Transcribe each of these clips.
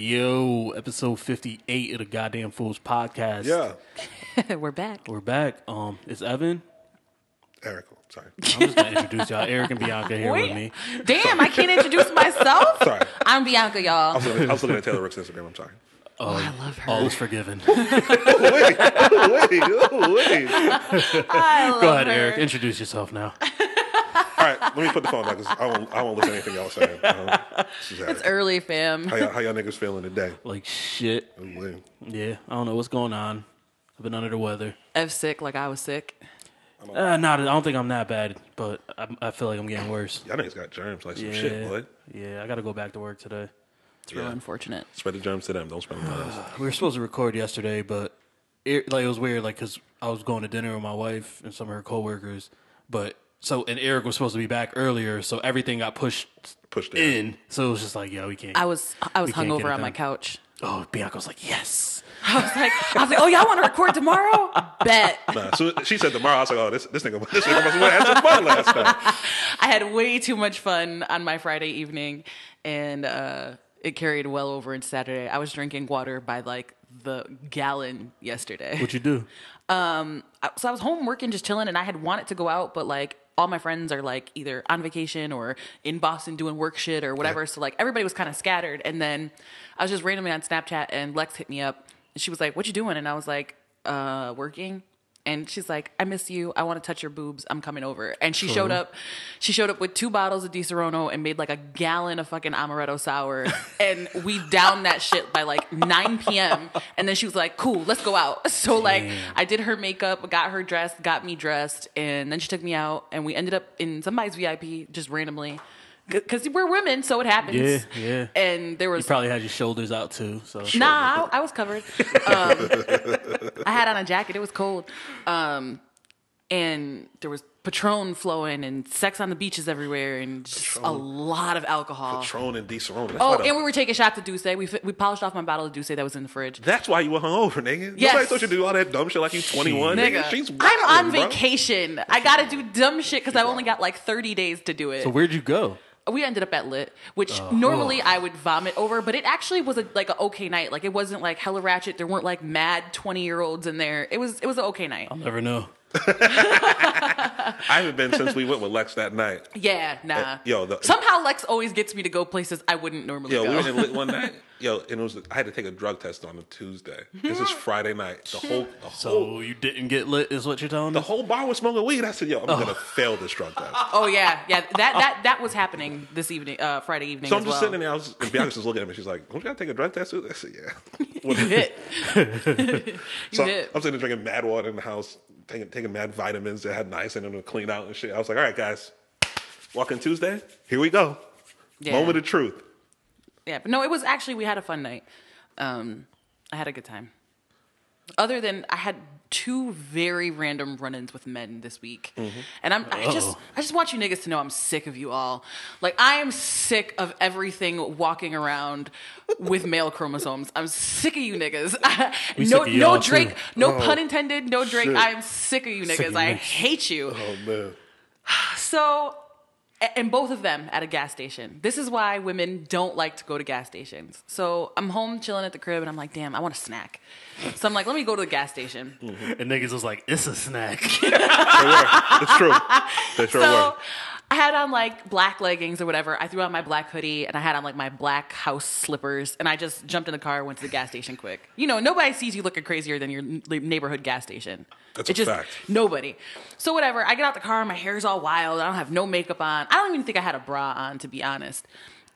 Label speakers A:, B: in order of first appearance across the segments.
A: Yo, episode 58 of the Goddamn Fools podcast.
B: Yeah,
C: We're back.
A: We're back. Um, It's Evan.
B: Eric. Sorry,
A: I'm just going to introduce y'all. Eric and Bianca here with me.
C: Damn, I can't introduce myself.
B: Sorry.
C: I'm Bianca,
B: I
C: y'all.
B: was, looking, I was looking at Taylor Rick's Instagram. I'm sorry.
C: Oh, I love her.
A: All is forgiven.
B: Oh, wait, oh, wait, oh, wait. All
C: I love
A: Go ahead,
C: her.
A: Eric. Introduce yourself now.
B: right, let me put the phone back. 'cause I won't. I won't listen to anything y'all saying. Um, this is Eric.
C: It's early, fam.
B: how, y'all, how y'all niggas feeling today?
A: Like, shit.
B: Oh, wait.
A: Yeah, I don't know what's going on. I've been under the weather.
C: F sick, like I was sick.
A: Uh, not, I don't think I'm that bad, but I, I feel like I'm getting worse.
B: Y'all niggas got germs like some
A: Yeah.
B: Oh, shit, boy.
A: Yeah, I got to go back to work today.
C: It's real unfortunate.
B: Spread the germs to them. Don't spread them to us.
A: We were supposed to record yesterday, but it, like it was weird, like because I was going to dinner with my wife and some of her coworkers, but so and Eric was supposed to be back earlier, so everything got pushed
B: Pushed in.
A: in. So it was just like, yeah, we can't.
C: I was I was
A: We can't get
C: hungover
A: it
C: on my
A: done.
C: couch.
A: Oh, Bianca was like, yes.
C: I was like, I was like, oh y'all want to record tomorrow? Bet.
B: Nah, so she said tomorrow. I was like, oh, this this nigga, this nigga must have had some fun last night.
C: I had way too much fun on my Friday evening, and uh, it carried well over into Saturday. I was drinking water by like the gallon yesterday.
A: What'd you do?
C: I- so I was home working, just chilling, and I had wanted to go out, but like all my friends are like either on vacation or in Boston doing work shit or whatever. So like everybody was kind of scattered. And then I was just randomly on Snapchat, and Lex hit me up, and she was like, "What you doing?" And I was like, "Uh, working." And she's like, "I miss you. I want to touch your boobs. I'm coming over." And she showed up. She showed up with two bottles of Di Serono and made like a gallon of fucking amaretto sour. and we downed that shit by like 9 p.m. And then she was like, "Cool, let's go out." So like, I did her makeup, got her dressed, got me dressed, and then she took me out, and we ended up in somebody's VIP just randomly, because we're women, so it happens.
A: Yeah, yeah.
C: And there was
A: You probably had your shoulders out too. So
C: Nah, I, I was covered. Um, I had on a jacket. It was cold. Um, and there was Patron flowing and sex on the beaches everywhere and just a lot of alcohol.
B: Patron and D. Serrano. That's,
C: Oh,
B: why the-
C: and we were taking shots of Douce. We, fi- we polished off my bottle of Douce that was in the fridge.
B: that's why you were hungover, nigga.
C: Yes.
B: Nobody told you to do all that dumb shit like you 21. Nigga,
C: Nigga,
B: she's
C: I'm on
B: wildin', bro.
C: vacation. I gotta do dumb shit because I only got like 30 days to do it.
A: so where'd you go?
C: we ended up at lit which
B: Oh.
C: normally i would vomit over but it actually was a, like an okay night like it wasn't like hella ratchet there weren't like mad 20 year olds in there it was it was an okay night
A: I'll never know.
B: I haven't been since we went with Lex that night.
C: yeah nah
B: Uh, yo, the-
C: somehow lex always gets me to go places i wouldn't normally
B: Yo,
C: go
B: we were in lit one night. Yo, and it was I had to take a drug test on a Tuesday. This is Friday night. The whole the whole
A: So you didn't get lit, is what you're telling
B: the
A: us?
B: whole bar was smoking weed. I said, yo, I'm gonna fail this drug test.
C: oh yeah yeah that that that was happening this evening uh friday evening
B: So
C: as
B: I'm just
C: well.
B: sitting there. I was, and Bianca's just looking at me. She's like, "Don't you gotta take a drug test?" Too? I said, "Yeah." Whatever.
C: Hit.
B: so
C: did.
B: I'm sitting there drinking mad water in the house, taking taking mad vitamins that had niacin in them to clean out and shit. I was like, "All right, guys, walking Tuesday. Here we go.
C: Yeah.
B: Moment of truth."
C: yeah but no it was actually we had a fun night um i had a good time other than i had two very random run-ins with men this week
A: Mm-hmm.
C: and i'm i just
A: Uh-oh.
C: i just want you niggas to know i'm sick of you all like i am sick of everything walking around with male chromosomes i'm sick of you niggas
A: We
C: no
A: sick of y'all,
C: no
A: too. Oh.
C: drake no pun intended no drake
B: shit.
C: i'm sick of you niggas
A: Sick of you
C: i
A: niggas.
C: hate you
B: Oh man.
C: so, a- and both of them at a gas station. This is why women don't like to go to gas stations. So I'm home chilling at the crib and I'm like, damn, I want a snack. So I'm like, let me go to the gas station.
A: And niggas was like, it's a snack.
B: They were. It's true. They sure
C: so
B: were.
C: I had on like black leggings or whatever. I threw on my black hoodie and I had on like my black house slippers and I just jumped in the car, went to the gas station quick. You know, nobody sees you looking crazier than your n- neighborhood gas station.
B: That's
C: it
B: a
C: just,
B: fact.
C: Nobody. So whatever. I get out the car, my hair's all wild. I don't have no makeup on. I don't even think I had a bra on to be honest.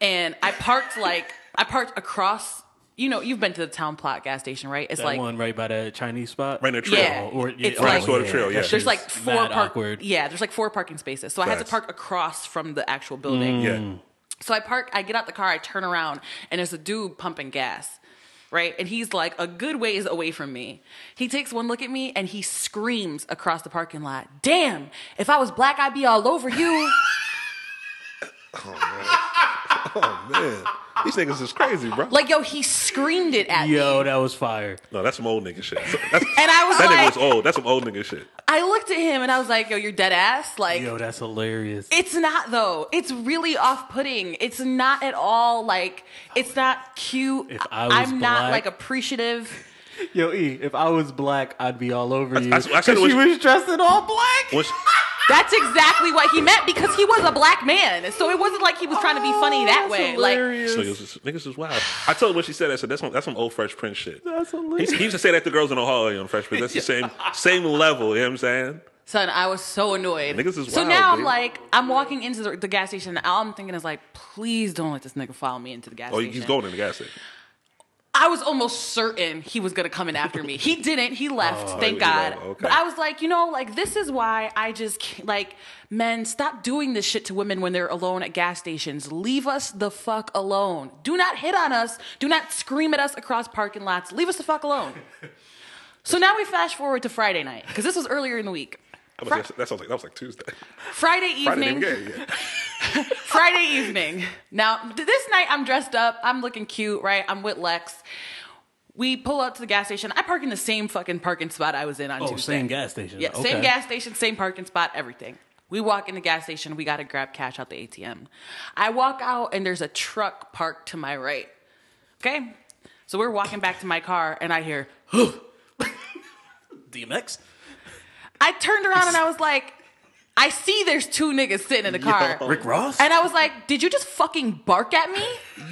C: And I parked like I parked across. You know, you've been to the town plot gas station, right? It's
A: that
C: like
A: one right by that Chinese spot.
B: Right near Trail.
C: Yeah.
A: Or, yeah,
C: It's
A: oh,
C: like-
B: Sort of trail, yeah.
A: That
C: there's
A: shit's
C: like four
A: mad
C: park-
A: awkward.
C: Yeah, there's like four parking spaces. So I had to
B: Facts.
C: park across from the actual building.
B: Yeah.
C: So I park, I get out the car, I turn around, and there's a dude pumping gas. Right? And he's like a good ways away from me. He takes one look at me and he screams across the parking lot, Damn, if I was black, I'd be all over you.
B: Oh man, these niggas is crazy, bro.
C: Like, yo, he screamed it at me.
A: Yo, that was fire.
B: No, that's some old nigga shit. That's,
C: And I was
B: that nigga
C: like-
B: was old. That's some old nigga shit.
C: I looked at him and I was like, yo, you're dead ass. Like,
A: Yo, that's hilarious.
C: It's not though. It's really off-putting. It's not at all like. It's not cute.
A: If I was
C: am not
A: black-
C: like appreciative.
A: Yo, E, if I was black, I'd be all over you.
B: I- I said it
A: 'Cause she
B: was-
A: was dressed in all black.
B: When she-
C: That's exactly what he meant because he was a black man, so it wasn't like he was trying to be funny that
A: Oh, That's
C: way. Like
A: hilarious.
B: This niggas, is- niggas is wild. I told him when she said that. I said that's some, that's some old Fresh Prince shit.
A: That's
B: He,
A: hilarious.
B: he used to say that to girls in the hallway on Fresh Prince. That's the same same level. You know what I'm saying?
C: Son, I was so annoyed.
B: Niggas is
C: so
B: wild,
C: now I'm
B: dude.
C: like, I'm walking into the, the gas station. And all I'm thinking is like, please don't let this nigga follow me into the gas
B: Oh, he-
C: station.
B: he's going in the gas station.
C: I was almost certain he was gonna come in after me. He didn't. He left. thank
B: he
C: God.
B: Oh, left, okay.
C: But I was like, you know, like this is why I just can't- like men stop doing this shit to women when they're alone at gas stations. Leave us the fuck alone. Do not hit on us. Do not scream at us across parking lots. Leave us the fuck alone. so now we flash forward to Friday night because this was earlier in the week.
B: I was, that sounds like that was like Tuesday.
C: Friday
B: Friday
C: evening.
B: evening. game, yeah.
C: Friday evening. Now, th- this night I'm dressed up. I'm looking cute, right? I'm with Lex. We pull up to the gas station. I park in the same fucking parking spot I was in on
A: Oh,
C: Tuesday.
A: same gas station.
C: Yeah,
A: Okay.
C: same gas station, same parking spot, everything. We walk in the gas station. We got to grab cash out the ATM. I walk out and there's a truck parked to my right. Okay? So we're walking back to my car and I hear,
A: DMX.
C: I turned around and I was like, I see there's two niggas sitting in the car.
A: Rick Ross.
C: And I was like, did you just fucking bark at me?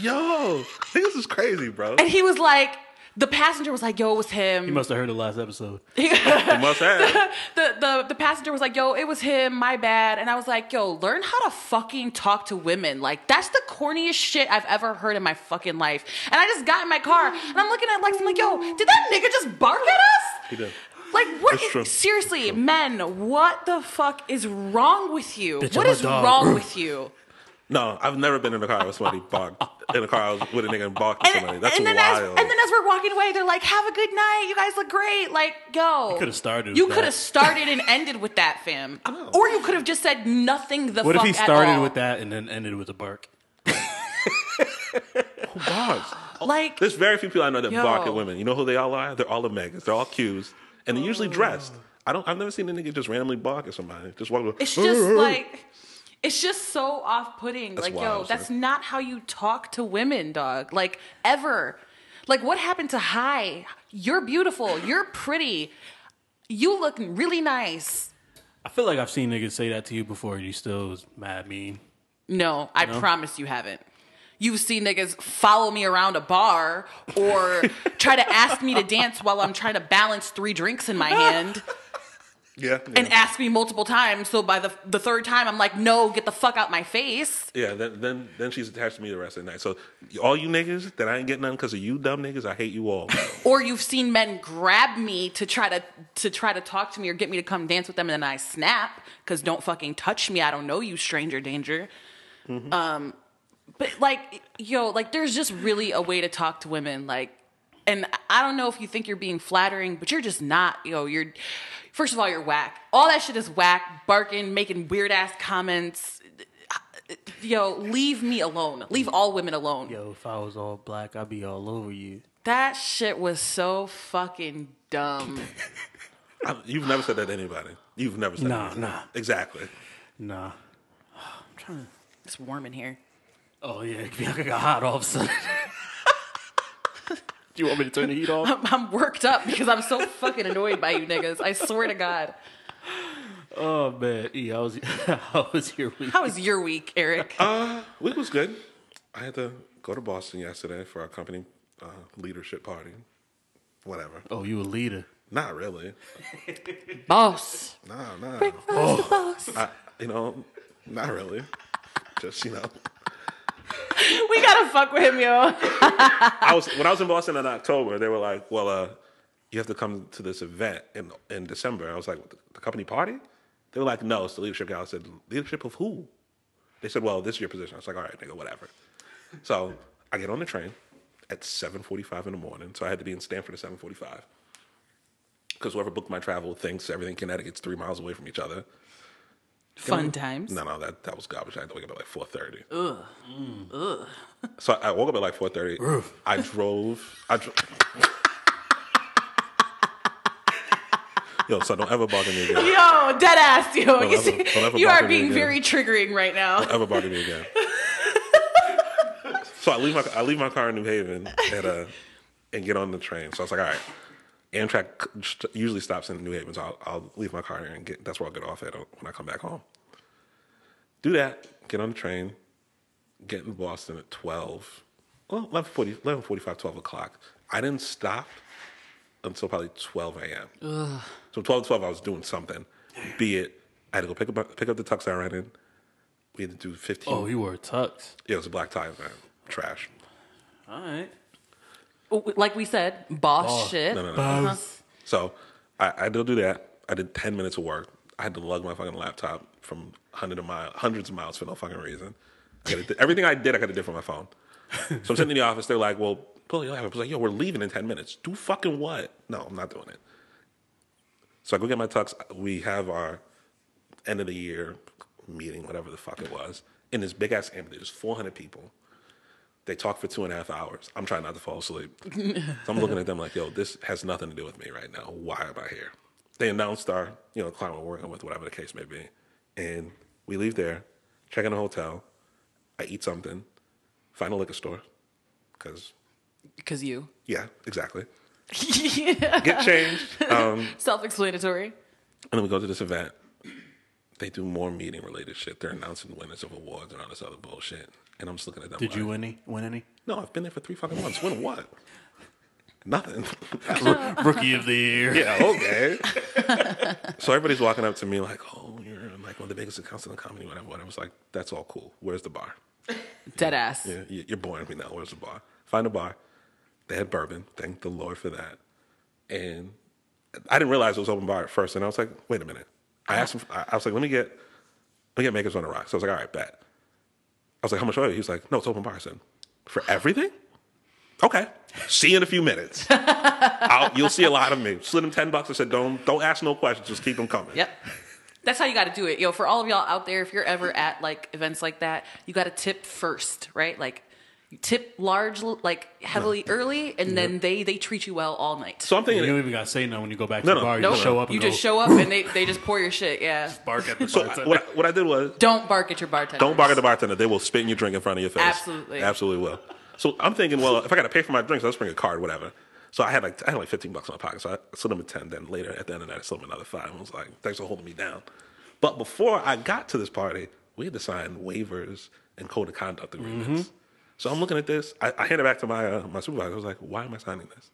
B: Yo, niggas is crazy, bro.
C: And he was like, the passenger was like, yo, it was him.
A: you must have heard the last episode.
B: You must have.
C: the, the, the passenger was like, yo, it was him, my bad. And I was like, yo, learn how to fucking talk to women. Like, that's the corniest shit I've ever heard in my fucking life. And I just got in my car and I'm looking at Lex, I'm like, yo, did that nigga just bark at us?
B: He did.
C: Like, what
B: That's true.
C: is, seriously, men, what the fuck is wrong with you?
A: Bitch,
C: what
A: I'm a
C: is
A: dog.
C: wrong with you?
B: No, I've never been in a car with somebody barked. In a car I was with a nigga and barked at
C: And,
B: somebody. That's
C: and then as,
B: wild.
C: and then as we're walking away, they're like, "Have a good night. You guys look great." Like, yo,
A: coulda started
C: You
A: with
C: could
A: that.
C: have started and ended with that, fam.
B: Oh.
C: Or you could have just said nothing. The
A: What if
C: fuck
A: he
C: at
A: started
C: all.
A: with that and then ended with a bark?
B: Bars.
C: Like,
B: There's very few people I know that
C: Yo.
B: bark at women. You know who they all are? They're all Omegas. They're all Qs, and they're usually dressed. I don't. I've never seen a nigga just randomly bark at somebody. Just walk.
C: it's just like, it's just so off-putting. like, yo,
B: wild, son.
C: that's not how you talk to women, dog. Like, ever. Like, what happened to hi? You're beautiful. You're pretty. You look really nice.
A: I feel like I've seen niggas say that to you before, and you still was mad mean.
C: No, I promise you haven't. You've seen niggas follow me around a bar or try to ask me to dance while I'm trying to balance three drinks in my hand
B: yeah, yeah.
C: and ask me multiple times. So by the the third time, I'm like, no, get the fuck out my face.
B: yeah. Then, then then she's attached to me the rest of the night. So all you niggas that I ain't getting none because of you dumb niggas, I hate you all.
C: Or you've seen men grab me to try to to try to talk to me or get me to come dance with them, and then I snap because don't fucking touch me. I don't know you, stranger danger. Um, but like, yo, like, there's just really a way to talk to women, like, and I don't know if you think you're being flattering, but you're just not, yo. You're first of all, you're whack. All that shit is whack. Barking, making weird ass comments. Yo, leave me alone. Leave all women alone.
A: Yo, if I was all black, I'd be all over you.
C: That shit was so fucking dumb.
B: I, you've never said that to anybody. You've never said
A: Nah,
B: that. to
A: nah.
B: anybody. Exactly.
A: Nah.
C: It's warm in here.
A: Oh yeah, Bianca got hot all of a sudden. Do you want me to turn the heat off?
C: I'm worked up because I'm so fucking annoyed by you niggas. I swear to God.
A: Oh man, E, I was I was here weak.
C: How was your week, Eric?
B: Uh, Week was good. I had to go to Boston yesterday for our company uh, leadership party. Whatever.
A: Oh, you a leader.
B: Not really.
C: boss.
B: No, no.
C: Boss, the boss.
B: I, you know, not really. Just you know,
C: We gotta fuck with him, yo.
B: I was when I was in Boston in October. They were like, "Well, uh, you have to come to this event in in December." I was like, "The company party?" They were like, "No, it's the leadership guy." I said, "Leadership of who?" They said, "Well, this is your position." I was like, "All right, nigga, whatever." So I get on the train at seven forty-five in the morning. So I had to be in Stanford at seven forty-five because whoever booked my travel thinks everything in Connecticut's three miles away from each other.
C: Fun times.
B: No, no, that, that was garbage. I had to wake up at like four thirty. Ugh. Ugh. So I woke up at like four thirty. I drove. I dro- Yo, so don't ever bother me again.
C: Yo, dead ass, yo. You,
B: ever-
C: see-
B: don't ever
C: you
B: bother
C: are
B: me
C: being
B: again.
C: very triggering right now.
B: Don't ever bother me again. so I leave my I leave my car in New Haven at uh and get on the train. So I was like, all right. Amtrak c- st- usually stops in New Haven, so I'll, I'll leave my car here and get. That's where I'll get off at uh, when I come back home. Do that. Get on the train. Get in Boston at twelve. Well, 1140, 11.45, 12 o'clock. I didn't stop until probably twelve a.m. So twelve to twelve, I was doing something. Be it, I had to go pick up pick up the tux I ran in. We had to do fifteen.
A: Oh, you wore a tux.
B: Yeah, it was a black tie event. Trash.
A: All right.
C: Like we said, boss shit.
B: No, no, no.
C: Uh-huh.
B: So I, I did do that. I did ten minutes of work. I had to lug my fucking laptop from hundred of mile, hundreds of miles for no fucking reason. I gotta, everything I did, I got to do from my phone. So I'm sitting in the office. They're like, "Well, pull your laptop." I was like, "Yo, we're leaving in ten minutes. Do fucking what?" No, I'm not doing it. So I go get my tux. We have our end of the year meeting, whatever the fuck it was, in this big ass amber. There's 400 people. They talk for two and a half hours. I'm trying not to fall asleep. so I'm looking at them like, yo, this has nothing to do with me right now. Why am I here? They announced our, you know, client we're working with, whatever the case may be. And we leave there, check in a hotel. I eat something, find a liquor store, because,
C: Because you.
B: yeah, exactly. Get changed.
C: Self explanatory.
B: And then we go to this event. They do more meeting related shit. They're announcing winners of awards and all this other bullshit. And I'm just looking at them.
A: Did
B: like,
A: you win any? Win any?
B: No, I've been there for three fucking months. Win what? Nothing.
A: Rookie of the year.
B: yeah, okay. so everybody's walking up to me like, oh, you're like one of the biggest accounts in the comedy, whatever. whatever. I was like, that's all cool. Where's the bar?
C: Dead ass.
B: Yeah, you- you're boring me now. Where's the bar? Find a bar. They had bourbon. Thank the Lord for that. And I didn't realize it was open bar at first. And I was like, wait a minute. I asked him. I I was like, let me get, let me get Makers on the Rock. So I was like, all right, bet. I was like, how much are you? He was like, no, it's open bar. I said, for everything? Okay. See you in a few minutes. I'll, you'll see a lot of me. Slid him 10 bucks. I said, don't, don't ask no questions. Just keep them coming.
C: Yep. That's how you got to do it. Yo, for all of y'all out there, if you're ever at like events like that, you got to tip first, right? Like you tip large, like heavily early, and then they they treat you well all night.
B: So I'm
A: You
B: thinking,
A: don't even gotta say no when you go back to
B: No,
A: the
B: no.
A: bar. You
C: Nope.
A: just show up. And
C: You
A: go
C: just show up and they, they just pour your shit. Yeah.
A: bark at the
B: so
A: bartender.
B: what, I- what I did was,
C: Don't bark at your bartender.
B: Don't bark at the bartender. They will spit in your drink in front of your face.
C: Absolutely.
B: Absolutely will. So I'm thinking, well, if I got to pay for my drinks, I'll just bring a card, whatever. So I had like I had like 15 bucks in my pocket. So I slid him a 10. Then later at the end of the night, I slid him another five. I was like, thanks for holding me down. But before I got to this party, we had to sign waivers and code of conduct agreements. So I'm looking at this. I, I handed it back to my uh, my supervisor. I was like, why am I signing this?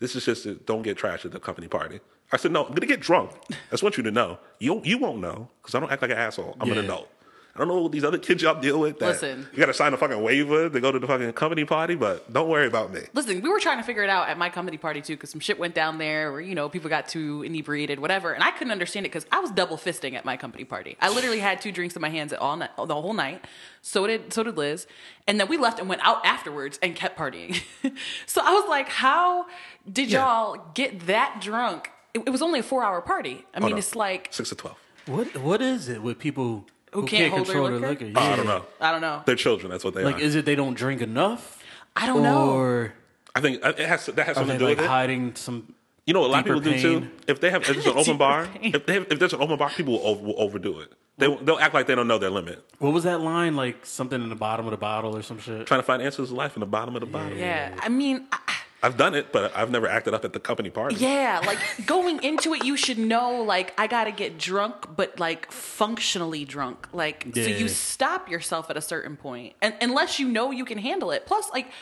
B: This is just a, don't get trash at the company party. I said, no, I'm gonna get drunk. I just want you to know. You you won't know because I don't act like an asshole. I'm an
A: Yeah.
B: adult. I don't know what these other kids y'all deal with. That
C: Listen.
B: you got to sign a fucking waiver to go to the fucking company party, but don't worry about me.
C: Listen, we were trying to figure it out at my comedy party too, because some shit went down there where, you know, people got too inebriated, whatever. And I couldn't understand it because I was double fisting at my company party. I literally had two drinks in my hands all night, the whole night. So did so did Liz. And then we left and went out afterwards and kept partying. so I was like, how did
B: Yeah.
C: y'all get that drunk? It, it was only a four hour party. I mean,
B: no.
C: it's like,
B: Six to twelve.
A: What what is it with people who,
C: can't hold their
A: control their
C: liquor?
A: liquor?
B: Oh, I
A: Yeah.
B: don't know.
C: I don't know.
B: They're children. That's what they
A: Like,
B: are.
A: is it they don't drink enough?
C: I don't know.
A: Or
B: I think uh, it has that has
A: are
B: something
A: they
B: to do
A: like
B: with it.
A: hiding some?
B: You know, what a lot of
A: Deeper
B: people do too.
A: pain.
B: If they have, if there's an
C: Deeper
B: open bar,
C: pain.
B: if, they have, if there's an open bar, people will, over, will overdo it. They will- they'll act like they don't know their limit.
A: What was that line? Like something in the bottom of the bottle or some shit.
B: Trying to find answers to life in the bottom of the bottle.
C: yeah. I mean, I,
B: I've done it, but I've never acted up at the company party.
C: Yeah, like going into it, you should know, like, I gotta get drunk, but like functionally drunk. Like, so
A: Yeah.
C: you stop yourself at a certain point, and unless you know you can handle it. Plus, like,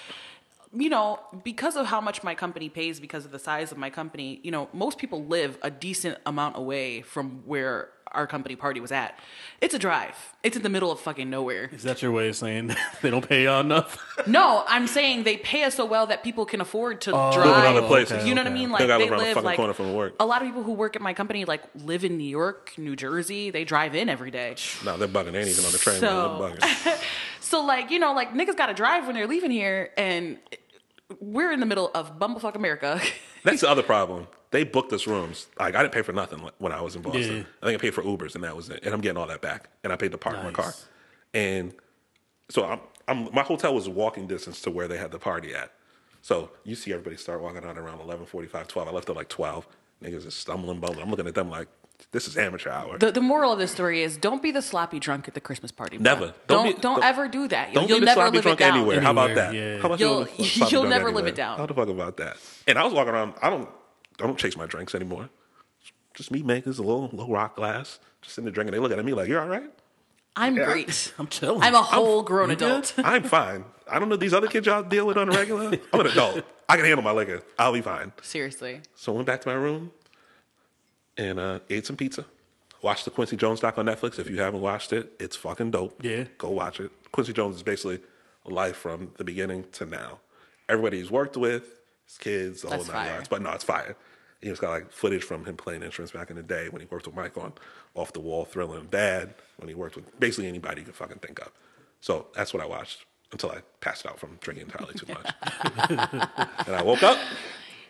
C: you know, because of how much my company pays, because of the size of my company, you know, most people live a decent amount away from where our company party was at. It's a drive, it's in the middle of fucking nowhere.
A: Is that your way of saying they don't pay y'all enough?
C: No, I'm saying they pay us so well that people can afford to drive.
B: Live in other places.
C: you know what I
A: okay.
C: mean?
A: They
C: Like
B: gotta live
C: they
B: around the
C: live
B: fucking
C: like
B: corner from work.
C: a lot of people who work at my company like live in New York, New Jersey. They drive in every day.
B: No, they're bugging. They ain't even on the train.
C: So-
B: they're bugging.
C: So like you know like niggas got to drive when they're leaving here, and we're in the middle of bumblefuck America.
B: That's the other problem. They booked us rooms. Like I didn't pay for nothing when I was in Boston.
A: Yeah.
B: I think I paid for Ubers and that was it. And I'm getting all that back. And I paid to park my car.
A: Nice.
B: And so I'm, I'm my hotel was walking distance to where they had the party at. So you see everybody start walking out around 11:45, 12. I left at like 12. Niggas is stumbling, bumbling. I'm looking at them like this is amateur hour.
C: The, the moral of this story is don't be the sloppy drunk at the Christmas party.
B: Never.
C: Don't
B: Don't
C: don't,
B: be- don't-
C: ever do that. You'll,
B: Don't
C: you'll
B: be the
C: never
B: sloppy
C: live
B: drunk
C: it down.
B: anywhere. How about that?
A: Anywhere, yeah.
B: How about
C: You'll-
B: you live a sloppy
C: you'll
B: drunk
C: never live
B: anywhere?
C: it down.
B: How the fuck about that? And I was walking around. I don't. I don't chase my drinks anymore. Just me makers, a little low rock glass, just in the drink, and they look at me like, "You're all right."
C: I'm great.
A: I'm chilling.
C: I'm a whole grown
B: You good?
C: adult.
B: I'm fine. I don't know these other kids y'all deal with on a regular. I'm an adult. I can handle my liquor. I'll be fine.
C: Seriously.
B: So I went back to my room and uh, ate some pizza. Watched the Quincy Jones doc on Netflix. If you haven't watched it, it's fucking dope.
A: Yeah.
B: Go watch it. Quincy Jones is basically life from the beginning to now. Everybody he's worked with, his kids, the
C: That's
B: whole nine
C: fire.
B: yards. But no, it's fire. He just got like footage from him playing instruments back in the day when he worked with Mike on Off the Wall Thriller and Bad, when he worked with basically anybody you could fucking think of. So that's what I watched until I passed out from drinking entirely too much. and I woke up,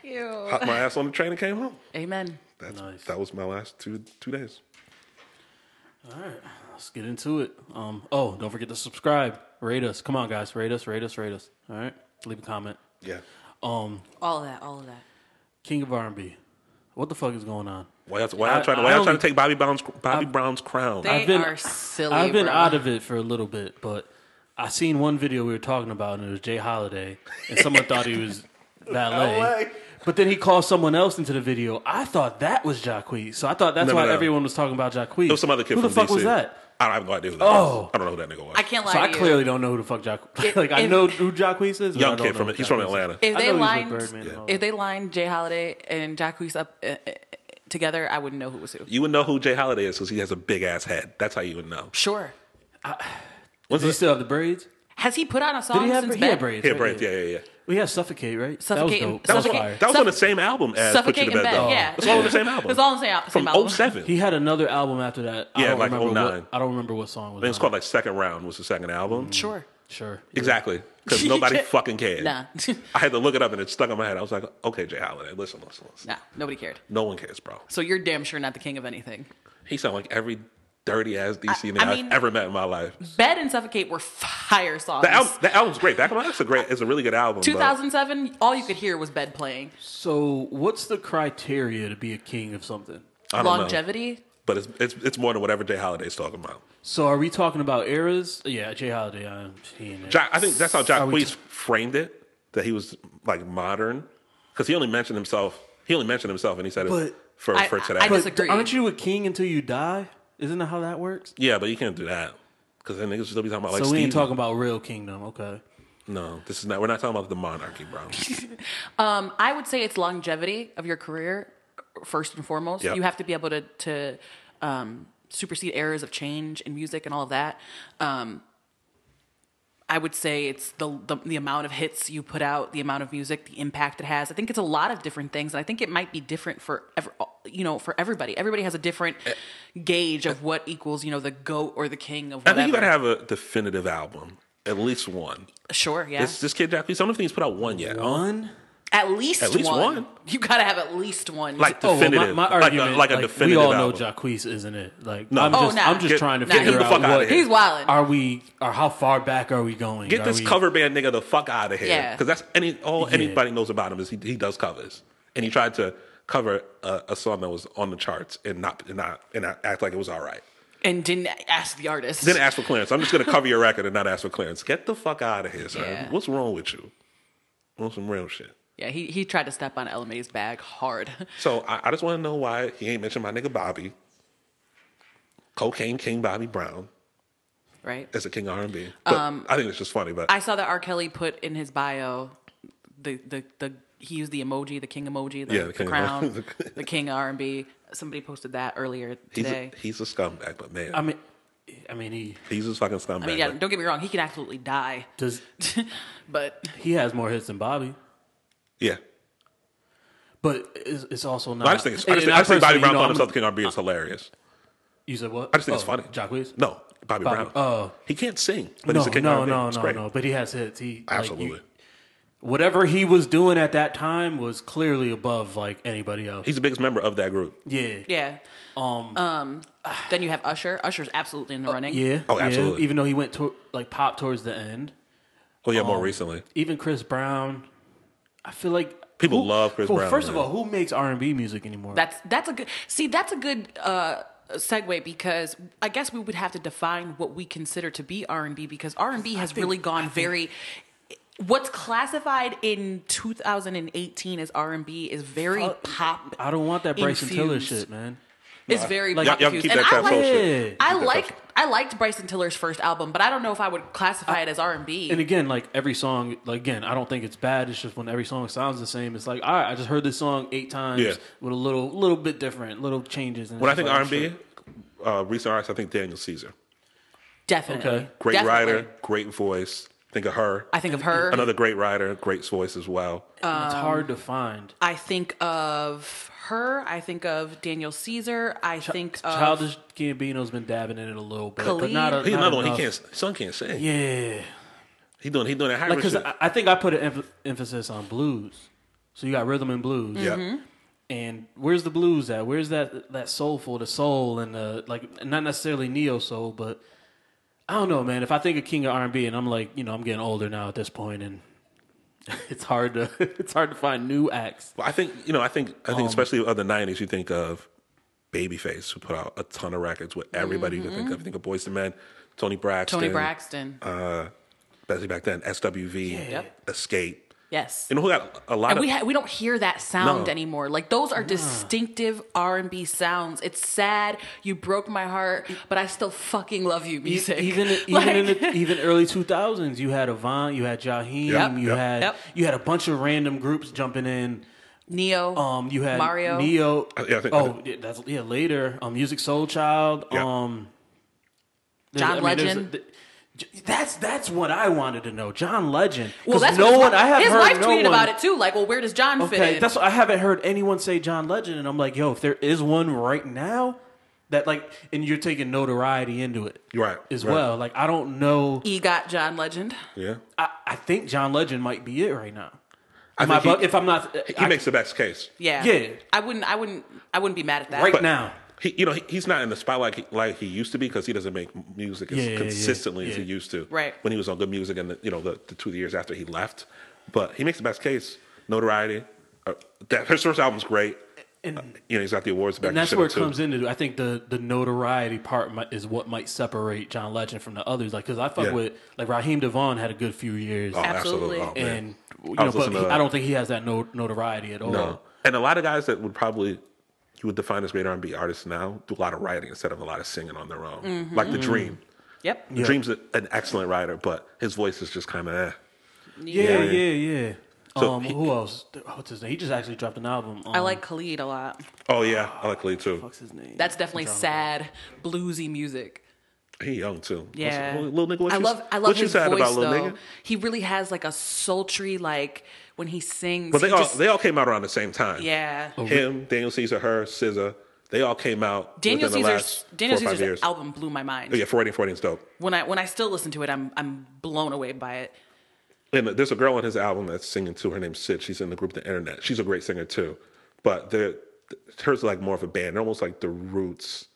C: Ew.
B: hopped my ass on the train, and came home.
C: Amen.
B: That's,
A: Nice.
B: That was my last two two days.
A: All right, let's get into it. Um, oh, don't forget to subscribe, rate us. Come on, guys, rate us, rate us, rate us. All right, leave a comment.
B: Yeah.
A: Um,
C: All of that. All of that.
A: King of R&B, what the fuck is going on?
B: Why y'all, why y'all
A: I-
B: trying to
A: I
B: why y'all
A: don't-
B: trying to take Bobby Brown's Bobby Brown's crown?
C: They
A: I've been-
C: are silly.
A: I've been
C: bro.
A: out of it for a little bit, but I seen one video we were talking about, and it was Jay Holiday, and someone thought he was
B: LA.
A: valet. But then he called someone else into the video. I thought that was Jacquees, so I thought that's
B: No, no,
A: why
B: no.
A: everyone was talking about Jacquees.
B: It was some other kid
A: Who
B: from
A: the fuck
B: DC.
A: was that?
B: I don't I have no idea who that
A: Oh.
B: was. I don't know who that nigga was.
C: I can't lie
A: So
C: to
A: I
C: you.
A: clearly don't know who the fuck Jacquees.
C: If-
A: Like I
C: if-
A: know who Jacquees is. but I
B: Young
A: don't
B: kid
A: know
B: from
A: who
B: he's from
A: Jacquees is.
B: Atlanta.
C: If
A: I
C: they
A: know he's with
C: lined,
A: Birdman and all
C: if they lined Jay Holiday and Jacquees up uh, uh, together, I wouldn't know who was who.
B: You would know who Jay Holiday is because he has a big ass head. That's how you would know.
C: Sure.
A: Does he still have the braids?
C: Has he put out a song
A: Did he have
C: since
A: he had
C: then?
A: braids?
B: Here,
A: right?
B: Brent. Yeah, yeah, yeah.
A: We had suffocate, right?
C: Suffocate
A: That was
C: and-
A: dope.
B: That
A: That was
B: was,
C: Suffocate-
A: fire.
B: that was on the
C: Suff-
B: same album as Put You
C: Suffocate
B: to
C: in
B: Bed.
C: bed.
B: Though.
C: Yeah.
B: It's all on the same album.
C: It's all on the same- same
B: From
C: album.
B: 07.
A: He had another album after that. I
B: Yeah,
A: don't
B: like
A: remember
B: 09.
A: What, I don't remember what song was.
B: it was
A: on
B: called like Second Round was the second album.
C: Sure.
A: Sure.
B: Exactly. Because nobody fucking cared.
C: Nah.
B: I had to look it up and it stuck in my head. I was like, okay, Jay Holiday, listen, listen, listen.
C: Nah, nobody cared.
B: No one cares, bro.
C: So you're damn sure not the king of anything.
B: He sounded like every dirty ass DC
C: I-
B: nigga
C: I
B: I
C: mean- uh,
B: have ever met in my life.
C: Bed and Suffocate were fire songs.
B: The, album, the album's great. Back in my life's a great. It's a really good album. but
C: 2007, all you could hear was Bed playing.
A: So, what's the criteria to be a king of something?
B: I don't know.
C: Longevity.
B: But it's, it's it's more than whatever Jay Holiday's talking about.
A: So, are we talking about eras? Yeah, Jay Holiday. I'm seeing it.
B: Jack, I think that's how Jack
A: Are we
B: Quees framed it. That he was like modern because he only mentioned himself. He only mentioned himself, and he said it
A: But-
B: for
C: I-
B: for today.
C: I- I
A: But
C: disagree.
A: aren't you a king until you die? Isn't that how that works?
B: yeah, but you can't do that because then niggas still be talking about like
A: so we
B: Steve.
A: ain't talking about real kingdom, okay?
B: no, this is not. We're not talking about the monarchy, bro.
C: Um, I would say it's longevity of your career first and foremost.
B: Yep.
C: You have to be able to to um, supersede eras of change in music and all of that. Um, I would say it's the, the the amount of hits you put out, the amount of music, the impact it has. I think it's a lot of different things, and I think it might be different for ever, you know for everybody. Everybody has a different
B: Eh.
C: gauge of what equals you know the goat or the king of
B: I
C: whatever.
B: think you gotta have a definitive album, at least one.
C: sure, yeah,
B: This this kid Jack Quees. I don't think he's put out one yet.
A: One.
C: at least
B: at least
C: one.
B: one.
C: You gotta have at least one.
B: Like
A: Oh, well, my,
B: definitive,
A: my
B: like,
A: argument,
B: a, like a definitive
A: we all know
B: album.
A: Jacquees isn't it? Like, I'm
B: Oh,
A: just,
C: nah.
A: I'm just
B: Get-
A: trying to
C: nah,
A: figure
C: get the
A: out
B: fuck
A: what
B: outta here.
C: He's wildin'.
A: Are we? Or how far back are we going?
B: Get
A: Are
B: this
A: we-
B: cover band nigga the fuck out of here.
C: Yeah.
B: Because that's any all
A: Yeah.
B: anybody knows about him is he, he does covers. And he tried to cover a, a song that was on the charts and not and not and not act like it was all right.
C: and didn't ask the artist.
B: Then ask for clearance. I'm just gonna cover your record and not ask for clearance. Get the fuck out of here, son.
C: Yeah.
B: What's wrong with you? Want some real shit.
C: Yeah, he, he tried to step on LMA's bag hard.
B: So I, I just wanna know why he ain't mentioned my nigga Bobby. Cocaine King Bobby Brown
C: right?
B: as a king R and B. I think it's just funny, but
C: Um, I saw that R. Kelly put in his bio the the, the he used the emoji, the king emoji, the,
B: Yeah, the
C: the
B: king
C: crown,
B: emoji.
C: the king R and B. Somebody posted that earlier
B: he's
C: today.
B: a, he's a scumbag, but man,
A: I mean, I mean, he
B: he's a fucking scumbag.
C: I mean, yeah,
B: but-
C: don't get me wrong, he can absolutely die.
A: does.
C: but
A: He has more hits than Bobby.
B: yeah.
A: But it's, it's also not.
B: I just think it's, I just,
A: and
B: think- I just think Bobby
A: personally,
B: Brown
A: you know, I'm-
B: calling
A: uh,
B: himself the King R&B is hilarious.
A: You said what? Oh,
B: I just think it's funny.
A: Jacquees?
B: No, Bobby,
A: Bobby-
B: Brown.
A: oh.
B: he can't sing, but
A: no,
B: he's the King
A: no,
B: R&B.
A: no,
B: It's
A: no,
B: great.
A: no. But he has hits. He like, you-
B: Absolutely.
A: whatever he was doing at that time was clearly above like anybody else.
B: He's the biggest member of that group.
A: Yeah.
C: Yeah. Um. Then you have Usher. Usher's absolutely in the running.
A: Yeah.
B: Oh,
A: yeah,
B: absolutely.
A: Even though he went to like pop towards the end.
B: Oh yeah, more recently.
A: Even Chris Brown. I feel like
B: People love Chris
A: well,
B: Brown,
A: First of
B: man.
A: all, who makes R and B music anymore?
C: That's that's a good. See, that's a good uh, segue because I guess we would have to define what we consider to be R and B because R and B has really gone very. What's classified in 2018 as R and B is
B: Oh.
C: very pop.
A: I don't want that Bryson Tiller
C: infused.
A: shit, man.
C: It's very
B: Y'all-
C: pop
B: y'all
C: infused.
B: keep
C: and
B: that
C: I
B: trap
C: like,
B: soul
A: shit.
C: I
B: Keep that
C: liked
B: trap
C: I liked Bryson Tiller's first album, but I don't know if I would classify it as R and B.
A: And again, like every song, like again, I don't think it's bad. It's just when every song sounds the same, it's like, all right, I just heard this song eight times
B: Yeah.
A: with a little, little bit different, little changes. And
B: When I
A: it's
B: think
A: like,
B: R and B,
A: shit.
B: uh, recent artists, I think Daniel Caesar.
C: Definitely,
A: Okay.
B: Great
C: Definitely.
B: writer, great voice. Think of her.
C: I think of her. Oh,
B: Another great writer, great voice as well.
A: it's hard to find.
C: I think of her. I think of Daniel Caesar. I think of
A: Childish Gambino's been dabbing in it a little bit, but not. A,
B: He's
A: not
B: another one. He
A: enough.
B: can't. His son can't sing.
A: Yeah,
B: He doing. He doing
A: like
B: that hybrid
A: because
B: shit.
A: I, I think I put an emph- emphasis on blues. So you got rhythm and blues.
B: yeah.
C: Mm-hmm.
A: And where's the blues at? Where's that that soulful, the soul, and the like? Not necessarily neo soul, but I don't know, man. If I think of King of R and B, and I'm like, you know, I'm getting older now at this point, and it's hard to it's hard to find new acts.
B: Well, I think you know. I think I think especially of the '90s, you think of Babyface, who put out a ton of records with everybody you can think of. You think of Boys and Men, Tony Braxton,
C: Tony Braxton.
B: uh, especially back then, SWV,
C: Yep.
B: Escape.
C: yes.
B: You know who got a lot
C: and
B: of
C: we ha- we don't hear that sound
B: No.
C: anymore. Like those are distinctive R and B sounds. It's sad. You broke my heart, but I still fucking love you. Music.
A: E-, Even even
C: Like-
A: in the, e-, even early 2000s, you had Avant, you had Jaheim,
B: Yep.
A: you
B: Yep.
A: had
C: Yep.
A: you had a bunch of random groups jumping in.
C: Neo.
A: Um, you had
C: Mario.
A: Neo.
B: Uh, yeah, I think-
A: oh, yeah, that's yeah. Later, um, Music Soul Child.
B: Yeah.
A: Um, there's-
C: John
A: there's
C: Legend.
A: th- j- that's that's what I wanted to know. John Legend.
C: Well,
A: 'Cause
C: that's
A: no
C: what
A: one.
C: his-
A: I have
C: his
A: heard
C: wife
A: no
C: tweeted
A: one,
C: about it too. Like, well, where does John fit
A: Okay,
C: in?
A: that's what, I haven't heard anyone say John Legend, and I'm like, yo, if there is one right now, that like, and you're taking notoriety into it,
B: Right,
A: As
B: right.
A: well, like I don't know.
C: EGOT John Legend.
B: yeah.
A: I, I think John Legend might be it right now.
B: I
A: Am I
B: think he-
A: bu- if I'm not,
B: He
A: I-
B: makes the best case.
C: Yeah.
A: Yeah.
C: I wouldn't. I wouldn't. I wouldn't be mad at that.
A: right now.
B: He, you know, he, he's not in the spotlight he, like he used to be because he doesn't make music as
A: Yeah, yeah, yeah,
B: consistently as he
A: yeah.
B: used to.
C: Right.
B: When he was on good music and, the, you know, the, the two years after he left. But he makes the best case. Notoriety. Uh, that, his first album's great.
A: And-
B: Uh, you know, he's got the awards back.
A: And that's
B: shit
A: where
B: up,
A: it
B: too.
A: comes into. I think the the notoriety part might, is what might separate John Legend from the others. Like, because I fuck
B: Yeah.
A: with like Raheem Devon had a good few years,
B: Oh, absolutely.
C: Absolutely.
B: Oh, man.
A: and you
B: I
A: know,
B: was
A: but
B: listening
A: he,
B: to that.
A: I don't think he has that no, notoriety at all.
B: No. And a lot of guys that would probably you would define as great R&B artists now do a lot of writing instead of a lot of singing on their own.
C: Mm-hmm.
B: Like The Dream.
C: Yep.
B: The Dream's a, an excellent writer, but his voice is just kind of eh.
A: Yeah, yeah,
B: Yeah.
A: yeah.
B: So
A: um,
B: he-
A: who else? What's his name? He just actually dropped an album. Um,
C: I like Khalid a lot.
B: Oh yeah, I like Lee too.
A: what's his name.
C: That's definitely sad, bluesy music.
B: He young too. What's-
C: Yeah,
B: little nigga. What
C: I
B: you,
C: love. I
B: what
C: love
B: you
C: his
B: sad
C: voice
B: about little
C: though.
B: nigga?
C: He really has like a sultry like when he sings.
B: But they
C: he
B: all
C: just-
B: they Oh, all came out around the same time.
C: yeah.
B: Him, Daniel Caesar, her, Scissor. They all came out
C: Daniel
B: within the
C: Caesar's
B: last
C: Daniel
B: four or five
C: Caesar's
B: years.
C: album blew my mind.
B: Oh, yeah, 480 40 is dope.
C: When I when I still listen to it, I'm I'm blown away by it.
B: And there's a girl on his album that's singing too. Her name's Sid. She's in the group The Internet. She's a great singer too. But they're, hers is like more of a band. They're almost like the Roots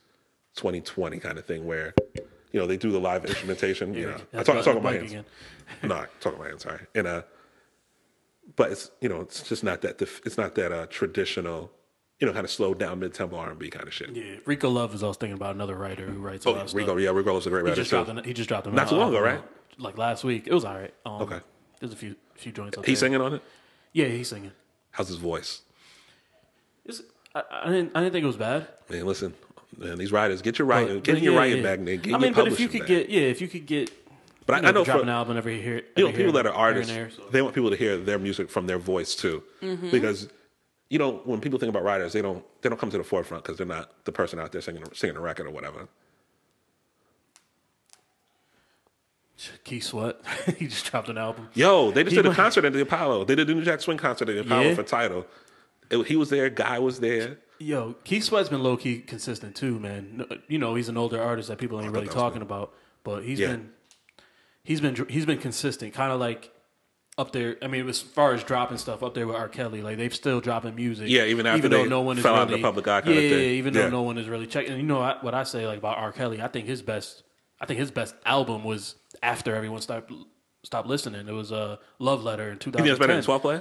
B: 2020 kind of thing where, you know, they do the live instrumentation. you know, I
A: that's
B: talk, I'm talking
A: about
B: about
A: the
B: hands.
A: mic
B: no, I'm talking about hands. Sorry. And uh, but it's you know, it's just not that def- it's not that uh traditional, you know, kind of slow down mid tempo R and B kind of shit.
A: Yeah, Rico Love is. I was thinking about another writer who writes. a lot
B: Oh,
A: of stuff.
B: Rico, yeah, Rico was a great
A: He
B: writer
A: just
B: too.
A: dropped. An, he just dropped an
B: Not too long ago,
A: album, um,
B: right?
A: Like last week. It was all right. Um,
B: Okay.
A: There's a few few joints. Up
B: He's
A: there.
B: singing on it.
A: Yeah, he's singing.
B: How's his voice?
A: It's, I, I didn't. I didn't think it was bad.
B: Man, listen, man, these writers, get your writing,
A: But-
B: get
A: but
B: your
A: yeah,
B: writing
A: yeah.
B: back, nigga. Get
A: I mean,
B: your
A: but if you
B: publishing
A: could
B: back.
A: get, yeah, if you could get,
B: But I-
A: you
B: I know
A: drop
B: for-
A: an album every here, every
B: you know, people
A: here-
B: that are artists,
A: here and there, so. Mm-hmm.
B: they want people to hear their music from their voice too, because you know when people think about writers, they don't they don't come to the forefront because they're not the person out there singing singing a record or whatever.
A: Keith Sweat, he just dropped an album.
B: Yo, they just
A: He
B: did a
A: might-
B: concert at the Apollo. They did a New Jack Swing concert at the Apollo
A: Yeah.
B: for title. It- he was there. Guy was there.
A: Yo, Keith Sweat's been low key consistent too, man. No- You know, he's an older artist that people ain't really
B: that was
A: talking about, but he's
B: Yeah.
A: been, he's been, dr- he's been consistent, kind of like up there. I mean, as far as dropping stuff up there with R. Kelly, like they've still dropping music.
B: Yeah, even after
A: though
B: they
A: no one is
B: fell
A: really,
B: out of the public eye kinda
A: yeah,
B: thing.
A: yeah, even though
B: Yeah.
A: no one is really checking. And you know I, what I say like about R. Kelly? I think his best, I think his best album was after everyone stopped stopped listening. It was a uh, love letter in
B: You think it's better
A: 2010.
B: than 12 play?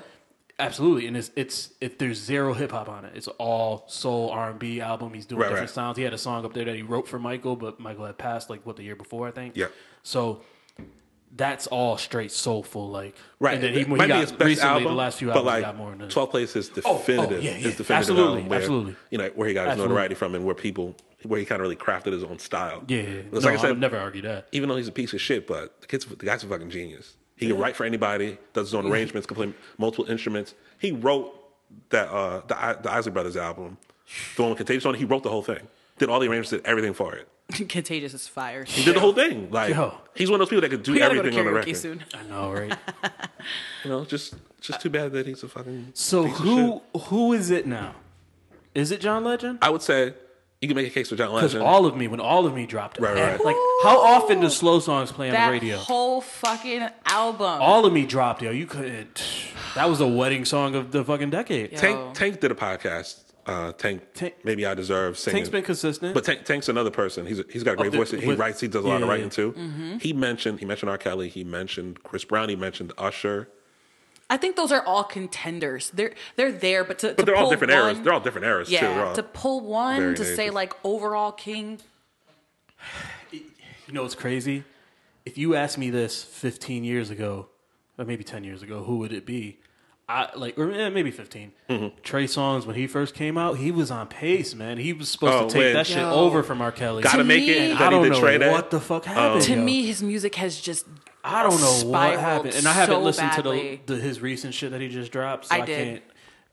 A: Absolutely, and it's it's if there's zero hip hop on it, it's all soul R and B album. He's doing
B: Right,
A: different
B: right.
A: sounds. He had a song up there that he wrote for Michael, but Michael had passed like what the year before, I think.
B: Yeah.
A: So that's all straight soulful, like
B: Right.
A: And then he,
B: It
A: when
B: might
A: he
B: be
A: got
B: his best
A: recently,
B: album,
A: the last few
B: but
A: albums
B: like,
A: he got more into.
B: 12 Place is
A: oh,
B: definitive.
A: yeah, yeah.
B: His definitive
A: Absolutely,
B: album where,
A: absolutely.
B: You know, where he got his
A: Absolutely.
B: notoriety from and where people, where he kind of really crafted his own style.
A: Yeah, yeah.
B: It's
A: no,
B: like I
A: I,
B: said,
A: would never argue that.
B: even though he's a piece of shit, but the kid's the guy's a fucking genius. He can write for anybody, does his own arrangements, can play multiple instruments. He wrote that uh, the I- the Isley Brothers album, the one with Contagious on. it, He wrote the whole thing, did all the arrangements, did everything for it.
C: Contagious is fire.
B: He did the whole thing. Like
A: Yo.
B: he's one of those people that could do
C: We gotta go to
B: everything on the
C: karaoke
B: record.
C: soon.
A: I know, right?
B: You know, just just too bad that he's a fucking.
A: so
B: piece of shit.
A: who who is it now? Is it John Legend?
B: I would say you can make a case for John
A: Because
B: Legend.
A: all of me, when all of me dropped,
B: Right,
A: and,
B: right.
A: Like how often do slow songs play on
C: That
A: the radio?
C: whole fucking album.
A: all of me dropped, yo. You couldn't. That was the wedding song of the fucking decade.
C: Yeah.
B: Tank
C: Oh.
B: Tank did a podcast. Uh, Tank,
A: Tank-
B: maybe I deserve singing.
A: Tank's been consistent.
B: But Tank, Tank's another person. He's he's got a great
A: Of the-
B: voice. He
A: with-
B: writes. He does a lot
A: yeah,
B: of
A: yeah,
B: writing
A: yeah. Mm-hmm.
B: too. He mentioned he mentioned R. Kelly. He mentioned Chris Brown. He mentioned Usher.
C: I think those are all contenders. They're they're there, but to,
B: But they're all different
C: errors.
B: eras. They're all different eras too. They're
C: yeah.
B: all-
C: To pull one
B: very
C: to say
B: ages.
C: like overall king,
A: you know what's crazy? If you asked me this 15 years ago, or maybe 10 years ago, who would it be? I like, or eh, maybe 15.
B: Mm-hmm.
A: Trey Songz, when he first came out, he was on pace, man. He was supposed
B: Oh,
A: to take
B: when-
A: that shit
C: Yo.
A: over from R. Kelly.
B: gotta
C: to
B: make
C: me-
B: it.
A: And
B: Then
A: I
B: he
A: don't
B: did
A: know
B: Trey Oh. Day.
A: what the fuck happened.
C: to
A: yo.
C: me his music has just
A: I don't know what
C: spiraled
A: happened, and I haven't
C: so
A: listened
C: badly.
A: to the, the his recent shit that he just dropped. So
C: I
A: I,
C: did.
A: can't.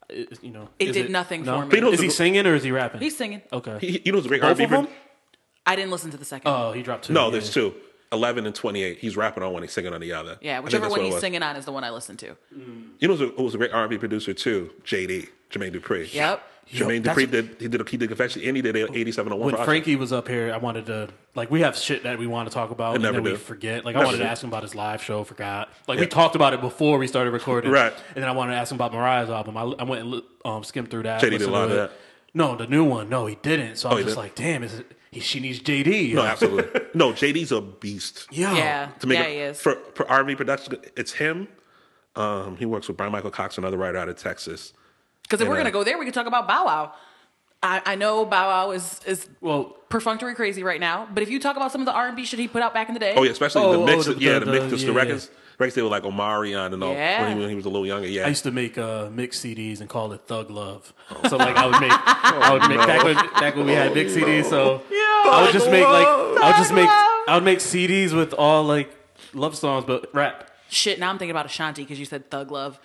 A: It, you know,
C: It
A: is
C: did nothing
A: no?
C: for me.
B: Beatles
A: Is he
B: is-
A: singing or is he rapping?
C: he's singing.
A: okay.
B: He- you know, who's a great
A: Both
B: R&B
A: of them?
B: producer?
C: I didn't listen to the second.
A: Oh, he dropped two.
B: No,
A: yeah.
B: there's two. Eleven and twenty-eight. He's rapping on one. He's singing on the other. I
C: yeah,
B: think
C: whichever
B: that's
C: one
B: what it
C: he's
B: was.
C: singing on is the one I listened to.
B: You know, who's a- who was a great R&B producer too? JD Jermaine Dupri.
C: Yep.
B: Jermaine
A: Yo, that's-
B: Dupri did he did a he did confession and he did a eighty-seven on one.
A: When
B: project.
A: Frankie was up here, I wanted to like we have shit that we want to talk about and
B: never
A: then we
B: do.
A: forget. Like I
B: Never
A: wanted
B: do.
A: to ask him about his live show, forgot. Like we
B: Yeah.
A: talked about it before we started recording,
B: Right.
A: And then I wanted to ask him about Mariah's album. I, I went and li- um, skimmed through that.
B: JD did a
A: listened
B: lot
A: to
B: of
A: it.
B: that. Oh,
A: No, the new one. No, he didn't. So I was
B: he
A: just
B: didn't?
A: like, damn, is it, he, she needs JD.
B: No, absolutely. no, JD's a beast.
A: Yo.
C: yeah,
B: to make
C: yeah,
B: it-
C: he is.
B: for for R&B production. It's him. Um, he works with Brian Michael Cox, another writer out of Texas.
C: Because if
B: you
C: we're
B: know.
C: gonna go there, we can talk about Bow Wow. I, I know Bow Wow is is
A: Well,
C: perfunctory crazy right now, but if you talk about some of the R and B shit he put out back in the day,
B: Oh yeah, especially
A: Oh,
B: the
A: oh,
B: mix.
A: the-
B: yeah, the,
A: the-
B: mix.
A: the-
B: The,
A: yeah,
B: records. Records they were like Omarion and all
C: Yeah.
B: when, he, when he was a little younger. Yeah,
A: I used to make uh, mix CDs and call it Thug Love.
B: Oh.
A: So like I would make, I would make back when back when we had mix CDs. So I would just make like I would just make I would make CDs with all like love songs but rap.
C: shit. Now I'm thinking about Ashanti because you said Thug Love.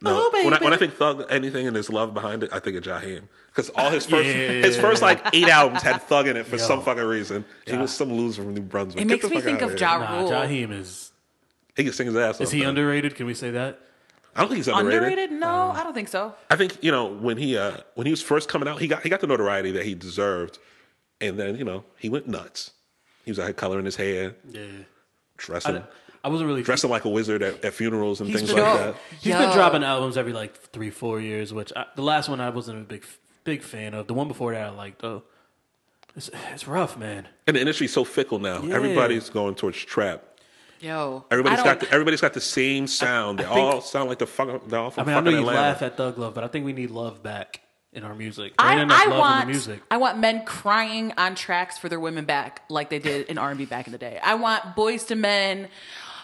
B: no.
C: oh,
B: when, I, when I
C: baby.
B: think Thug, anything and there's love behind it, I think of Jaheim because all his first
A: Yeah.
B: his first like eight albums had Thug in it for
A: Yo.
B: some fucking reason. He was some loser from New Brunswick.
C: It
B: Get
C: makes
B: the
C: me
B: fuck
C: think
B: outta
C: of
B: here.
C: Ja
A: Nah,
C: Rule.
A: Jaheim is
B: He can sing his ass.
A: is he underrated? Can we say that?
B: I don't think he's underrated.
C: Underrated? No,
B: Uh-huh.
C: I don't think so.
B: I think you know when he uh, when he was first coming out, he got he got the notoriety that he deserved, and then you know he went nuts. He was like coloring his hair,
A: Yeah.
B: dressing
A: I wasn't really
B: dressing like a wizard at, at funerals and
A: He's
B: things
A: been-
B: like
C: Yo.
B: that.
A: He's
C: Yo.
A: been dropping albums every like three, four years. Which I, the last one I wasn't a big big fan of. The one before that I liked though. It's, it's rough, man.
B: And the industry's so fickle now.
A: Yeah.
B: Everybody's going towards trap.
C: Yo,
B: Everybody's
C: I
B: got
C: don't-
B: the, everybody's got the same sound. they
A: think-
B: all sound like the fuck. They're all
A: I
B: from
A: mean, I
B: fucking
A: know you
B: Atlanta.
A: laugh at Thug Love, but I think we need love back in our music. There ain't enough
C: I, I
A: love in the
C: want
A: music.
C: I want men crying on tracks for their women back like they did in R and B back in the day. I want boys to men.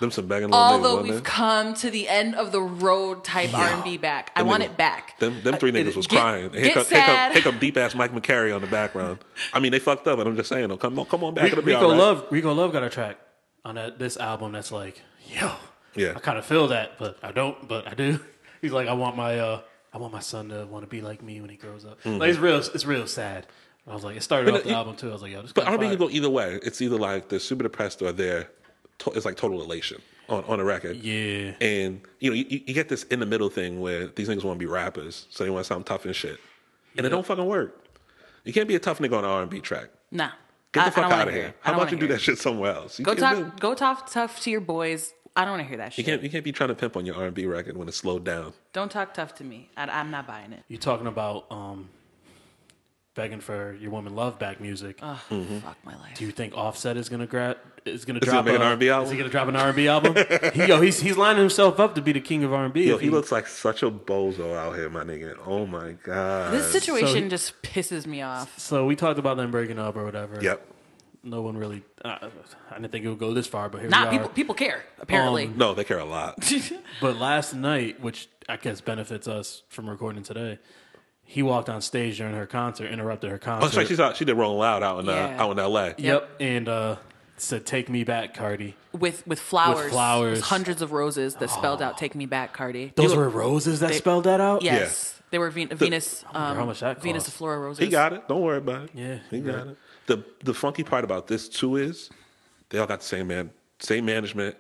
B: Them some begging little niggas.
C: Although
B: wasn't
C: we've
B: they?
C: come to the end of the road type R and B back, I
B: Them
C: want
B: niggas-
C: it back.
B: Them, them three niggas was
C: get-
B: crying. And
C: get
B: here, come, here, come,
C: sad.
B: here come deep ass Mike McCary on the background. I mean, they fucked up, and I'm just saying, though, come on, come on back. It'll be
A: Rico
B: all right.
A: Love, Rico Love got a track on that, this album that's like, yo,
B: Yeah.
A: I kind of feel that, but I don't, but I do. He's like, I want my, uh, I want my son to want to be like me when he grows up. Like it's real, it's real sad. I was like, it started
B: Mm. But
A: off the
B: it-
A: album too. I was like, yo, this
B: But
A: kinda
B: R&B can
A: fire.
B: go either way. It's either like they're super depressed or they're to, it's like total elation on, on a record.
A: Yeah.
B: And you know, you, you you get this in the middle thing where these niggas want to be rappers, so they want to sound tough and shit, and it don't fucking work. You can't be a tough nigga on an R&B track.
C: Nah,
B: Get the
C: I- I
B: fuck
C: don't wanna
B: out of
C: hear
B: here.
C: it. I
B: How
C: don't
B: about
C: wanna
B: you do
C: hear it.
B: that shit somewhere else? You
C: Go
B: can't do-
C: talk, go talk tough to your boys I don't want to hear that
B: You
C: shit.
B: can't you can't be trying to pimp on your R and B record when it's slowed down.
C: Don't talk tough to me. I, I'm not buying it.
A: You talking about um, begging for your woman love back music?
C: Ugh, Fuck my life.
A: Do you think Offset is gonna grab? Is gonna
B: he
A: drop
B: gonna make
A: a-
B: an R&B album?
A: Is he gonna drop an R and B album? he, yo, he's he's lining himself up to be the king of R and B.
B: Yo, he looks like such a bozo out here, my nigga. Oh my god.
C: This situation
A: he-
C: just pisses me off.
A: So we talked about them breaking up or whatever.
B: Yep.
A: No one really. Uh, I didn't think it would go this far, but here
C: Nah,
A: we are.
C: people people care apparently.
B: No, they care a lot.
A: But last night, which I guess benefits us from recording today, he walked on stage during her concert, interrupted her concert.
B: Oh, that's right. She's out. She did Rolling Loud out in uh,
C: Yeah.
B: out in L.A.
A: Yep, and uh, said, "Take me back, Cardi."
C: with with flowers, There's
A: flowers.
C: hundreds of roses that spelled out "Take Me Back, Cardi."
A: Those were roses that spelled that out.
C: Yes, they were Ven- Venus, um,
A: how much that
C: Venus
A: cost.
C: of Flora roses.
B: He got it. Don't worry about it.
A: Yeah,
B: he
A: you're
B: got it. The the funky part about this too is they all got the same man, same management,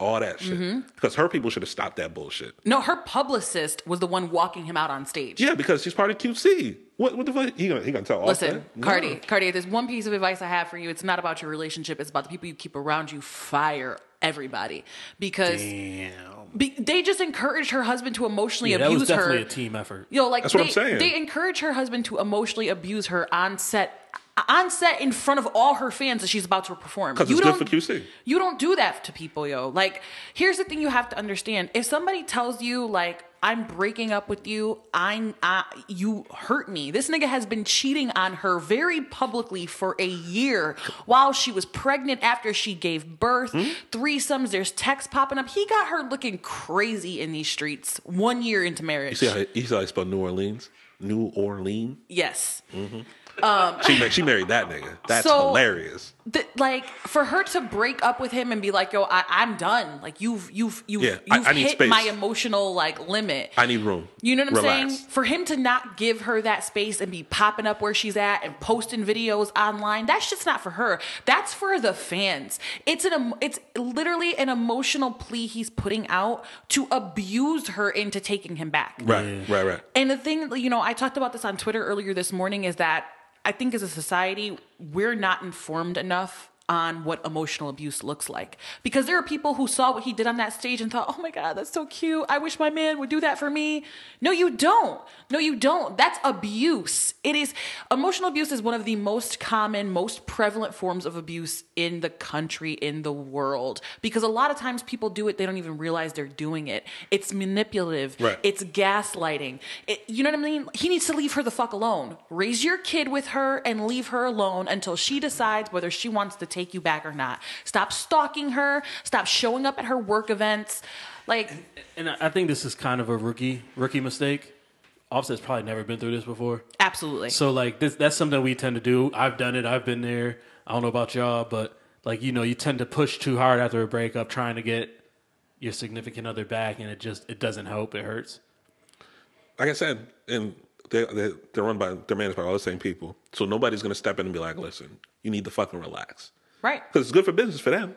B: all that shit. Because her people should have stopped that bullshit.
C: No, her publicist was the one walking him out on stage.
B: Yeah, because she's part of QC. What what the fuck? He gonna he gonna tell all
C: Listen,
B: that? No.
C: Cardi, Cardi, if there's one piece of advice I have for you, it's not about your relationship. It's about the people you keep around you. Fire everybody because
A: Damn.
C: be, they just encouraged her husband to emotionally
A: Yeah, that was
C: abuse her.
A: definitely a team effort.
C: Yo, like
B: That's
C: they,
B: what I'm saying.
C: they encourage her husband to emotionally abuse her on set, on set in front of all her fans that she's about to perform.
B: 'Cause
C: You
B: it's good
C: don't-
B: for QC.
C: You don't do that to people, yo. Like, here's the thing you have to understand: if somebody tells you, like, I'm breaking up with you, I'm, I, you hurt me. This nigga has been cheating on her very publicly for a year while she was pregnant after she gave birth.
B: Hmm?
C: Threesomes, there's texts popping up. He got her looking crazy in these streets. One year into marriage,
B: See how he, you see how he spelled New Orleans? New Orleans.
C: Yes.
B: She ma- she married that nigga. That's
C: So-
B: hilarious.
C: Th- like for her to break up with him and be like, "Yo, I- I'm done. Like you've you've you've
B: Yeah, I-
C: you've
B: I need
C: hit
B: space.
C: my emotional like limit."
B: I need room.
C: you know what I'm
B: Relax.
C: saying? For him to not give her that space and be popping up where she's at and posting videos online, that shit's not for her. That's for the fans. It's an em- it's literally an emotional plea he's putting out to abuse her into taking him back.
B: Right, right, right.
C: And the thing, you know, I talked about this on Twitter earlier this morning is that I think as a society, we're not informed enough on what emotional abuse looks like. Because there are people who saw what he did on that stage and thought, oh my God, that's so cute. I wish my man would do that for me. No, you don't. No, you don't. That's abuse. It is emotional abuse is one of the most common, most prevalent forms of abuse in the country, in the world. Because a lot of times people do it, they don't even realize they're doing it. It's manipulative.
B: Right.
C: It's gaslighting. It, you know what I mean? He needs to leave her the fuck alone. Raise your kid with her and leave her alone until she decides whether she wants to take you back or not. Stop stalking her. Stop showing up at her work events. Like,
A: And I I think this is kind of a rookie rookie mistake. Offset's probably never been through this before.
C: absolutely.
A: So like this, that's something we tend to do. I've done it. I've been there. I don't know about y'all, but like you know, you tend to push too hard after a breakup, trying to get your significant other back, and it just it doesn't help. It hurts.
B: like I said, and they, they they're run by they're managed by all the same people. So nobody's gonna step in and be like, listen, you need to fucking relax
C: right.
B: because it's good for business for them.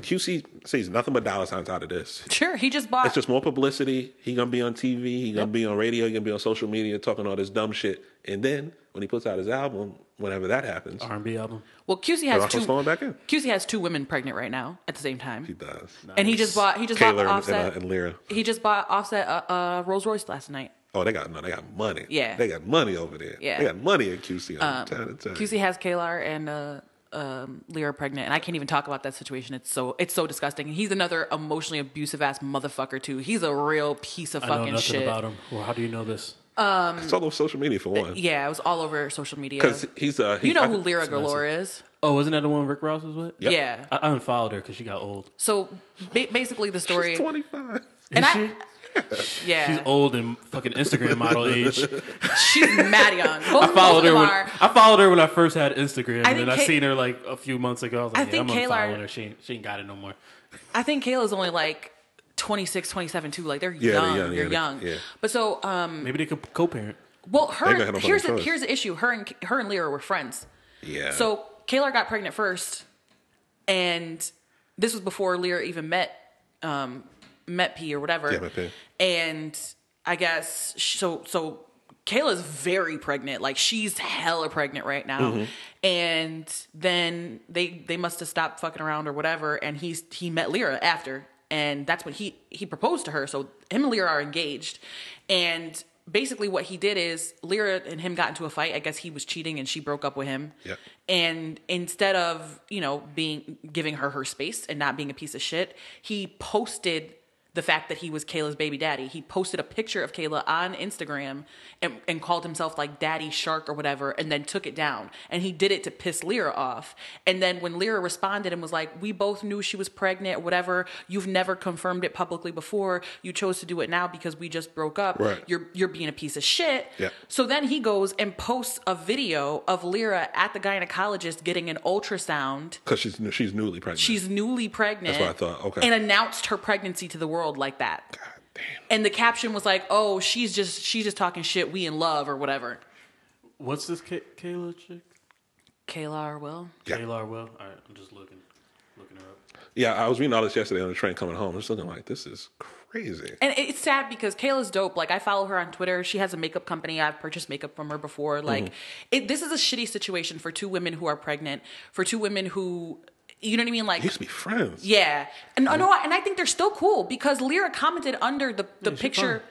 B: QC sees nothing but dollar signs out of this.
C: Sure. He just bought.
B: It's just more publicity. He gonna be on TV. He gonna be on radio. He gonna be on social media talking all this dumb shit. And then when he puts out his album, whenever that happens,
A: R and B album.
C: well, QC has
B: Rocco's
C: two.
B: falling back in.
C: QC has two women pregnant right now at the same
B: he
C: time.
B: does.
C: And he just bought. He just
B: Kaylor
C: bought
B: and,
C: offset.
B: and, uh, and Lyra.
C: he just bought offset a uh, Rolls Royce last night.
B: Oh, they got no, they got money.
C: Yeah.
B: they got money over there.
C: Yeah. Um,
B: they got money at QC. I'm trying to tell you.
C: QC has Kalar and uh, um, Lyra pregnant, and I can't even talk about that situation. It's so it's so disgusting. And he's another emotionally abusive ass motherfucker too. He's a real piece of
A: I know
C: fucking
A: nothing
C: shit.
A: about him. Well, how do you know this?
B: It's all over social media for one.
C: Yeah, it was all over social media.
B: Because he's uh, he,
C: you know
B: I-
C: who Lyra Galore is.
A: Oh, wasn't that the one Rick Ross was with?
B: Yep.
C: Yeah.
A: I, I unfollowed her because she got old.
C: So ba- basically, the story.
B: She's 25.
C: and
A: Is
C: I, yeah,
A: She's old and fucking Instagram model age.
C: she's mad young. Both,
A: I
C: both
A: followed
C: of
A: her
C: them
A: when
C: are.
A: I followed her when I first had Instagram,
C: I
A: and
C: think
A: then I
C: Kay-
A: seen her like a few months ago. I was like,
C: I
A: yeah,
C: think
A: I'm
C: Kayla-
A: unfollowing her. She ain't, she ain't got it no more.
C: I think Kayla's only like 26, 27, too. Like they're
B: they're
C: young.
B: young,
C: They're
B: yeah, they-
C: young.
B: yeah.
C: But so um,
A: Maybe they could co-parent.
C: Well,
B: gonna
C: her
B: have no
C: here's
B: fucking
C: the,
B: choice.
C: here's the issue. Her and her and Lyra were friends.
B: Yeah.
C: So Kayla got pregnant first, and this was before Lyra even met um, met P or whatever.
B: Yeah, met P.
C: And I guess sh- so. So Kayla's very pregnant. Like she's hella pregnant right now. And then they they must have stopped fucking around or whatever. And he's he met Lyra after. and that's when he he proposed to her. So him and Lyra are engaged, and basically what he did is Lyra and him got into a fight. I guess he was cheating and she broke up with him.
B: Yeah.
C: And instead of you know being giving her her space and not being a piece of shit, he posted the fact that he was Kayla's baby daddy. He posted a picture of Kayla on Instagram and, and called himself like Daddy Shark or whatever, and then took it down. And he did it to piss Lyra off. And then when Lyra responded and was like, We both knew she was pregnant, whatever, you've never confirmed it publicly before. You chose to do it now because we just broke up.
B: Right.
C: You're you're being a piece of shit.
B: Yeah.
C: So then he goes and posts a video of Lyra at the gynecologist getting an ultrasound.
B: because she's she's newly pregnant.
C: She's newly pregnant.
B: That's what I thought. Okay.
C: And announced her pregnancy to the world like that.
B: God damn.
C: And the caption was like, "Oh, she's just she's just talking shit. We in love or whatever."
A: What's this K- Kayla chick?
C: Kayla or Will.
B: Yeah.
A: Kayla Arwell. All right, I'm just looking, looking her up.
B: Yeah, I was reading all this yesterday on the train coming home. I was looking like this is crazy.
C: And it's sad because Kayla's dope. Like I follow her on Twitter. She has a makeup company. I've purchased makeup from her before.
B: Mm-hmm.
C: Like it, this is a shitty situation for two women who are pregnant, for two women who you know what I mean? Like
B: They used to be friends.
C: Yeah, and no, and I think they're still cool because Lyra commented under the the
A: she's
C: picture.
A: fine.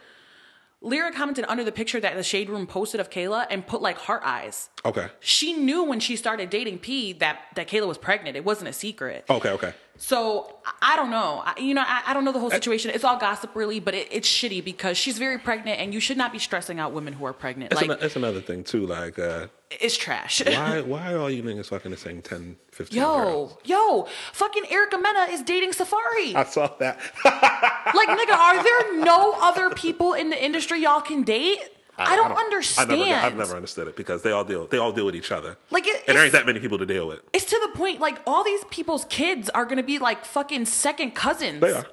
C: Lyra commented under the picture that the shade room posted of Kayla and put like heart eyes.
B: Okay.
C: She knew when she started dating P that that Kayla was pregnant. It wasn't a secret.
B: Okay. Okay.
C: So I- I don't know. I, you know, I, I don't know the whole situation. It's all gossip, really, but it, it's shitty because she's very pregnant, and you should not be stressing out women who are pregnant.
B: That's,
C: Like
B: ano- that's another thing too. Like, uh,
C: it's trash.
B: why why are all you niggas fucking the same 10, 15
C: Yo,
B: girls?
C: yo, fucking Erica Mena is dating Safari.
B: I saw that.
C: Like, nigga, are there no other people in the industry y'all can date? I, don't, understand.
B: I never, I've never understood it because they all deal they all deal with each other.
C: Like, it-
B: and there
C: it's-
B: ain't that many people to deal with.
C: It's to the point, like, all these people's kids are gonna be like fucking second cousins.
B: They are.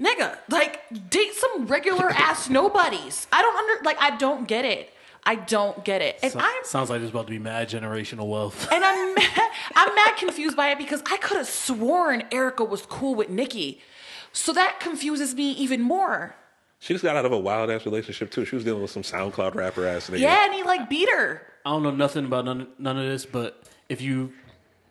C: Nigga, like, date some regular ass nobodies. I don't under, like, I don't get it. I don't get it. And
A: So-
C: I'm.
A: sounds like there's about to be mad generational wealth.
C: and I'm mad, I'm mad confused by it because I could have sworn Erica was cool with Nikki. So that confuses me even more.
B: She just got out of a wild ass relationship too. She was dealing with some SoundCloud rapper ass nigga.
C: Yeah, and he like beat her.
A: I don't know nothing about none, none of this, but if you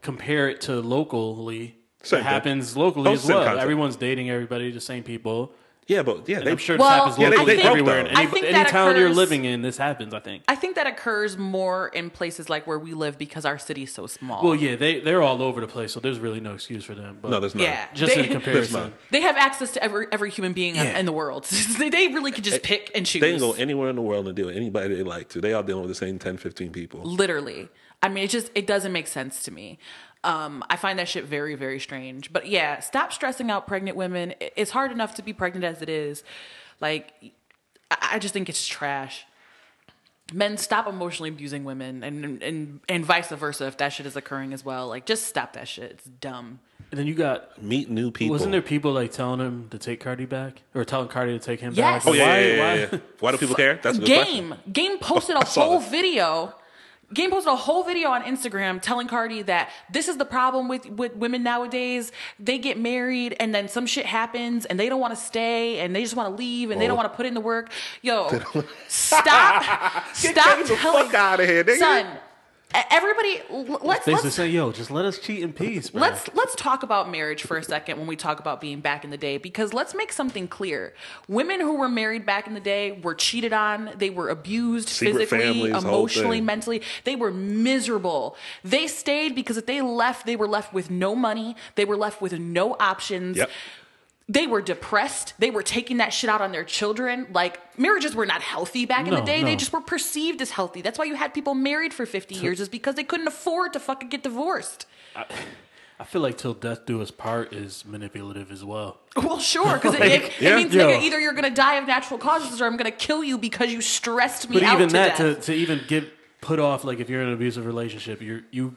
A: compare it to locally,
B: Same
A: it
B: thing.
A: happens locally
B: Oh,
A: as
B: same
A: well.
B: concept.
A: Everyone's dating everybody, the same people.
B: yeah, but yeah, they,
A: I'm sure
C: Well,
A: this happens
C: Yeah, they-
A: locally
C: they broke
A: everywhere.
B: down.
A: In any,
C: I think
A: any
C: that
A: town you're
C: occurs-
A: living in, this happens. I think.
C: I think that occurs more in places like where we live because our city's so small.
A: Well, yeah, they they're all over the place, so there's really no excuse for them. But
B: no, there's not.
C: yeah,
A: just
C: they,
A: in comparison,
C: they have access to every every human being
A: Yeah.
C: in the world. they, they really could just pick and choose.
B: They can go anywhere in the world and deal with anybody they like to. They all dealing with the same 10, 15 people.
C: Literally, I mean, it just it doesn't make sense to me. Um, I find that shit very very strange. But yeah, stop stressing out pregnant women. I- It's hard enough to be pregnant as it is. Like, I, I just think it's trash. Men stop emotionally abusing women, and and and vice versa if that shit is occurring as well. Like, just stop that shit. It's dumb.
A: and then you got
B: Meet new people.
A: wasn't there people like telling him to take Cardi back or telling Cardi to take him
C: Yes.
A: back?
B: Oh yeah,
A: Why-
B: yeah, yeah,
A: why-
B: yeah, yeah. Why do people care? That's a good
C: Game.
B: question.
C: Game posted
B: I
C: a
B: saw
C: whole
B: that.
C: video. Game posted a whole video on Instagram telling Cardi that this is the problem with, with women nowadays. They get married and then some shit happens and they don't want to stay and they just want to leave and they don't
B: Whoa.
C: want to put in the work. Yo, stop. stop
B: Get the
C: telling.
B: fuck outta here, nigga.
C: Son, e- everybody, l- let's,
A: Basically,
C: let's
A: say yo, just let us cheat in peace, bro.
C: Let's let's talk about marriage for a second when we talk about being back in the day because let's make something clear. Women who were married back in the day were cheated on, they were abused
B: Secret
C: physically,
B: families, whole
C: emotionally,
B: thing.
C: mentally. They were miserable. They stayed because if they left, they were left with no money, they were left with no options.
B: Yep.
C: They were depressed. They were taking that shit out on their children. Like marriages were not healthy back in the
A: No,
C: day. They
A: no.
C: just were perceived as healthy. That's why you had people married for 50 years is because they couldn't afford to fucking get divorced.
A: I feel like till death do us part is manipulative as well.
C: Well, sure, because it, it,
B: yeah.
C: it means
A: Yo.
C: nigga, either you're gonna die of natural causes, or I'm gonna kill you because you stressed me
A: But
C: out
A: even
C: to
A: that,
C: death.
A: to, to even get put off, like if you're in an abusive relationship, you you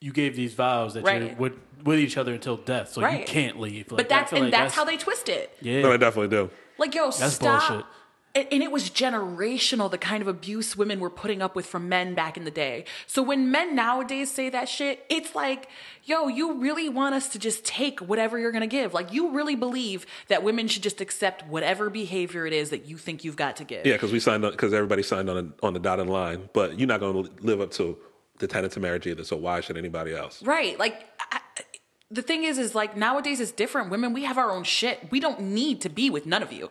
A: you gave these vows that you're
C: Right.
A: with with each other until death, so you
C: Right.
A: can't leave. Like,
C: but that's
A: I feel
C: and
A: like
C: that's, how they twist it.
A: yeah.
B: No, I definitely do.
C: Like, yo, stop.
A: bullshit.
C: And, and it was generational, the kind of abuse women were putting up with from men back in the day. So when men nowadays say that shit, it's like, yo, you really want us to just take whatever you're gonna give. Like, you really believe that women should just accept whatever behavior it is that you think you've got to give.
B: Yeah, because we signed on because everybody signed on a, on the dotted line, but you're not going to live up to the tenets of marriage either. So why should anybody else?
C: Right. Like, I, the thing is, is like nowadays it's different. Women, we have our own shit. We don't need to be with none of you.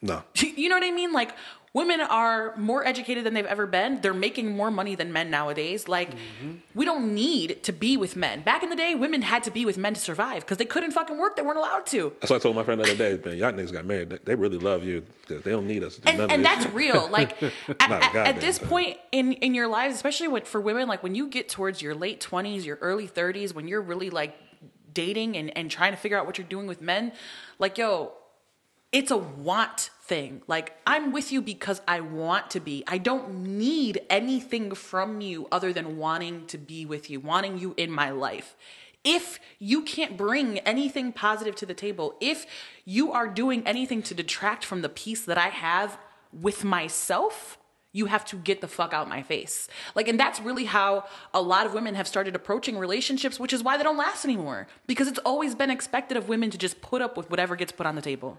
B: No.
C: You know what I mean? Like women are more educated than they've ever been. They're making more money than men nowadays. Like we don't need to be with men. Back in the day, women had to be with men to survive because they couldn't fucking work. They weren't allowed to.
B: That's what I told my friend the other day, man. Y'all niggas got married. They- They really love you because they don't need us to do
C: and,
B: none
C: and
B: of this.
C: that's real. Like at, at-
B: goddamn.
C: at this point in in your lives, especially when, for women, like when you get towards your late twenties, your early thirties, when you're really like dating and and trying to figure out what you're doing with men, like yo, it's a want thing. Like I'm with you because I want to be. I don't need anything from you other than wanting to be with you, wanting you in my life. If you can't bring anything positive to the table, if you are doing anything to detract from the peace that I have with myself, you have to get the fuck out my face. Like, and that's really how a lot of women have started approaching relationships, which is why they don't last anymore. Because it's always been expected of women to just put up with whatever gets put on the table.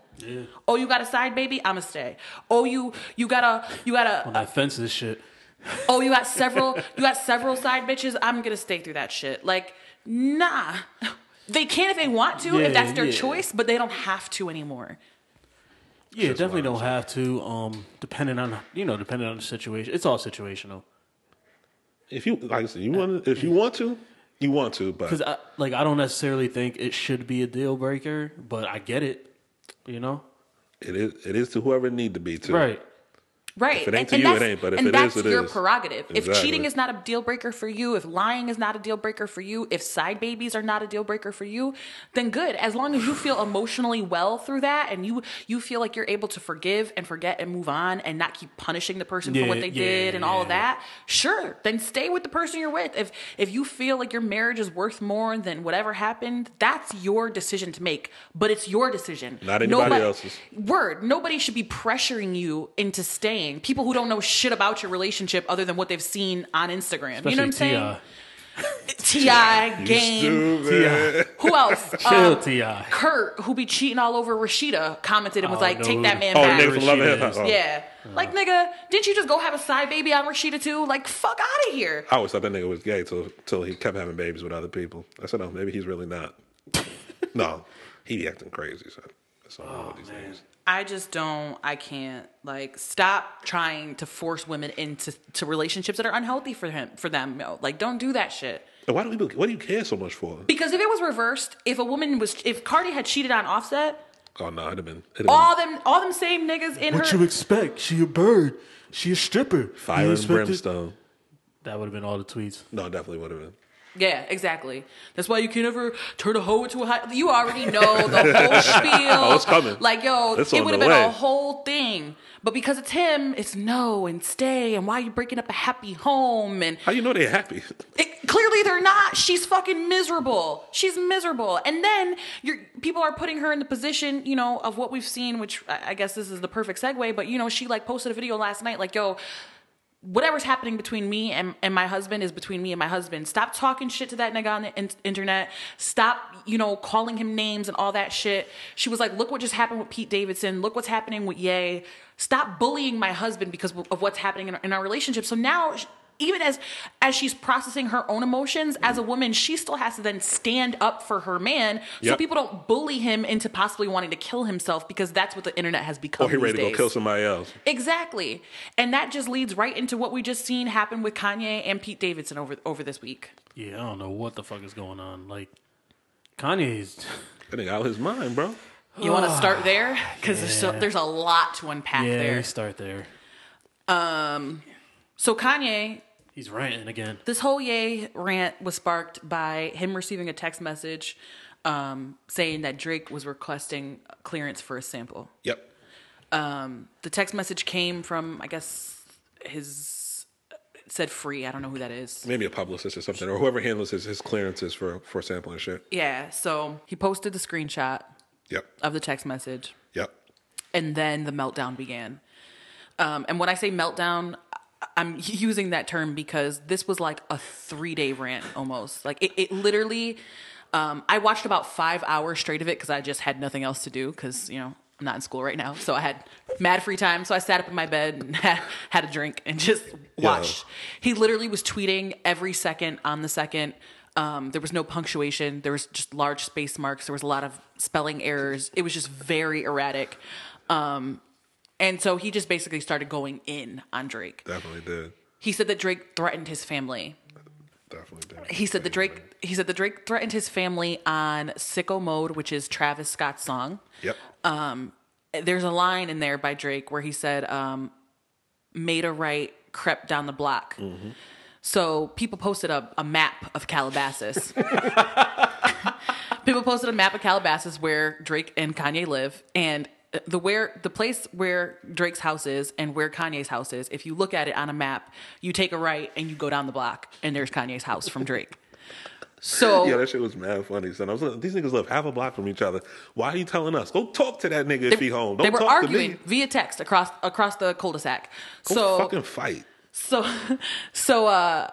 C: Oh, you got a side baby? I'ma stay. Oh, you you got a you got a
A: on that fence and shit.
C: oh you got several you got several side bitches. I'm gonna stay through that shit. Like, nah. They can if they want to,
A: Yeah,
C: if that's their
A: yeah.
C: choice, but they don't have to anymore.
A: Yeah, definitely
B: wild,
A: don't have to. Um, depending on you know, depending on the situation, it's all situational.
B: If you like I said,
A: Uh,
B: you want if you want to, you want to, but
A: Because I like I don't necessarily think it should be a deal breaker, but I get it. You know,
B: it is it is to whoever it need to be to.
A: right?
C: Right.
B: If it ain't to you, it
C: that's,
B: ain't, but if
C: and
B: it
C: that's
B: is, it
C: your
B: is.
C: prerogative. If
B: Exactly.
C: cheating is not a deal breaker for you, if lying is not a deal breaker for you, if side babies are not a deal breaker for you, then good. As long as you feel emotionally well through that and you you feel like you're able to forgive and forget and move on and not keep punishing the person for what
A: Yeah,
C: they
A: yeah,
C: did and all of
A: yeah.
C: that, sure. Then stay with the person you're with. If if you feel like your marriage is worth more than whatever happened, that's your decision to make. But it's your decision.
B: Not anybody
C: Nobody-
B: else's.
C: Word. Nobody should be pressuring you into staying. People who don't know shit about your relationship other than what they've seen on Instagram. you know what I'm
A: Especially
C: saying?
A: T.I.
C: Ti,
B: You
C: Game.
B: stupid.
C: Who else?
A: Chill,
C: Um,
A: T.I.
C: Kurt, who be cheating all over Rashida, commented and was
A: Oh,
C: like,
A: no.
C: "Take that man
B: Oh,
C: back."
B: nigga from Love and
A: Rashida
B: Hip Hop.
A: is-
B: Oh,
C: Yeah, like nigga, didn't you just go have a side baby on Rashida too? Like, fuck out of here.
B: I always thought that nigga was gay till till he kept having babies with other people. I said, no, maybe he's really not. no, he be acting crazy. So that's all oh, these
A: man.
B: things.
C: I just don't. I can't. Like, stop trying to force women into to relationships that are unhealthy for him for them. No, like, don't do that shit.
B: And why do we? What do you care so much for?
C: Because if it was reversed, if a woman was, if Cardi had cheated on Offset,
B: Oh no, it'd have been. It'd have
C: all
B: been
C: them, all them same niggas in
A: What
C: her.
A: you expect? She a bird. She a stripper.
B: fire and brimstone.
A: That would have been all the tweets.
B: No, definitely would have been.
C: yeah, exactly. That's why you can never turn a hoe into a hot. You already know the whole spiel. Oh,
B: it's coming.
C: Like yo,
B: It's
C: it
B: on
C: would have
B: the
C: been a
B: way.
C: whole thing. But because it's him, it's no and stay and why you breaking up a happy home and
B: How you know they're happy?
C: It, clearly they're not. She's fucking miserable. She's miserable. And then you're, people are putting her in the position, you know, of what we've seen, which I I guess this is the perfect segue. But you know, she like posted a video last night, like, "Yo, whatever's happening between me and, and my husband is between me and my husband. Stop talking shit to that nigga on the in- internet. Stop, you know, calling him names and all that shit. She was like, look what just happened with Pete Davidson. Look what's happening with Ye. Stop bullying my husband because of what's happening in our, in our relationship. So now, sh- even as as she's processing her own emotions as a woman, she still has to then stand up for her man so
B: Yep.
C: people don't bully him into possibly wanting to kill himself because that's what the internet has become.
B: Or Oh, he
C: these
B: ready to
C: days.
B: go kill somebody else?
C: Exactly. And that just leads right into what we just seen happen with Kanye and Pete Davidson over over this week.
A: Yeah, I don't know what the fuck is going on. Like Kanye's.
B: That nigga out his mind, bro.
C: You want to start there because there's so, there's a lot to unpack
A: Yeah,
C: there.
A: we start there.
C: So Kanye,
A: He's ranting again.
C: this whole yay rant was sparked by him receiving a text message um, saying that Drake was requesting clearance for a sample.
B: Yep.
C: Um, the text message came from I guess his it said free. I don't know who that is.
B: Maybe a publicist or something, or whoever handles his, his clearances for for sampling shit.
C: Yeah. So he posted the screenshot
B: Yep.
C: of the text message.
B: Yep.
C: and then the meltdown began. Um, and when I say meltdown, I- I'm using that term because this was like a three day rant almost. Like it, it literally, um, I watched about five hours straight of it because I just had nothing else to do because, you know, I'm not in school right now. So I had mad free time. So I sat up in my bed and had, had a drink and just watched. He literally was tweeting every second on the second. Um, there was no punctuation. There was just large space marks. There was a lot of spelling errors. It was just very erratic. Um, and so he just basically started going in on Drake.
B: Definitely did.
C: He said that Drake threatened his family
B: Definitely did.
C: he said the Drake he said the Drake threatened his family on Sicko Mode, which is Travis Scott's song.
B: Yep.
C: Um, There's a line in there by Drake where he said, um, made a right, crept down the block. So people posted a, a map of Calabasas. people posted a map of Calabasas where Drake and Kanye live and the where the place where Drake's house is and where Kanye's house is, if you look at it on a map, you take a right and you go down the block and there's Kanye's house from Drake. So
B: yeah, that shit was mad funny. Son, I was like, these niggas live half a block from each other. Why are you telling us? Go talk to that nigga if he home. Don't
C: they were
B: talk
C: arguing
B: to me.
C: via text across across the cul-de-sac.
B: Go
C: so
B: fucking fight.
C: so so uh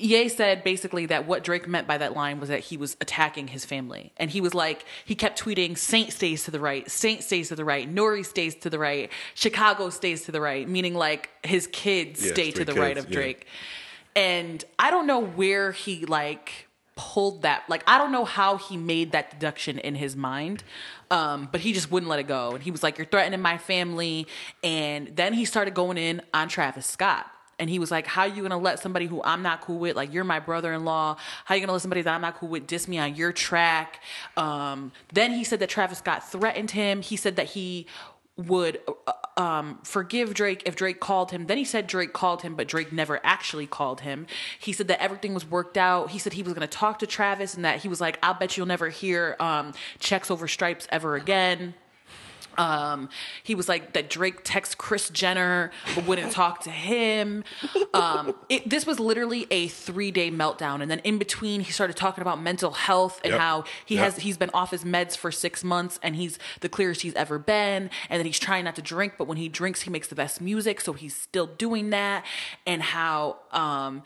C: Ye said basically that what Drake meant by that line was that he was attacking his family. And he was like, he kept tweeting, Saint stays to the right, Saint stays to the right, Nori stays to the right, Chicago stays to the right, meaning like his kids
B: Yeah,
C: stay
B: his
C: to the
B: three
C: right
B: kids,
C: of
B: yeah.
C: Drake. And I don't know where he like pulled that. Like, I don't know how he made that deduction in his mind. Um, but he just wouldn't let it go. And he was like, You're threatening my family. And then he started going in on Travis Scott. And he was like, How you gonna let somebody who I'm not cool with, like you're my brother in law, how you gonna let somebody that I'm not cool with diss me on your track? Um, then he said that Travis Scott threatened him. He said that he would uh, um, forgive Drake if Drake called him. Then he said Drake called him, but Drake never actually called him. He said that everything was worked out. He said he was going to talk to Travis and that he was like, I'll bet you'll never hear um, checks over stripes ever again. Um, he was like that Drake texts Chris Jenner but wouldn't talk to him. Um, it, this was literally a three day meltdown, and then in between he started talking about mental health and
B: Yep.
C: how he
B: Yep.
C: has he's been off his meds for six months and he's the clearest he's ever been, and that he's trying not to drink, but when he drinks he makes the best music, so he's still doing that, and how um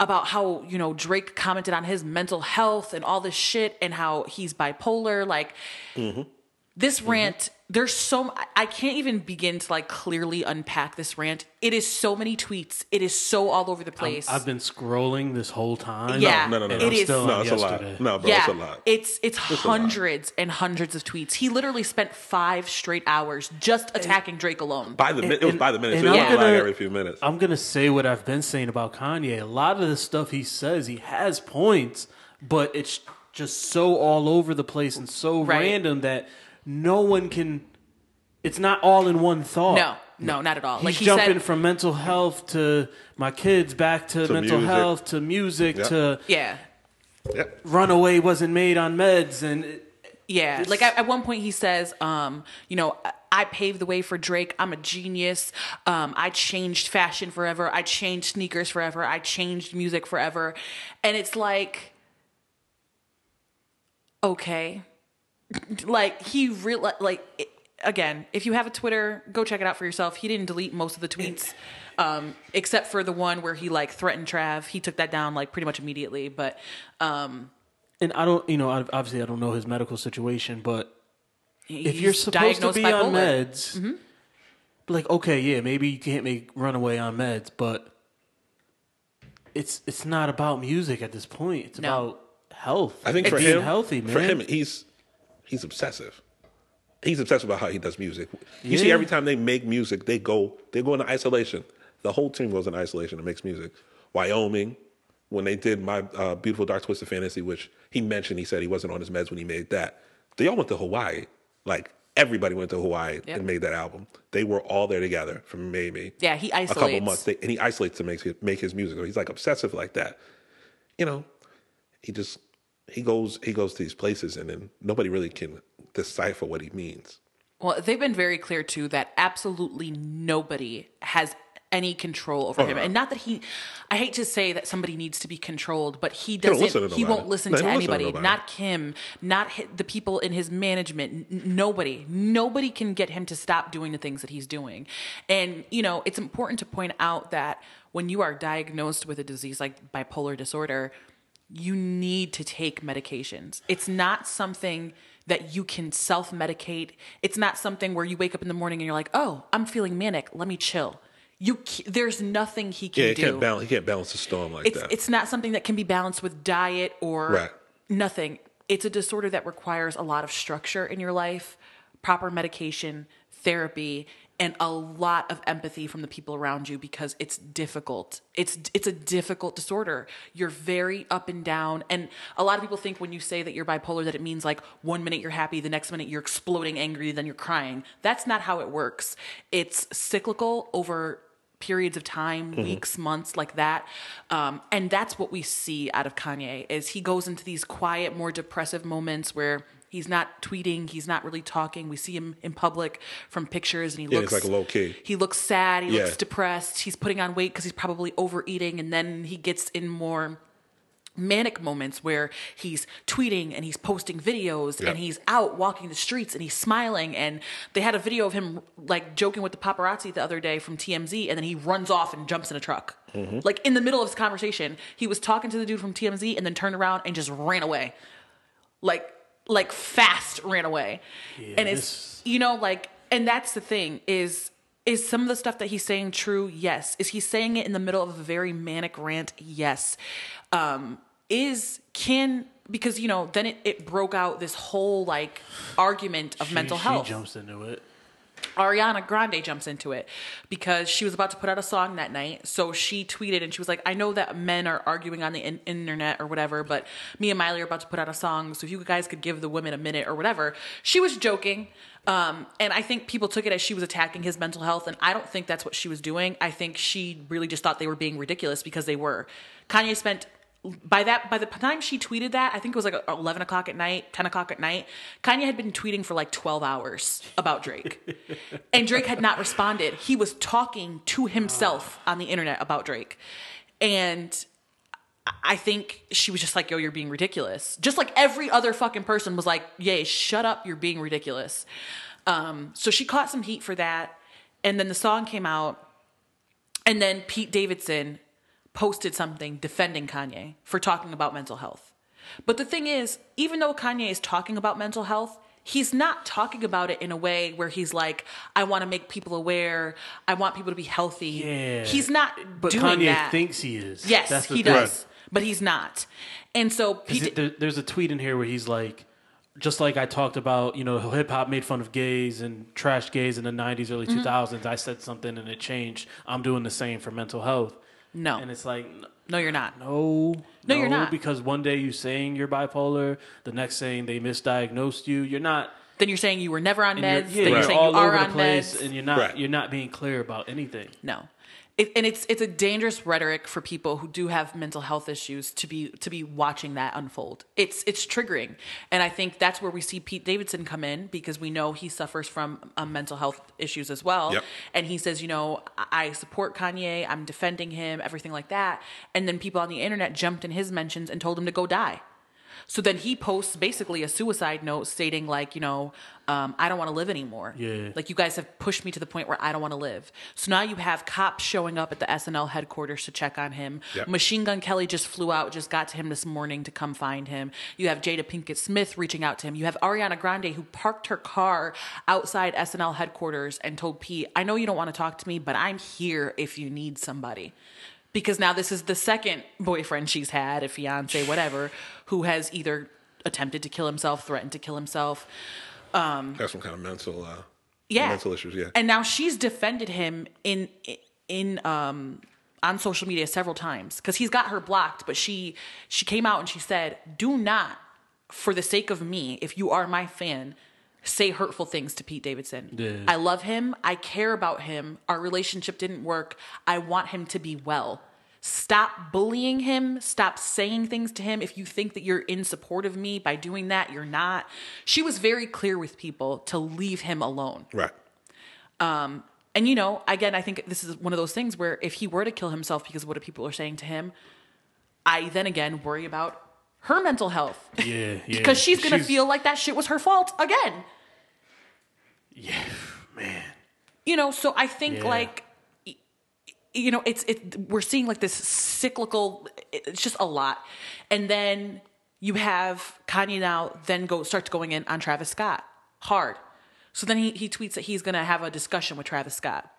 C: about how you know Drake commented on his mental health and all this shit and how he's bipolar like this
A: Mm-hmm.
C: rant there's so I- i can't even begin to like clearly unpack this rant it is so many tweets it is so all over the place
A: I've been scrolling this whole time.
C: Yeah.
B: No, no, no, no.
A: And
C: It
A: I'm
C: is-
A: still
B: no,
A: on
B: it's
A: yesterday.
B: a lot. No, bro,
C: yeah,
B: it's a lot.
C: it's it's
B: lot.
C: hundreds and hundreds of tweets. He literally spent five straight hours just attacking Drake alone.
B: by the minute, it was
A: and-
B: by the minute.
A: and
B: So it was
A: I'm
B: like
A: gonna-
B: every few minutes.
A: I'm gonna say what I've been saying about Kanye. A lot of the stuff he says, he has points, but it's just so all over the place and so
C: Right.
A: random that no one can. It's not all in one thought.
C: no, no, not at all.
A: He's
C: like he
A: jumping
C: said,
A: from mental health to my kids, back to,
B: To
A: mental
B: music.
A: health to music
B: Yeah.
A: to
C: yeah,
B: Yep.
A: runaway wasn't made on meds and it-
C: yeah. Like at, at one point he says, um, you know, I, I paved the way for Drake. I'm a genius. Um, I changed fashion forever. I changed sneakers forever. I changed music forever. And it's like, okay. like he real like it, again if you have a twitter go check it out for yourself he didn't delete most of the tweets um except for the one where he like threatened trav he took that down like pretty much immediately but um
A: and I don't, you know, ob- obviously I don't know his medical situation, but
C: he-
A: if you're
C: he's
A: supposed to
C: diagnosed
A: be on
C: bipolar. Mm-hmm.
A: meds, like okay, yeah, maybe you can't make runaway on meds, but it's it's not about music at this point. It's
C: No.
A: about health.
B: I think
A: and
B: for
A: being
B: him,
A: healthy, man.
B: for him, he's he's obsessive. He's obsessed about how he does music. You see,
A: Yeah.
B: every time they make music, they go they go into isolation. The whole team goes into isolation and makes music. Wyoming, when they did my uh, beautiful dark twisted fantasy, which he mentioned, he said he wasn't on his meds when he made that. They all went to Hawaii. Like everybody went to Hawaii
C: Yep.
B: and made that album. They were all there together for maybe
C: Yeah, he
B: a couple
C: isolates.
B: months. They, and he isolates to make his, make his music. He's like obsessive like that. You know, he just he goes he goes to these places and then nobody really can decipher what he means.
C: well they've been very clear too that absolutely nobody has any control over him
B: no.
C: and not that he i hate to say that somebody needs to be controlled but he
B: don't
C: doesn't
B: listen to
C: he
B: nobody.
C: won't listen
B: No, he
C: to
B: don't listen to
C: anybody
B: nobody.
C: not Kim, not hi- the people in his management, n- nobody, nobody can get him to stop doing the things that he's doing. And, you know, it's important to point out that when you are diagnosed with a disease like bipolar disorder, you need to take medications. It's not something that you can self medicate. It's not something where you wake up in the morning and you're like, oh, I'm feeling manic. Let me chill. you c- there's nothing he can
B: Yeah, he
C: do.
B: can't balance. He can't balance the storm like
C: it's
B: that.
C: it's not something that can be balanced with diet or
B: Right.
C: nothing. It's a disorder that requires a lot of structure in your life, proper medication, therapy, and a lot of empathy from the people around you because it's difficult. It's it's a difficult disorder. You're very up and down and a lot of people think when you say that you're bipolar that it means like one minute you're happy, the next minute you're exploding angry, then you're crying. That's not how it works. It's cyclical over periods of time
B: Mm-hmm.
C: weeks months like that um, and that's what we see out of kanye is he goes into these quiet more depressive moments where he's not tweeting he's not really talking we see him in public from pictures and he
B: Yeah, he's
C: looks
B: like low key.
C: he looks sad he
B: Yeah.
C: looks depressed he's putting on weight because he's probably overeating and then he gets in more manic moments where he's tweeting and he's posting videos
B: Yeah.
C: and he's out walking the streets and he's smiling and they had a video of him like joking with the paparazzi the other day from TMZ and then he runs off and jumps in a truck like in the middle of his conversation he was talking to the dude from TMZ and then turned around and just ran away like like fast ran away and it's
A: this-
C: you know like and that's the thing is is some of the stuff that he's saying true yes is he saying it in the middle of a very manic rant yes um is can because you know then it, it broke out this whole like argument of
A: She-
C: mental health
A: She jumps into it.
C: Ariana Grande jumps into it because she was about to put out a song that night. So she tweeted and she was like, I know that men are arguing on the in- internet or whatever, but me and Miley are about to put out a song. So if you guys could give the women a minute or whatever. She was joking. Um, and I think people took it as she was attacking his mental health. And I don't think that's what she was doing. I think she really just thought they were being ridiculous because they were. Kanye spent by that by the time she tweeted that i think it was like 11 o'clock at night 10 o'clock at night kanye had been tweeting for like 12 hours about drake and drake had not responded he was talking to himself on the internet about drake and I- i think she was just like yo you're being ridiculous just like every other fucking person was like yay shut up you're being ridiculous um, so she caught some heat for that and then the song came out and then Pete Davidson posted something defending Kanye for talking about mental health. But the thing is, even though Kanye is talking about mental health, he's not talking about it in a way where he's like, I want to make people aware. I want people to be healthy.
A: Yeah.
C: He's not
A: But
C: doing
A: Kanye
C: that.
A: thinks he is.
C: yes,
A: That's the
C: he
A: thing.
C: does. But he's not. And so Pete
A: Is it- there, there's a tweet in here where he's like, just like I talked about, you know, hip hop made fun of gays and trash gays in the '90s, early
C: Mm-hmm.
A: 2000s. I said something and it changed. I'm doing the same for mental health.
C: No.
A: and it's like, n-
C: No, you're not.
A: no,
C: No, you're not.
A: because one day you saying you're bipolar, the next saying they misdiagnosed you. You're not.
C: Then you're saying you were never on
A: and
C: meds.
A: you're,
C: then
A: yeah,
C: you're
A: you're
C: saying
A: all
C: you are
A: over
C: on
A: the place,
C: meds.
A: and you're not.
B: Right.
A: You're not being clear about anything.
C: No. It, and it's it's a dangerous rhetoric for people who do have mental health issues to be to be watching that unfold. It's it's triggering, and I think that's where we see Pete Davidson come in because we know he suffers from um, mental health issues as well,
B: Yep.
C: and he says, you know, I I support Kanye, I'm defending him, everything like that, and then people on the internet jumped in his mentions and told him to go die. So then he posts basically a suicide note stating like, you know, um, I don't want to live anymore.
A: Yeah.
C: Like you guys have pushed me to the point where I don't want to live. So now you have cops showing up at the SNL headquarters to check on him.
B: Yeah.
C: Machine Gun Kelly just flew out, just got to him this morning to come find him. You have Jada Pinkett Smith reaching out to him. You have Ariana Grande who parked her car outside SNL headquarters and told Pete, "I know you don't want to talk to me, but I'm here if you need somebody." Because now this is the second boyfriend she's had, a fiance, whatever, who has either attempted to kill himself, threatened to kill himself. um,
B: That's some kind of mental, uh,
C: yeah
B: mental issues. Yeah,
C: and now she's defended him in in um on social media several times because he's got her blocked but she she came out and she said do not for the sake of me if you are my fan say hurtful things to pete davidson i love him i care about him our relationship didn't work i want him to be well stop bullying him stop saying things to him if you think that you're in support of me by doing that you're not she was very clear with people to leave him alone
B: right.
C: and you know, again, I think this is one of those things where if he were to kill himself because of what people are saying to him, I then again worry about her mental health
A: Yeah, yeah.
C: because she's gonna feel like that shit was her fault again.
A: Yeah, man.
C: You know, so I think
A: Yeah.
C: like y- you know, it's it we're seeing like this cyclical it's just a lot. And then you have Kanye now then go starts going in on Travis Scott hard. So then he, he tweets that he's gonna have a discussion with Travis Scott.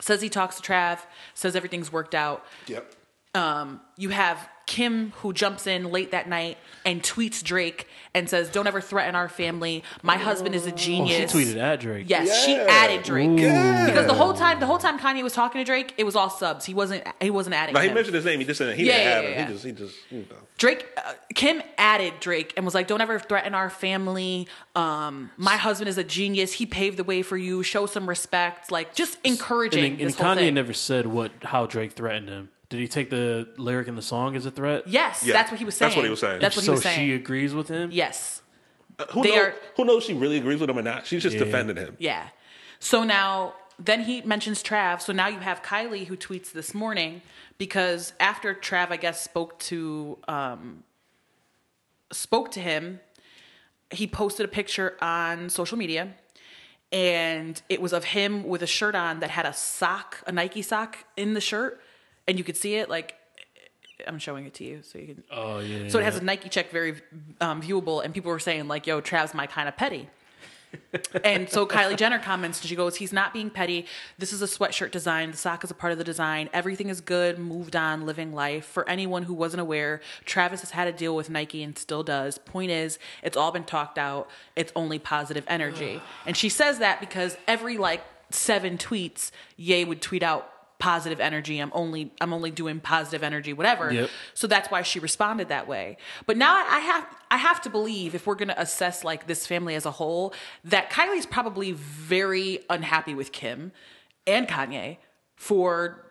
C: Says he talks to Trav, says everything's worked out.
B: Yep.
C: Um, you have Kim who jumps in late that night and tweets Drake and says, Don't ever threaten our family. My husband is a
A: Oh,
C: genius.
A: she tweeted at Drake.
C: Yes, she
B: Yeah.
C: added Drake.
B: Yeah.
C: Because the whole time the whole time Kanye was talking to Drake, it was all subs. He wasn't he wasn't adding.
B: Now he
C: him.
B: mentioned his name. He just didn't. He
C: Yeah,
B: didn't
C: yeah,
B: have
C: yeah,
B: it.
C: yeah.
B: He just. He just. You know.
C: Drake uh, Kim added Drake and was like, "Don't ever threaten our family. Um, my husband is a genius. He paved the way for you. Show some respect. Like just
A: And,
C: encouraging."
A: then- and
C: this whole
A: Kanye
C: thing.
A: never said what how Drake threatened him. Did he take the lyric in the song as a threat?
C: yes,
B: Yeah.
C: that's what he was saying.
B: That's what he was saying.
C: That's what
A: so
C: he was saying.
A: she agrees with him.
C: yes.
B: Uh, Who,
C: They
B: know,
C: are-
B: who knows? She really agrees with him or not? She's just defending him.
C: Yeah. So now, then he mentions Trav. So now you have Kylie who tweets this morning because after Trav, I guess, spoke to um, spoke to him, he posted a picture on social media, and it was of him with a shirt on that had a sock, a Nike sock in the shirt, and you could see it. Like, I'm showing it to you so you can.
A: Oh yeah.
C: So it has a Nike check, very um, viewable, and people were saying like, "Yo, Trav's my kind of petty." and so Kylie Jenner comments and she goes, "He's not being petty. This is a sweatshirt design. The sock is a part of the design. Everything is good. Moved on, living life. For anyone who wasn't aware, Travis has had a deal with Nike and still does. Point is, it's all been talked out. It's only positive energy." and she says that because every like seven tweets, Ye would tweet out positive energy. I'm only I'm only doing positive energy, whatever.
A: Yep.
C: So that's why she responded that way. But now I I have I have to believe if we're going to assess like this family as a whole that Kylie's probably very unhappy with Kim and Kanye for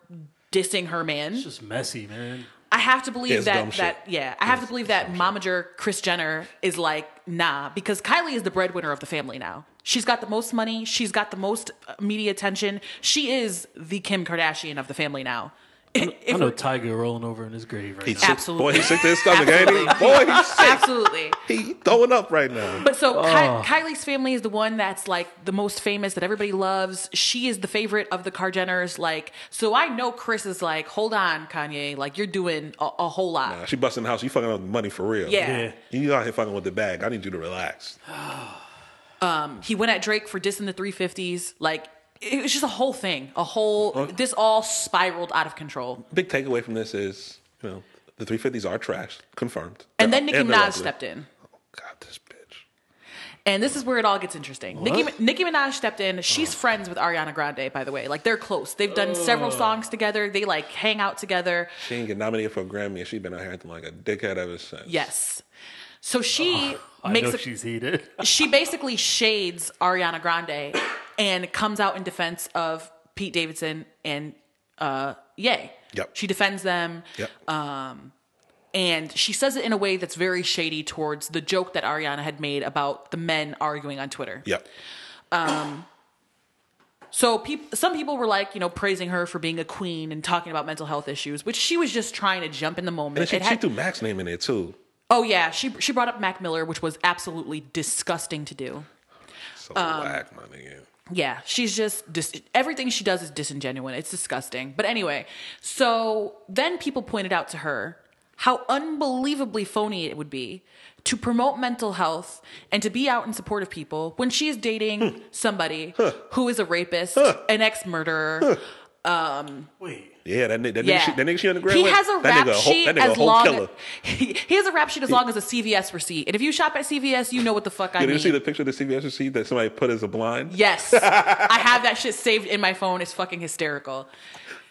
C: dissing her man.
A: It's just messy, man.
C: I have to believe
B: It's dumb
C: that
B: shit.
C: that yeah, I have to believe that momager Chris Jenner is like nah because Kylie is the breadwinner of the family now. She's got the most money. She's got the most uh, media attention. She is the Kim Kardashian of the family now. If
A: I know
C: we're-
A: Tiger rolling over in his grave right
B: He's
A: now.
B: sick-
C: Absolutely.
B: Boy, he's sick to his stomach, ain't he?
C: Absolutely.
B: Boy, he's sick.
C: absolutely.
B: He throwing up right now.
C: But so Ky- Kylie's family is the one that's like the most famous that everybody loves. She is the favorite of the Car Jenners. Like, so I know Chris is like, hold on, Kanye, like you're doing a, a whole lot.
B: Nah, She busting the house. You fucking with money for real.
C: Yeah.
A: Yeah.
B: You out here fucking with the bag. I need you to relax.
C: He went at Drake for dissing the 350s. Like, it was just a whole thing. A whole, this all spiraled out of control.
B: Big takeaway from this is, you know, the 350s are trash. Confirmed.
C: And
B: They're-
C: then Nicki
B: they're
C: Minaj
B: ugly.
C: stepped in.
B: Oh, God, this bitch.
C: And this is where it all gets interesting. Nicki, Nicki Minaj stepped in. She's friends with Ariana Grande, by the way. Like, they're close. They've done several songs together. They like hang out together.
B: She ain't get nominated for a Grammy and she been out here acting like a dickhead ever since.
C: Yes. So she
A: I
C: makes
A: know
C: a,
A: she's heated.
C: she basically shades Ariana Grande and comes out in defense of Pete Davidson and uh Ye.
B: Yep.
C: She defends them.
B: Yep.
C: Uh, And she says it in a way that's very shady towards the joke that Ariana had made about the men arguing on Twitter.
B: yep.
C: So peop- some people were like, you know, praising her for being a queen and talking about mental health issues, which she was just trying to jump in the moment.
B: And she,
C: It had-
B: she threw Mac's name in there too.
C: oh yeah, she she brought up Mac Miller, which was absolutely disgusting to do.
B: So
C: Um,
B: whack, my nigga.
C: Yeah, she's just dis- everything she does is disingenuous. It's disgusting. But anyway, so then people pointed out to her how unbelievably phony it would be to promote mental health and to be out in support of people when she is dating somebody who is a rapist, an ex murderer.
A: Wait.
B: Yeah, that, ni- that,
C: Yeah,
B: nigga, she, that nigga she on the ground
C: He
B: with,
C: has a
B: that
C: rap
B: nigga, a whole-
C: sheet
B: that nigga a
C: as
B: whole
C: long.
B: killer.
C: He, he has a rap sheet as long as a CVS receipt. And if you shop at CVS, you know what the fuck I
B: Did you
C: mean.
B: see the picture of the CVS receipt that somebody put as a blind?
C: yes, I have that shit saved in my phone. It's fucking hysterical.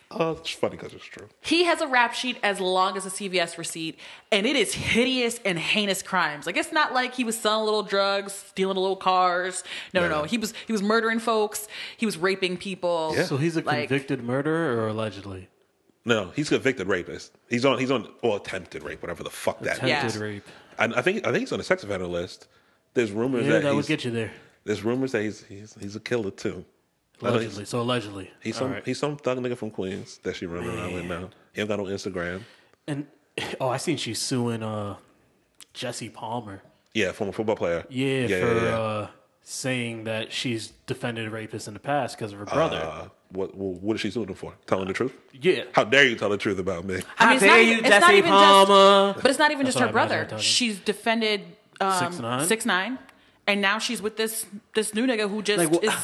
B: Oh, it's funny because it's true.
C: He has a rap sheet as long as a CVS receipt, and it is hideous and heinous crimes. Like it's not like he was selling little drugs, stealing little cars. No, no, no.
B: No.
C: He was he was murdering folks. He was raping people.
B: Yeah.
A: So he's a
C: Like-
A: convicted murderer or allegedly
B: No, he's convicted rapist. He's on. He's on. Well, attempted rape, whatever the fuck that.
A: attempted
C: Yeah.
B: means.
A: rape.
B: I, I think. I think he's on the sex offender list. There's rumors
A: Yeah,
B: that,
A: that would
B: he's,
A: get you there.
B: there's rumors that he's he's, he's a killer too. I know he's-
A: Allegedly. So allegedly.
B: He's
A: All
B: some
A: right.
B: he's some thug nigga from Queens that she running around with now. He ain't got no Instagram.
A: and oh, I seen she's suing uh Jesse Palmer.
B: Yeah, former football player.
A: Yeah,
B: yeah,
A: for
B: yeah. yeah.
A: Uh, saying that she's defended rapists in the past because of her brother.
B: Uh, what what what is she suing him for? Telling the truth?
A: yeah.
B: How dare you tell the truth about me?
C: I mean,
A: How dare
C: even-
A: you, Jesse
C: even
A: Palmer.
C: Just, but it's not even just
A: what
C: her
A: I imagine
C: brother.
A: we're talking.
C: She's defended um,
A: 6'9"?
C: 6'9", and now she's with this this new nigga who just
A: Like, wha-
C: is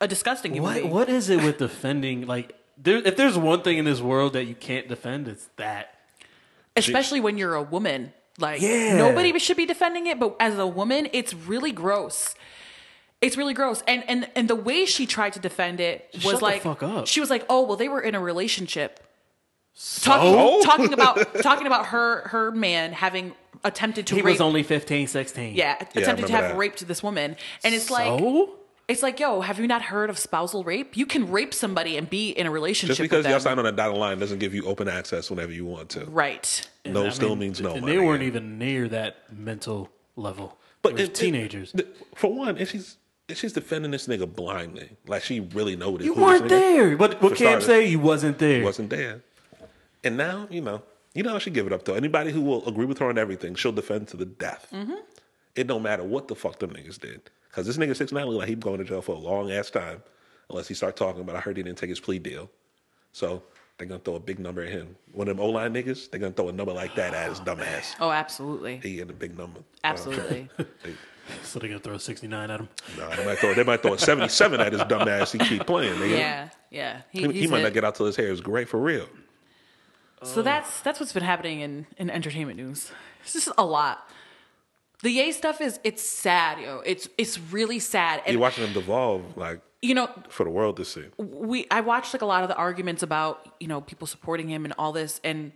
C: a disgusting human
A: What
C: being.
A: what is it with defending like there, if there's one thing in this world that you can't defend, it's that.
C: especially when you're a woman. Like
A: Yeah.
C: nobody should be defending it, but as a woman, it's really gross. It's really gross, and and and the way she tried to defend it was
A: shut the
C: like
A: fuck up.
C: she was like, "Oh well, they were in a relationship." Talking,
B: So?
C: talking about talking about her her man having attempted to
A: He
C: rape
A: was only 15, 16.
C: yeah attempted to
B: remember
C: have
B: that.
C: raped this woman, and it's like
A: so?
C: it's like yo, have you not heard of spousal rape? You can rape somebody and be in a relationship
B: Just because y'all
C: with them,
B: signed on a dotted line doesn't give you open access whenever you want to.
C: right?
B: No
A: I
B: still
A: mean,
B: means no.
A: And
B: my
A: they
B: nigga.
A: weren't even near that mental level. But
B: it- it-
A: teenagers.
B: th- for one, if she's if she's defending this nigga blindly, like she really noticed
A: you
B: who this
A: weren't
B: nigga
A: there. What what Cam
B: For starters.
A: say? You wasn't there.
B: wasn't there. And now you know, you know, how she give it up though. Anybody who will agree with her on everything, she'll defend to the death.
A: Mm-hmm.
B: It don't matter what the fuck them niggas did, because this nigga six nine look like he going to jail for a long ass time, unless he start talking about. I heard he didn't take his plea deal, so they gonna throw a big number at him. One of them O line niggas, they gonna throw a number like that at his dumbass.
C: Oh, absolutely.
B: He getting a big number.
C: Absolutely.
B: They-
A: So they're gonna throw sixty nine at him.
B: Nah, they might throw they might throw a seventy seven at his dumbass. He keep playing. Nigga.
C: Yeah, yeah.
B: He, he
C: he's
B: might
C: it.
B: not get out till his hair is gray for real.
C: So
B: Oh.
C: that's that's what's been happening in in entertainment news. It's just a lot. The Ye stuff is it's sad, yo. It's it's really sad, and
B: You're watching him devolve like
C: you know
B: for the world to see.
C: we I watched like a lot of the arguments about you know people supporting him and all this and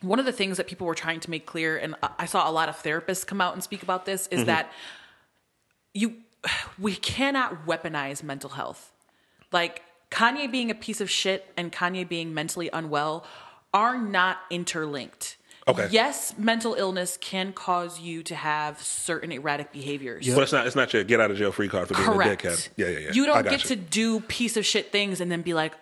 C: one of the things that people were trying to make clear and I- I saw a lot of therapists come out and speak about this is that you we cannot weaponize mental health. Like Kanye being a piece of shit and Kanye being mentally unwell are not interlinked.
B: Okay.
C: Yes, mental illness can cause you to have certain erratic behaviors.
B: But it's not it's not your get out of jail free card for being
C: Correct.
B: a dickhead. Yeah, yeah, yeah.
C: You
B: I
C: don't
B: got
C: get
B: you.
C: to do piece of shit things and then be like,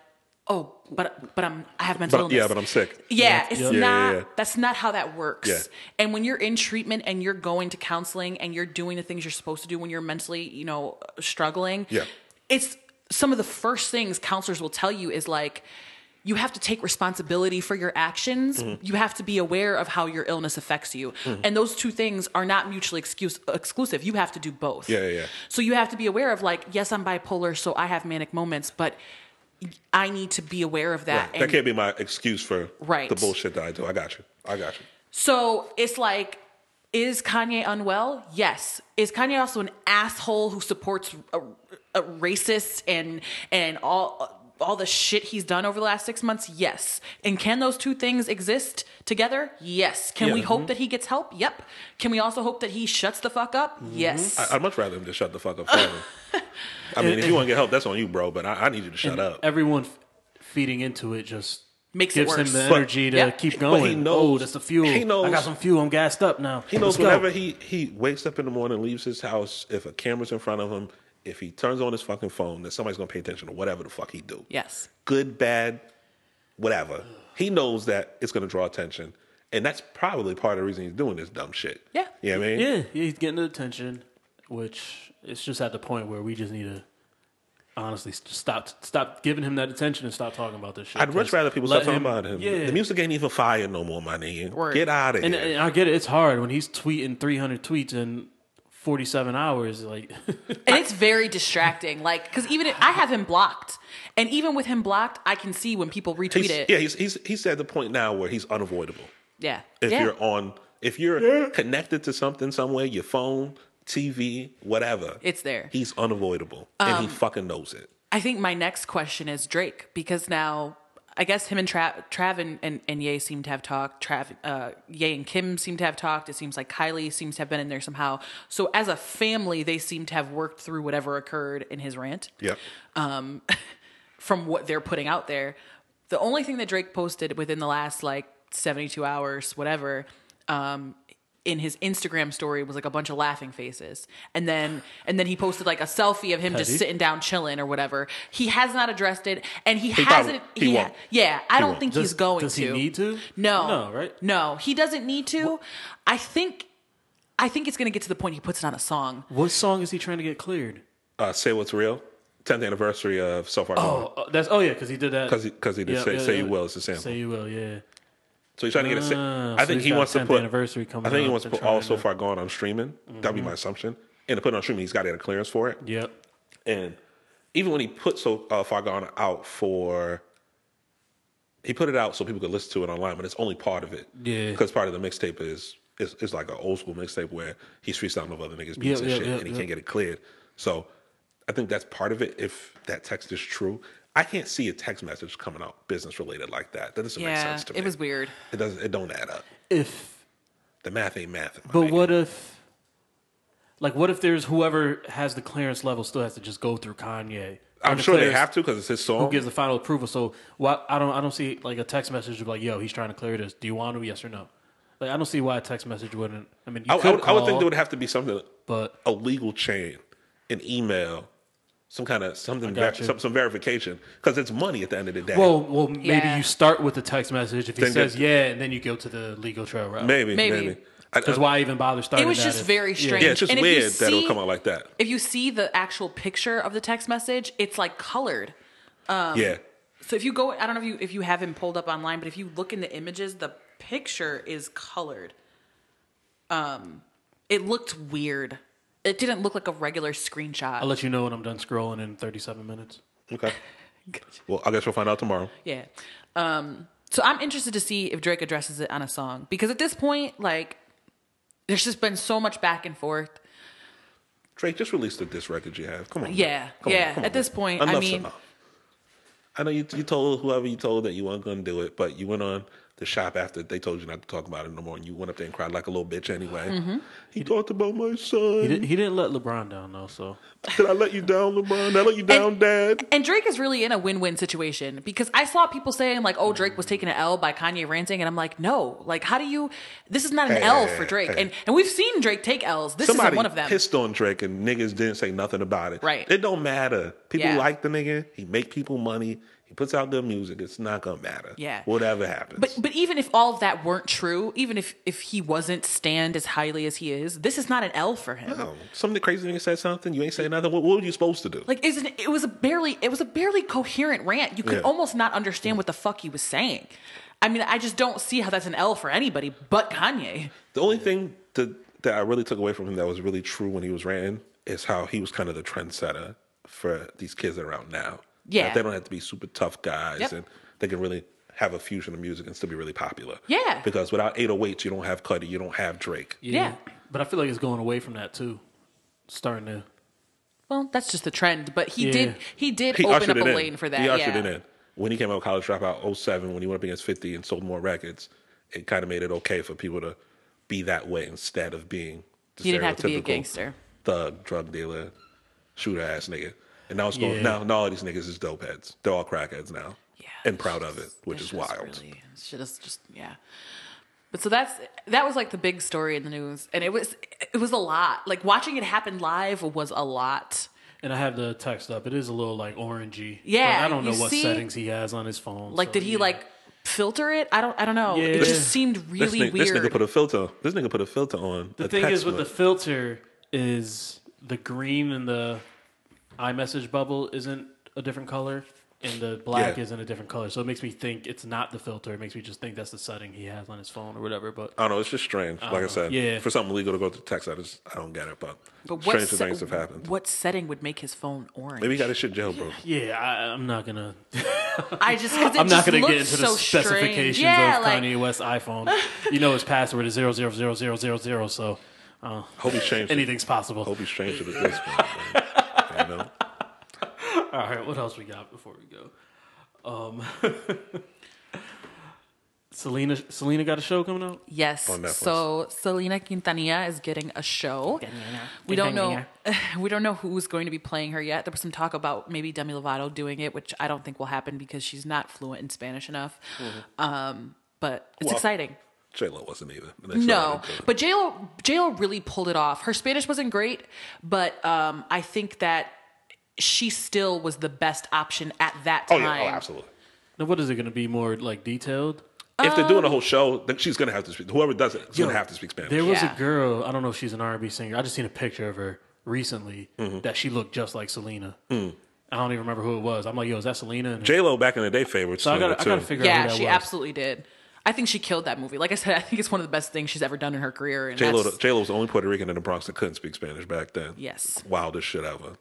C: oh, but but I'm I have mental
B: But,
C: illness.
B: yeah, but I'm sick.
C: Yeah, it's
B: Yeah, yeah,
C: not.
B: yeah.
C: That's not how that works.
B: Yeah.
C: And when you're in treatment and you're going to counseling and you're doing the things you're supposed to do when you're mentally, you know, struggling.
B: Yeah.
C: It's some of the first things counselors will tell you is like. You have to take responsibility for your actions.
B: Mm-hmm.
C: You have to be aware of how your illness affects you. And those two things are not mutually excuse, exclusive. You have to do both.
B: Yeah, yeah, yeah.
C: So you have to be aware of like, yes, I'm bipolar, so I have manic moments, but I need to be aware of that.
B: Right. That can't be my excuse for
C: Right.
B: the bullshit that I do. I got you. I got you.
C: So it's like, is Kanye unwell? Yes. Is Kanye also an asshole who supports a, a racist and and all uh, all the shit he's done over the last six months? Yes. And can those two things exist together? Yes. Can we
B: Yeah. Mm-hmm.
C: hope that he gets help? Yep. Can we also hope that he shuts the fuck up? Yes.
B: Mm-hmm. I, I'd much rather him just shut the fuck up. for me. I mean, if you want to get help, that's on you, bro. But I, I need you to shut up.
A: Everyone f- feeding into it just
C: Makes it
A: gives him
C: worse.
A: the
C: But-
A: energy to
C: Yeah.
A: keep
B: But he
A: going. oh,
B: knows-
A: that's the fuel.
B: he knows-
A: I got some fuel. I'm gassed up now.
B: He
A: Let's
B: knows
A: go.
B: whenever he, he wakes up in the morning, leaves his house, if a camera's in front of him, if he turns on his fucking phone, that somebody's gonna pay attention to whatever the fuck he do.
C: yes.
B: Good, bad, whatever. He knows that it's gonna draw attention. And that's probably part of the reason he's doing this dumb shit.
C: Yeah.
B: You know what I mean?
A: Yeah, he's getting the attention, which it's just at the point where we just need to honestly s- stop stop giving him that attention and stop talking about this shit.
B: I'd much
A: Just
B: rather people
A: let
B: stop talking about him.
A: Yeah,
B: The music ain't even fire no more, my nigga.
C: Word.
B: Get out of
A: and, uh,
B: here.
A: and I get it. It's hard when he's tweeting 300 tweets in 47 hours. Like,
C: and it's very distracting. Like, because even if, I have him blocked, and even with him blocked, I can see when people retweet
B: He's-
C: it.
B: Yeah, he's, he's he's at the point now where he's unavoidable.
C: yeah,
B: If
C: Yeah.
B: you're on, if you're connected to something somewhere, your phone, TV, whatever,
C: It's there. Um,
B: He's unavoidable, and he fucking knows it.
C: I think my next question is Drake because now I guess him and Tra- Trav and, and, and Ye seem to have talked. Trav, uh, Ye and Kim seem to have talked. It seems like Kylie seems to have been in there somehow. So as a family, they seem to have worked through whatever occurred in his rant.
B: Yep.
C: um, from what they're putting out there. The only thing that Drake posted within the last like 72 hours, whatever, um, in his Instagram story was like a bunch of laughing faces. And then and then he posted like a selfie of him just
A: Petty.
C: sitting down chilling or whatever. He has not addressed it and he,
B: probably-
C: hasn't
B: he won't.
C: yeah, I don't
B: won't.
C: think
A: does,
C: he's going
A: does
C: to.
A: he need to?
C: No.
A: no, right?
C: No, he doesn't need to. I think I think it's going to get to the point he puts it on a song.
A: What song is he trying to get cleared?
B: Uh, say what's real. Tenth anniversary of So Far Gone.
A: Oh, uh, that's oh yeah, because he did that.
B: 'Cause he- 'cause he did Say- Say You Will is the sample.
A: Say you will, yeah.
B: So he's trying to get a. Sa-
A: Ah,
B: I
A: so
B: think
A: he's
B: he
A: got
B: wants
A: a
B: to
A: 10th
B: put.
A: anniversary coming
B: I think he
A: up.
B: wants to
A: They're
B: put all
A: trying
B: So
A: to-
B: Far Gone on streaming. That'd be my assumption. And to put it on streaming, he's got to get a clearance for it.
A: Yep.
B: And even when he put so uh, Far Gone out for He put it out so people could listen to it online, but it's only part of it.
A: Yeah.
B: Because part of the mixtape is is, is like an old school mixtape where he's freestyling with other niggas beats
A: Yeah,
B: and
A: yeah,
B: shit,
A: yeah,
B: and he
A: yeah.
B: can't get it cleared. So I think that's part of it. If that text is true, I can't see a text message coming out business related like that. That doesn't make
C: Yeah,
B: sense to me.
C: it was weird.
B: It doesn't. It don't add up.
A: If
B: The math ain't math. in my
A: But
B: opinion.
A: what if, like, what if there's whoever has the clearance level still has to just go through Kanye?
B: I'm
A: And the
B: sure they
A: clearance
B: have to because it's his song.
A: Gives the final approval. So why I don't I don't see like a text message to be like, yo, he's trying to clear this. Do you want to? Yes or no? Like I don't see why a text message wouldn't. I mean, you
B: I, I
A: could
B: would, I would
A: call,
B: think there would have to be something,
A: but
B: a legal chain, an email, some kind of something, ver-
A: got you.
B: some, some verification, because it's money at the end of the day.
A: well, well, maybe
C: Yeah.
A: you start with the text message if he
B: Then get-
A: says yeah, and then you go to the legal trail route.
B: maybe,
C: maybe.
B: maybe. I-
A: Because
B: I-
A: why even bother starting?
C: It was
A: that
C: just
A: if-
C: very
A: yeah.
C: strange.
B: Yeah, it's just
C: And if you
B: weird that it'll
C: see-
B: come out like that.
C: If you see the actual picture of the text message, it's like colored. Um,
B: yeah,
C: So if you go, I don't know if you if you have him pulled up online, but if you look in the images, the picture is colored. Um, it looked weird. It didn't look like a regular
A: I'll
C: screenshot.
A: let you know when I'm done scrolling in 37 minutes.
B: okay. Well, I guess we'll find out tomorrow.
C: Yeah. Um. So I'm interested to see if Drake addresses it on a song because at this point, like, there's just been so much back and forth.
B: Drake just released the diss record you have. Come on.
C: Yeah,
B: man. Come on,
C: yeah.
B: come on,
C: At this
B: man.
C: point, I
B: Enough's
C: mean-
B: enough. I know you, you told whoever you told that you weren't going to do it, but you went on the shop after they told you not to talk about it no more, and you went up there and cried like a little bitch anyway.
C: Mm-hmm.
B: He talked about my son.
A: He, did, he didn't let LeBron down though, so
B: Did I let you down, LeBron? Did I let you down, Dad?
C: And Drake is really in a win-win situation because I saw people saying like, "Oh, Drake was taking an L by Kanye ranting," and I'm like, "No, like, how do you? This is not an
B: Hey,
C: L
B: hey,
C: for Drake,
B: hey.
C: and and we've seen Drake take L's. This
B: Somebody
C: isn't one of them.
B: pissed on Drake and niggas didn't say nothing about it.
C: Right.
B: It don't matter. People
C: Yeah.
B: like the nigga. He make people money. He puts out good music. It's not gonna matter.
C: Yeah.
B: Whatever happens.
C: But but even if all of that weren't true, even if if he wasn't stand as highly as he is, this is not an L for him.
B: no, some crazy nigga said something. You ain't say nothing. What, what were you supposed to do?
C: Like isn't it was a barely it was a barely coherent rant. You could
B: Yeah.
C: almost not understand what the fuck he was saying. I mean, I just don't see how that's an L for anybody but Kanye.
B: The only thing that that I really took away from him that was really true when he was ranting is how he was kind of the trendsetter for these kids that are out now.
C: Yeah.
B: That they don't have to be super tough guys
C: Yep.
B: and they can really have a fusion of music and still be really popular.
C: Yeah.
B: Because without 808s, you don't have Cuddy, you don't have Drake.
C: Yeah.
A: But I feel like it's going away from that too. Starting to
C: Well, that's just the trend, but he
A: Yeah.
C: did he did
B: He
C: open
B: ushered
C: up
B: it
C: a
B: in.
C: lane for that.
B: He ushered
C: yeah.
B: it in. When he came out with College Dropout 07, when he went up against 50 and sold more records, it kind of made it okay for people to be that way instead of being the
C: He didn't have to be a
B: stereotypical
C: gangster.
B: thug, drug dealer, shooter ass nigga. And now it's going,
A: Yeah.
B: now, now all these niggas is dope heads. They're all crackheads now.
C: Yeah,
B: And proud of it, which
C: It's
B: is
C: just
B: wild.
C: Really, it's just, just yeah. But so that's that was like the big story in the news, and it was it was a lot. Like watching it happen live was a lot.
A: and I have the text up. It is a little like orangey.
C: Yeah,
A: But I don't know
C: you
A: what
C: see-
A: settings he has on his phone.
C: Like,
A: so,
C: did he
A: yeah.
C: like filter it? I don't I don't know.
A: Yeah.
C: It just seemed
B: This,
C: really
B: nigga, this
C: weird.
B: nigga put a filter. This nigga put a filter on.
A: The thing is with the filter is the green and the iMessage bubble isn't a different color and the black
B: Yeah.
A: isn't a different color. So it makes me think it's not the filter. It makes me just think that's the setting he has on his phone or whatever. But
B: I don't know. It's just strange. Like I said,
A: Yeah.
B: for something legal to go to Texas, I just I don't get it. But,
C: but what,
B: stranger
C: se-
B: things have happened.
C: what setting would make his phone orange?
B: Maybe he got his shit jailbroke.
A: yeah, I, I'm not gonna.
C: I just because
A: I'm not
C: going
A: gonna
C: to
A: get into the
C: so
A: specifications
C: strange. Yeah,
A: of
C: like,
A: Kanye West iPhone. you know his password is zero zero zero zero zero zero. So uh,
B: Hope he changed. it.
A: anything's possible.
B: Hope he's changed it at this point. man. You know?
C: Oh.
A: All right, what else we got before we go? Um, Selena, Selena got a show coming out.
C: Yes.
B: On Netflix.
C: So Selena Quintanilla is getting a show. We don't know. We don't know who's going to be playing her yet. There was some talk about maybe Demi Lovato doing it, which I don't think will happen because she's not fluent in Spanish enough. Um, but it's
B: Mm-hmm. Well,
C: exciting.
B: J Lo wasn't either. The next
C: No,
B: show I did,
C: but JLo JLo really pulled it off. Her Spanish wasn't great, but um, I think that she still was the best option at that
B: oh
C: time.
B: yeah, oh absolutely.
A: Now, what is it going to be more like detailed?
B: if they're doing a whole show, then she's gonna have to speak. Whoever does it, is gonna have to speak Spanish.
A: There was
C: Yeah.
A: a girl. I don't know if she's an R&B singer. I just seen a picture of her recently
B: Mm-hmm.
A: that she looked just like Selena.
B: Mm.
A: I don't even remember who it was. I'm like, yo, is that Selena? And
B: J Lo back in the day uh, favorite.
A: so I got, I got to figure out
C: Yeah,
A: who that
C: she
A: was.
C: absolutely did. I think she killed that movie. Like I said, I think it's one of the best things she's ever done in her career. And
B: J Lo.
C: that's-
B: J Lo was the only Puerto Rican in the Bronx that couldn't speak Spanish back then.
C: Yes.
B: Wildest shit ever.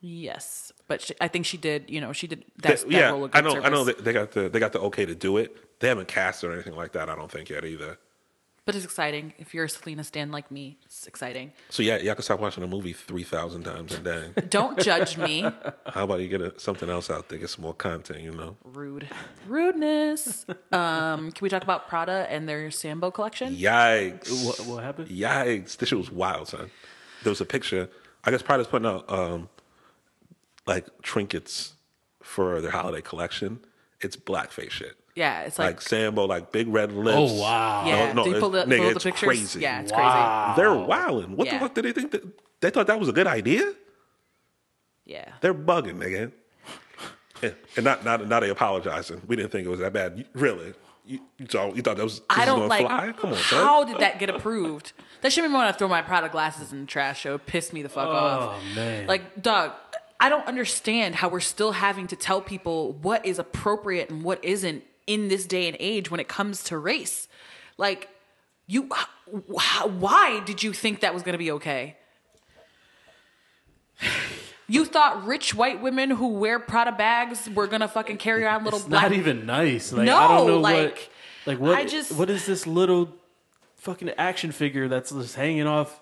C: Yes, but she, I think she did. You know, she did that. that
B: yeah,
C: role of
B: I
C: good
B: know. I
C: service.
B: know that they got the they got the okay to do it. They haven't cast her or anything like that. I don't think yet either.
C: but it's exciting. If you're a Selena stan like me, it's exciting.
B: So yeah, y'all can stop watching a movie three thousand times a day.
C: Don't judge me.
B: How about you get a, something else out there, get some more content? You know.
C: Rude, rudeness. Um, can we talk about Prada and their Sambo collection?
B: Yikes!
A: What, what happened?
B: Yikes! This shit was wild, son. There was a picture. I guess Prada's putting out um, like trinkets for their holiday collection. It's blackface shit.
C: Yeah, it's
B: Like,
C: like,
B: Sambo, like big red lips.
A: Oh, wow.
C: yeah.
B: no,
C: Do you
B: it-
C: pull the,
B: nigga,
C: pull the
B: it's
C: pictures?
B: crazy.
C: Yeah, it's
A: Wow.
B: They're wilding. What the
C: Yeah.
B: fuck did they think? That, they thought that was a good idea.
C: crazy. Yeah.
B: They're bugging, nigga. Yeah, And not not now they apologizing. We didn't think it was that bad. You- Really, you, you thought you thought that was this
C: I
B: is
C: don't
B: gonna
C: like.
B: fly? Come on, son.
C: how did that get approved? That should be when I throw my Prada glasses in the trash. Show piss me the
B: Oh,
C: fuck off.
A: man.
C: Like, dog, I don't understand how we're still having to tell people what is appropriate and what isn't in this day and age when it comes to race. Like, you, wh- how- why did you think that was going to be okay? You thought rich white women who wear Prada bags were gonna fucking carry on little
A: It's
C: black
A: not even nice. Like
C: No,
A: I don't know
C: like,
A: what like what
C: I just-
A: what is this little fucking action figure that's just hanging off?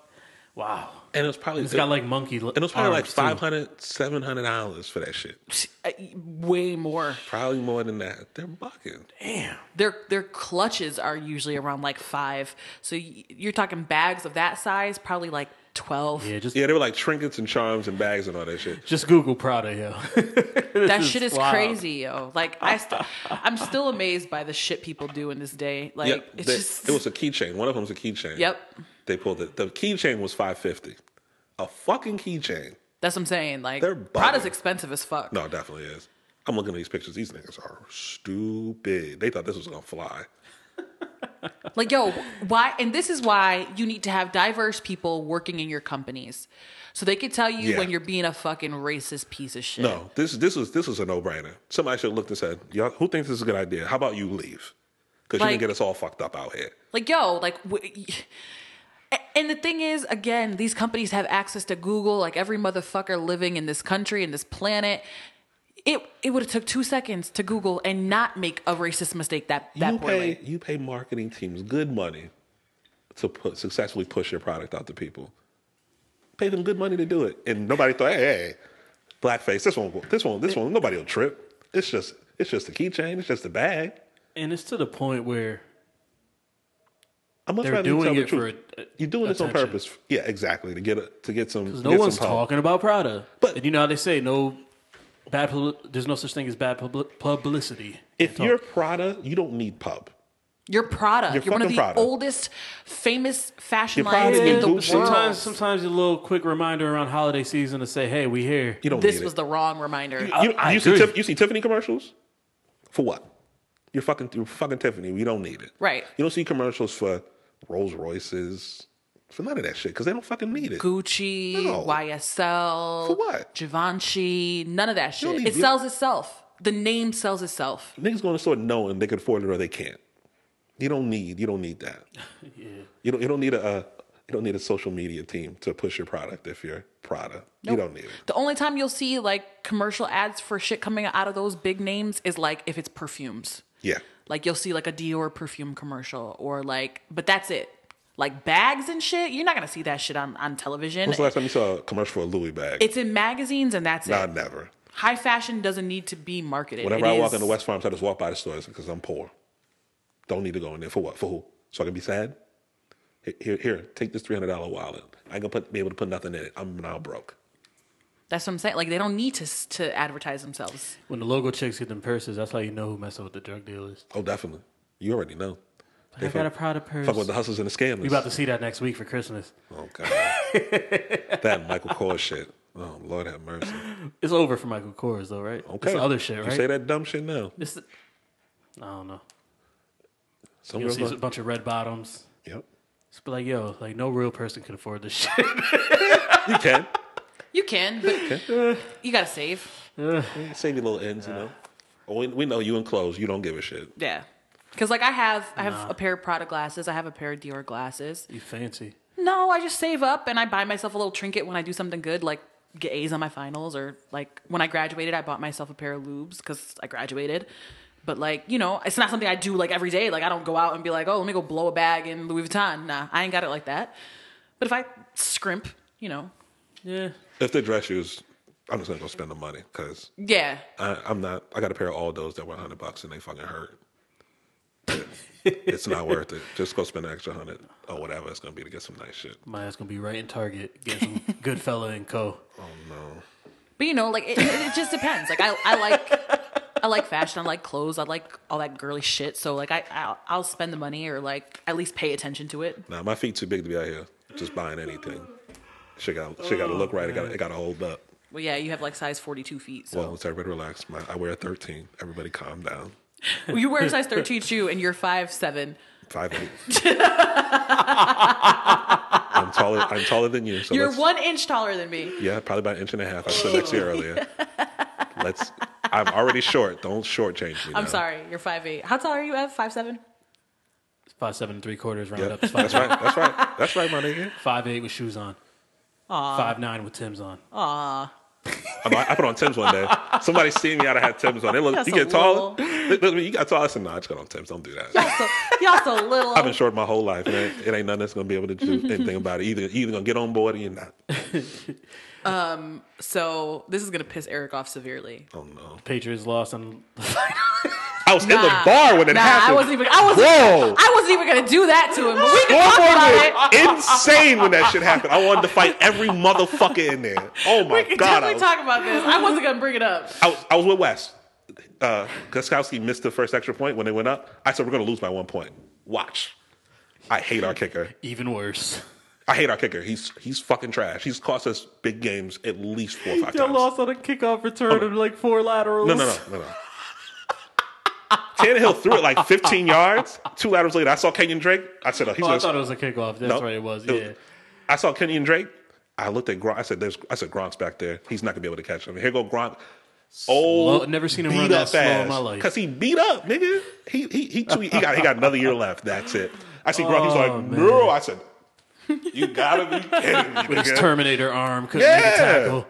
A: Wow.
B: And it was probably
A: It's got like monkey And
B: it was probably like 500 700 dollars for that shit.
C: uh, way more.
B: Probably more than that. They're bugging.
A: Damn.
C: their their clutches are usually around like five. So y- you're talking bags of that size, probably like twelve.
A: Yeah, just
B: Yeah, they were like trinkets and charms and bags and all that shit.
A: just Google Prada, yo.
C: that
A: is
C: shit is
A: wild.
C: crazy, yo. Like I, st- I'm still amazed by the shit people do in this day. Like
B: Yep,
C: it's
B: they-
C: just
B: it was a keychain. One of them was a keychain.
C: Yep.
B: They pulled it. The keychain was 550. A fucking keychain.
C: that's what I'm saying. Like
B: They're
C: Prada's
B: bugging.
C: expensive as fuck.
B: No, it definitely is. I'm looking at these pictures. These niggas are stupid. They thought this was gonna fly.
C: Like, yo, why? And this is why you need to have diverse people working in your companies, so they could tell you
B: Yeah.
C: when you're being a fucking racist piece of shit.
B: No, this this was this was a no brainer. Somebody should have looked and said, "Y'all, who thinks this is a good idea? How about you leave? Because you
C: Like-
B: can get us all fucked up out here."
C: Like, yo, like, w- and the thing is, again, these companies have access to Google. Like every motherfucker living in this country and this planet, it it would have took two seconds to Google and not make a racist mistake that that
B: you
C: poorly.
B: pay you pay marketing teams good money to put successfully push your product out to people. Pay them good money to do it, and nobody thought, "Hey, hey blackface, this one, this one, this one, nobody will trip." It's just it's just a keychain. It's just a bag.
A: And it's to the point where
B: I much
A: They're
B: rather you
A: doing
B: tell the
A: it for
B: truth.
A: a-
B: You're doing this on
A: attention.
B: purpose. Yeah, exactly. To get a, to get some.
A: no
B: get
A: one's
B: some power.
A: talking about Prada.
B: But-
A: and you know how they say no bad publi- there's no such thing as bad publi- publicity.
B: If you're Prada, you don't need pub.
C: You're Prada. You're,
B: You're
C: one of the
B: fucking Prada.
C: oldest, famous fashion
B: You're
C: lines
B: Prada,
C: in
B: you're
C: the
A: Yeah,
C: world.
B: Gucci.
A: sometimes sometimes a little quick reminder around holiday season to say, "Hey, we here."
B: You don't
C: this
B: need
C: was
B: it.
C: the wrong reminder.
B: you,
A: I
B: you see
A: agree.
B: Tiff- you see Tiffany commercials for what? You're fucking you're fucking Tiffany. We don't need it.
C: Right.
B: You don't see commercials for Rolls Royces for none of that shit because they don't fucking need it.
C: Gucci,
B: No.
C: YSL,
B: For what?
C: Givenchy, none of that shit.
B: don't
C: It
B: need-
C: sells itself. The name sells itself.
B: Niggas going to store knowing they can afford it or they can't. You don't need you don't need that. You don't you don't need a uh, you don't need a social media team to push your product if you're Prada. You don't need it.
C: The only time you'll see like commercial ads for shit coming out of those big names is like if it's perfumes.
B: Yeah.
C: Like you'll see like a Dior perfume commercial or like, but that's it. Like bags and shit, you're not gonna see that shit on, on television.
B: When's the last time you saw a commercial for a Louis bag?
C: It's in magazines and that's
B: nah,
C: it.
B: never.
C: High fashion doesn't need to be marketed.
B: Whenever
C: It
B: I walk
C: is-
B: into West Farms, I just walk by the stores because I'm poor. Don't need to go in there for what? For who? So I can be sad. Here, here, here take this three hundred dollar wallet. I can put be able to put nothing in it. I'm now broke.
C: that's what I'm saying. Like they don't need to s- to advertise themselves.
A: When the logo chicks get them purses, that's how you know who messing with the drug dealers.
B: Oh, definitely. You already know.
A: I got a Prada purse.
B: Fuck with the hustlers and the scammers.
A: We about to see that next week for Christmas.
B: Oh God. that Michael Kors shit. Oh Lord have mercy.
A: It's over for Michael Kors though, right?
B: Okay.
A: It's other shit,
B: You say
A: right?
B: that dumb shit now.
A: This, I don't know.
B: Some
A: You'll
B: girls
A: see a
B: like,
A: bunch of red bottoms.
B: yep.
A: It's be like, yo, like no real person could afford this shit.
B: You can.
C: You can, but you gotta save.
B: Save your little ends, you know. Oh, we, we know you in clothes. You don't give a shit.
C: Yeah. Cause like I have I have a pair of Prada glasses, I have a pair of Dior glasses.
A: you fancy.
C: No, I just save up and I buy myself a little trinket when I do something good, like get A's on my finals or like when I graduated, I bought myself a pair of lubes because I graduated. But like you know, it's not something I do like every day. Like I don't go out and be like, oh, let me go blow a bag in Louis Vuitton. Nah, I ain't got it like that. But if I scrimp, you know,
A: Yeah.
B: If they dress shoes, I'm just gonna go spend the money because
C: yeah,
B: I'm not. I got a pair of all those that were hundred bucks and they fucking hurt. it's not worth it. Just go spend an extra hundred or whatever it's gonna be to get some nice shit.
A: My ass gonna be right in Target getting some Goodfella and Co.
B: Oh no.
C: But you know, like it, it it just depends. Like I, I like, I like fashion. I like clothes. I like all that girly shit. So like I, I'll, I'll spend the money or like at least pay attention to it.
B: Nah, my feet too big to be out here just buying anything. She got she got to look right. It got it got to hold up.
C: Well, yeah, you have like size forty-two feet. So
B: Well, let's everybody relax. My, I wear a 13. Everybody calm down.
C: Well, you wear a size thirteen shoe and you're five seven.
B: Five eight. I'm taller. I'm taller than you. So
C: You're
B: let's-
C: one inch taller than me.
B: Yeah, probably about an inch and a half. I said next year earlier. Let's. I'm already short. Don't shortchange me.
C: I'm
B: now.
C: sorry, you're five eight. How tall are you? Ev? Five seven.
A: Five seven and three quarters round
B: Yep,
A: up. It's five,
B: that's right. That's right. That's right, my nigga.
A: five eight with shoes on. Five nine with Tim's on.
B: I'm, I put on Tim's one day. Somebody seen me out. I had Tim's on. They look.
C: That's
B: you
C: a
B: get taller. Look, look, you got taller. I said, Nah, I just got on Tim's. Don't do that.
C: Y'all so, y'all so little.
B: I've been short my whole life, and it, it ain't nothing that's gonna be able to do anything about it. Either either gonna get on board or you're not.
C: So this is gonna piss Eric off severely.
B: Oh no!
A: Patriots lost on
B: I was in the
C: Nah.
B: bar when it
C: nah,
B: happened.
C: I wasn't even. I wasn't.
B: Whoa!
C: I wasn't even gonna do that to him. But we can talk about it.
B: Scoreboard was insane when that shit happened. I wanted to fight every motherfucker in there. Oh my
C: We can
B: god! I
C: definitely
B: was,
C: talk about this. I wasn't gonna bring it up.
B: I was I was with Wes. Uh, Guskowski missed the first extra point when they went up. I said we're gonna lose by one point. Watch. I hate our kicker.
A: even worse.
B: I hate our kicker. He's he's fucking trash. He's cost us big games at least four or five times.
A: on a kickoff return of like four laterals.
B: No, no, no, no, no. Tannehill threw it like 15 yards. Two laterals later, I saw Kenyon Drake. I said, oh, he's
A: Oh, I
B: gonna-
A: thought it was a kickoff. That's
B: Nope.
A: right, it was. Yeah.
B: I saw Kenyon Drake. I looked at Gronk. I said, "There's." I said, "Gronk's back there. He's not gonna be able to catch him." Here go Gronk. Oh,
A: Slow- never seen him run that slow in my life.
B: Cause he beat up, nigga. He he he, two, he got he got another year left. That's it. I see Gronk. He's
A: Oh,
B: like, "No." I said, "You gotta be kidding me,
A: With his
B: nigga."
A: Terminator arm couldn't make a
B: Yeah.
A: tackle.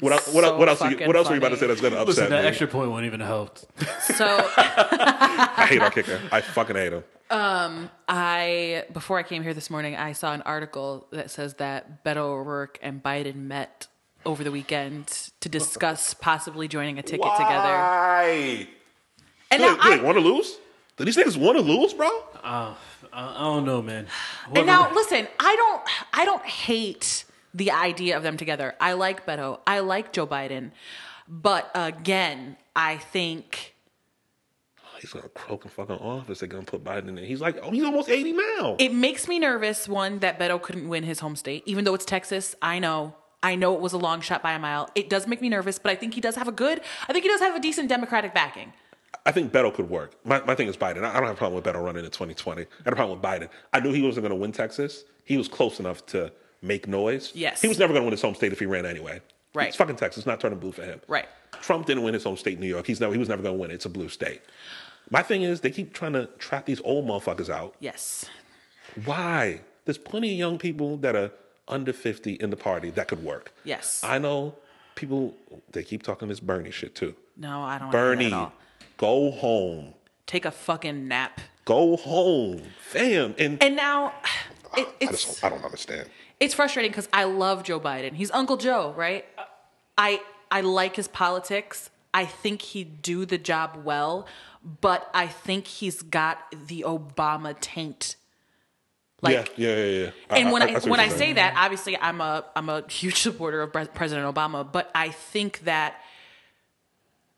B: What else? What, else?
C: So
B: what else? Are you,
C: fucking
B: what else are you about to
C: funny.
B: say that's gonna upset
A: Listen, that
B: me?
A: extra point won't even help.
C: So
B: I hate our kicker. I fucking hate him.
C: I before I came here this morning, I saw an article that says that Beto O'Rourke and Biden met over the weekend to discuss possibly joining a ticket together.
B: Why?
C: And
B: Do
C: now
B: they,
C: I,
B: want to lose? Do these niggas want to lose, bro?
A: Uh, I, I don't know, man.
C: and
A: Whoever-
C: now listen, I don't I don't hate the idea of them together. I like Beto. I like Joe Biden. But again, I think
B: He's gonna croak in fucking office. They're gonna put Biden in. there. He's like, oh, he's almost eighty now.
C: It makes me nervous, one, that Beto couldn't win his home state, even though it's Texas. I know. I know it was a long shot by a mile. It does make me nervous, but I think he does have a good, I think he does have a decent Democratic backing.
B: I think Beto could work. My, my thing is Biden. I I don't have a problem with Beto running in twenty twenty. I had a problem with Biden. I knew he wasn't gonna win Texas. He was close enough to make noise.
C: Yes.
B: he was never gonna win his home state if he ran anyway.
C: Right.
B: it's fucking Texas. Not turning blue for him.
C: Right.
B: Trump didn't win his home state, New York. He's never. He was never gonna win. it. It's a blue state. My thing is, they keep trying to trap these old motherfuckers out.
C: Yes.
B: Why? There's plenty of young people that are under 50 in the party that could work.
C: Yes.
B: I know people, they keep talking this Bernie shit too.
C: No, I don't wanna hear that
B: Bernie,
C: at all.
B: go home.
C: Take a fucking nap.
B: Go home. Fam. And,
C: And now
B: I,
C: it, it's
B: just, I don't understand.
C: it's frustrating because I love Joe Biden. He's Uncle Joe, right? I I like his politics. I think he'd do the job well, but I think he's got the Obama taint. Like
B: yeah, yeah, yeah. yeah.
C: and when I,
B: see what
C: when I
B: you're saying.
C: say that, obviously I'm a I'm a huge supporter of Pres- President Obama, but I think that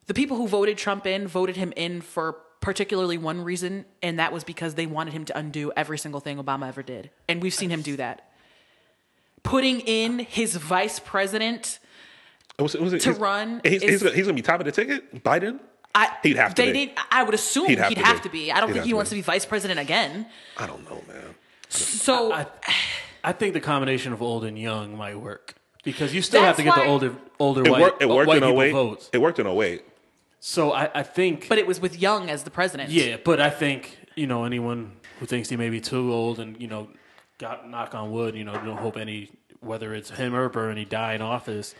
C: the people who voted Trump in voted him in for particularly one reason, and that was because they wanted him to undo every single thing Obama ever did, and we've seen him do that. Putting in his vice president,
B: Was it- was it-
C: to
B: he's-
C: run
B: He's,
C: is-
B: he's, gonna- he's going to be top of the ticket? Biden?
C: I,
B: He'd have to
C: They
B: be.
C: did. I would assume he'd have, to, be. I don't
B: He'd
C: think
B: have
C: he
B: to
C: wants
B: be.
C: to be vice president again.
B: I don't know, man.
C: So
A: I, I think the combination of old and young might work because you still have
C: That's
A: to get the
C: why-
A: older older
B: It,
A: white, uh,
B: worked, it worked
A: white
B: in
A: people
B: 08.
A: votes.
B: It worked in 08.
A: So I, I think,
C: but it was with Young as the president.
A: yeah, but I think you know anyone who thinks he may be too old and you know, got knock on wood, you know, don't hope any whether it's him or Bernie die in office.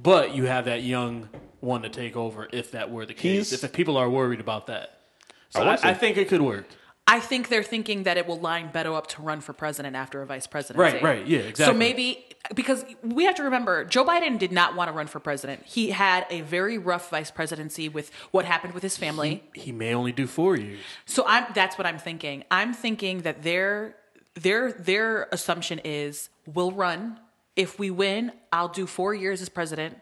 A: But you have that young one to take over if that were the case.
B: He's-
A: if the people are worried about that, so
B: I would
A: I,
B: say-
A: I think it could work.
C: I think they're thinking that it will line Beto up to run for president after a vice presidency.
A: Right, right, yeah,
C: So
A: exactly.
C: maybe because we have to remember Joe Biden did not want to run for president. He had a very rough vice presidency with what happened with his family.
A: He may only do four years.
C: So I'm that's what I'm thinking. I'm thinking that their their their assumption is we'll run. If we win, I'll do 4 years as president.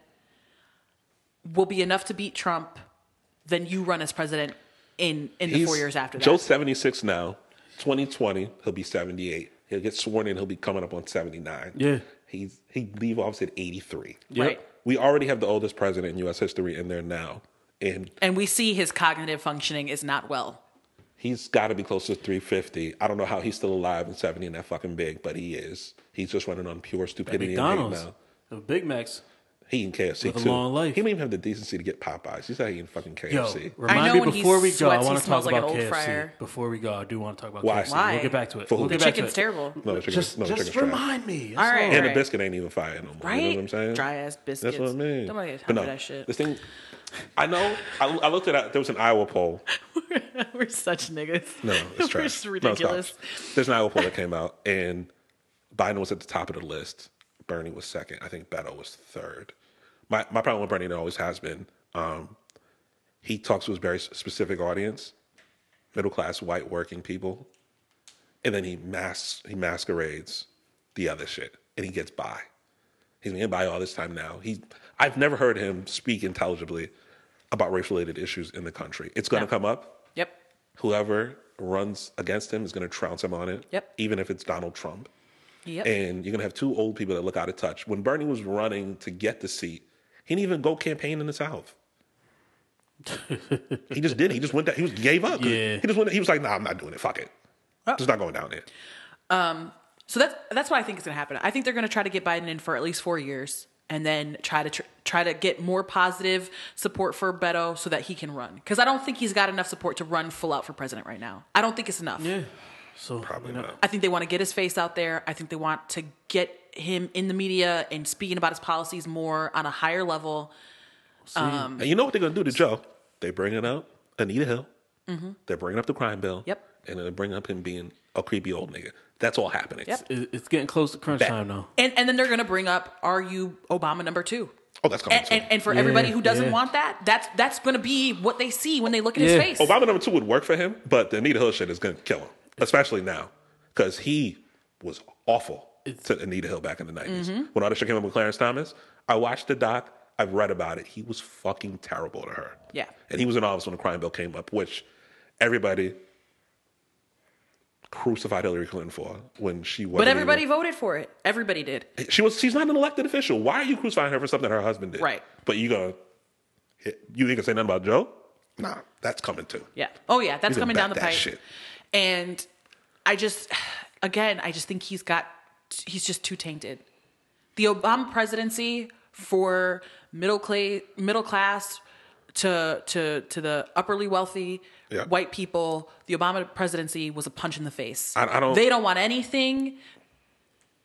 C: Will be enough to beat Trump. Then you run as president in in the 4 years after that.
B: Joe's 76 now. 2020, he'll be 78. He'll get sworn in. He'll be coming up on 79.
A: Yeah.
B: He's he'd leave office at 83.
A: Yep.
C: Right.
B: We already have the oldest president in U.S. history in there now, and
C: and we see his cognitive functioning is not well.
B: he's got to be close to 350. I don't know how he's still alive and 70 and that fucking big, but he is. He's just running on pure stupidity and hate
A: McDonald's,
B: now.
A: the Big Macs.
B: He eating KFC
A: With a
B: too.
A: long life.
B: He didn't even have the decency to get Popeyes. He's not eating fucking
A: Yo,
B: KFC.
A: remind
C: I know
A: me
C: when he
A: before we go. I
C: sweats, he
A: want to talk
C: smells like an
A: about
C: old
A: KFC.
C: fryer.
A: Before we go, I do want to talk about
B: Why?
A: KFC.
C: Why?
A: We'll get back to it.
B: Fool.
A: We'll get
B: The
A: back
C: Chicken's
A: to it.
C: terrible.
B: no, the chicken,
A: Just,
B: no, the
A: just
B: chicken's trash.
A: remind me.
C: All right.
B: And the biscuit ain't even fire no more. You know
C: Right?
B: what I'm saying?
C: Dry-ass
B: That's what
C: biscuits.
B: I mean.
C: Don't nobody have time
B: But
C: for that shit.
B: This thing, I know. I, I looked at it. There was an Iowa poll.
C: We're such niggas.
B: No, it's trash.
C: We're just
B: No, it's
C: ridiculous.
B: garbage. There's an Iowa poll that came out, and Biden was at the top of the list. Bernie was second. I think Beto was third. My my problem with Bernie and it always has been um, he talks to his very specific audience, middle class white working people, and then he masks he masquerades the other shit, and he gets by. He's been by all this time now. He I've never heard him speak intelligibly about race related issues in the country. It's going to
C: No.
B: come up
C: Yep.
B: whoever runs against him is going to trounce him on it.
C: Yep.
B: Even if it's Donald Trump.
C: Yep.
B: And you're going to have two old people that look out of touch. When Bernie was running to get the seat, he didn't even go campaign in the South. he just did. He just went down. He was gave up.
A: Yeah.
B: He just went. He was like, "Nah, I'm not doing it. Fuck it. Just not going down there."
C: so that's that's what I think is going to happen. I think they're going to try to get Biden in for at least four years, and then try to tr- try to get more positive support for Beto so that he can run. Because I don't think he's got enough support to run full out for president right now. I don't think it's enough.
A: Yeah. So
B: Probably
A: you know,
B: not.
C: I think they want to get his face out there. I think they want to get him in the media and speaking about his policies more on a higher level. um,
B: and you know what they're going to do to Joe? They bring it up Anita Hill. They're bringing up the crime bill.
C: Mm-hmm. Yep.
B: And then they bring up him being a creepy old nigga. That's all happening.
C: Yep.
A: it- it's getting close to crunch
B: Bet.
A: time now.
C: And and then they're going to bring up, "Are you Obama number two?
B: Oh, that's coming.
C: and,
B: soon.
C: and, and for everybody who doesn't
A: yeah.
C: want that, that's that's going to be what they see when they look at
A: Yeah.
C: his face.
B: Obama number two would work for him, but the Anita Hill shit is going to kill him, especially now, because he was awful to Anita Hill back in the 90s.
C: Mm-hmm.
B: When all this shit came up with Clarence Thomas, I watched the doc. I've read about it. He was fucking terrible to her.
C: Yeah.
B: And he was in office when the crime bill came up, which everybody crucified Hillary Clinton for when she was.
C: But everybody voted for it. Everybody did.
B: She was. She's not an elected official. Why are you crucifying her for something her husband did?
C: Right.
B: But you gonna you ain't gonna say nothing about Joe? Nah, that's coming too.
C: Yeah. Oh yeah, that's
B: can
C: coming
B: back
C: down the
B: that
C: pipe.
B: shit.
C: And I just again, I just think he's got he's just too tainted. The Obama presidency for middle class middle class to to to the upperly wealthy
B: Yeah.
C: white people, the Obama presidency was a punch in the face.
B: I- I don't-
C: They don't want anything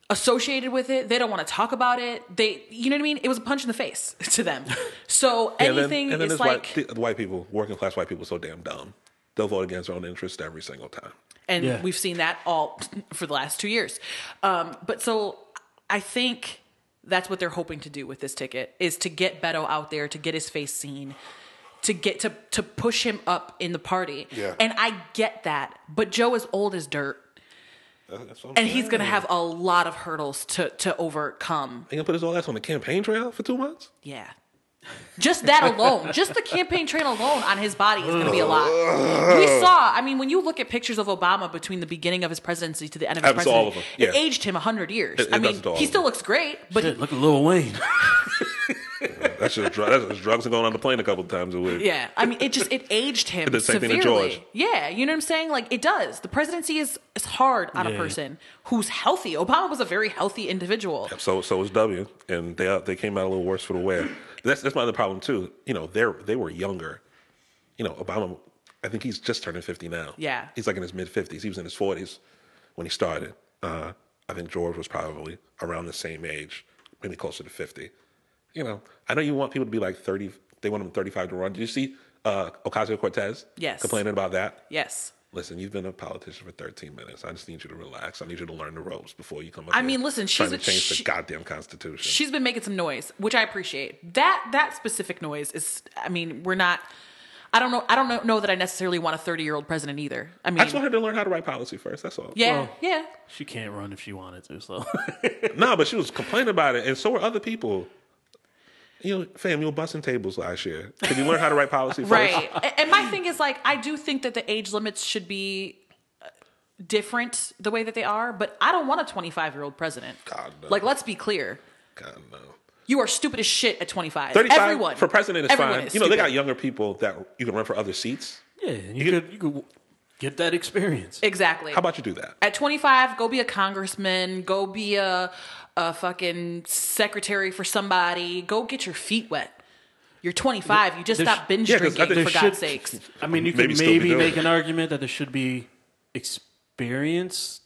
C: associated with it. They don't want to talk about it. They you know what I mean? It was a punch in the face to them. So
B: And then-
C: anything
B: and then
C: is
B: there's
C: like
B: white, the white people, working class white people, so damn dumb. They'll vote against their own interests every single time.
C: and
A: Yeah.
C: we've seen that all for the last two years. Um, but so I think that's what they're hoping to do with this ticket is to get Beto out there, to get his face seen, to get to to push him up in the party.
B: Yeah.
C: And I get that, but Joe is old as dirt, and he's gonna have a lot of hurdles to to overcome.
B: They gonna put his all ass on the campaign trail for two months.
C: Yeah. Just that alone, just the campaign trail alone on his body is going to be a lot. We saw, I mean, when you look at pictures of Obama between the beginning of his presidency to the end of his
B: I saw all
C: presidency,
B: of them,
C: it
B: yeah.
C: aged him 100 years.
B: It- it
C: I mean,
B: does to all
C: he
B: of
C: still
B: them.
C: looks great, but
A: Shit, look at Lil Wayne.
B: That's just dr- that's just drugs and going on the plane a couple times a week.
C: yeah, I mean, it just it aged him
B: did the same thing to
C: severely.
B: George.
C: Yeah, you know what I'm saying? Like it does. The presidency is is hard on a
A: Yeah.
C: person who's healthy. Obama was a very healthy individual.
B: So so was W, and they uh, they came out a little worse for the wear. That's that's my other problem too. You know, they they were younger. You know, Obama. I think he's just turning fifty now.
C: Yeah.
B: he's like in his mid fifties. He was in his forties when he started. Uh, I think George was probably around the same age, maybe closer to 50. You know, I know you want people to be like 30, they want them 35 to run. Did you see uh, Ocasio Cortez
C: Yes.
B: complaining about that?
C: Yes.
B: Listen, you've been a politician for 13 minutes. I just need you to relax. I need you to learn the ropes before you come up
C: I
B: here
C: mean, listen, she's
B: trying
C: a-
B: to change
C: she-
B: the goddamn Constitution.
C: She's been making some noise, which I appreciate. That that specific noise is I mean, we're not I don't know I don't know, know that I necessarily want a 30-year-old president either. I mean,
B: I just want her to learn how to write policy first. That's all.
C: yeah,
A: Well,
C: yeah.
A: She can't run if she wanted to. So
B: No, but she was complaining about it, and so were other people. You know, fam, you were busting tables last year. Can you learn how to write policy first?
C: Right. A- and my thing is like I do think that the age limits should be uh, different the way that they are, but I don't want a 25-year-old president.
B: God, no.
C: Like let's be clear.
B: God, no.
C: You are stupid as shit at 25.
B: 35
C: Everyone
B: for president is
C: everyone
B: fine. you know, they
C: stupid.
B: got younger people that you can run for other seats.
A: yeah, and you, could you could get that experience.
C: Exactly.
B: How about you do that?
C: at 25 go be a congressman go be a, a fucking secretary for somebody go get your feet wet you're 25 you just
A: There's-
C: stop binge
B: yeah, 'cause I
C: drinking
B: think-
C: for
A: there
C: god's
A: should-
C: sakes
A: I mean, you could
B: Maybe
A: maybe,
B: still be doing
A: make
B: it.
A: an argument that there should be experience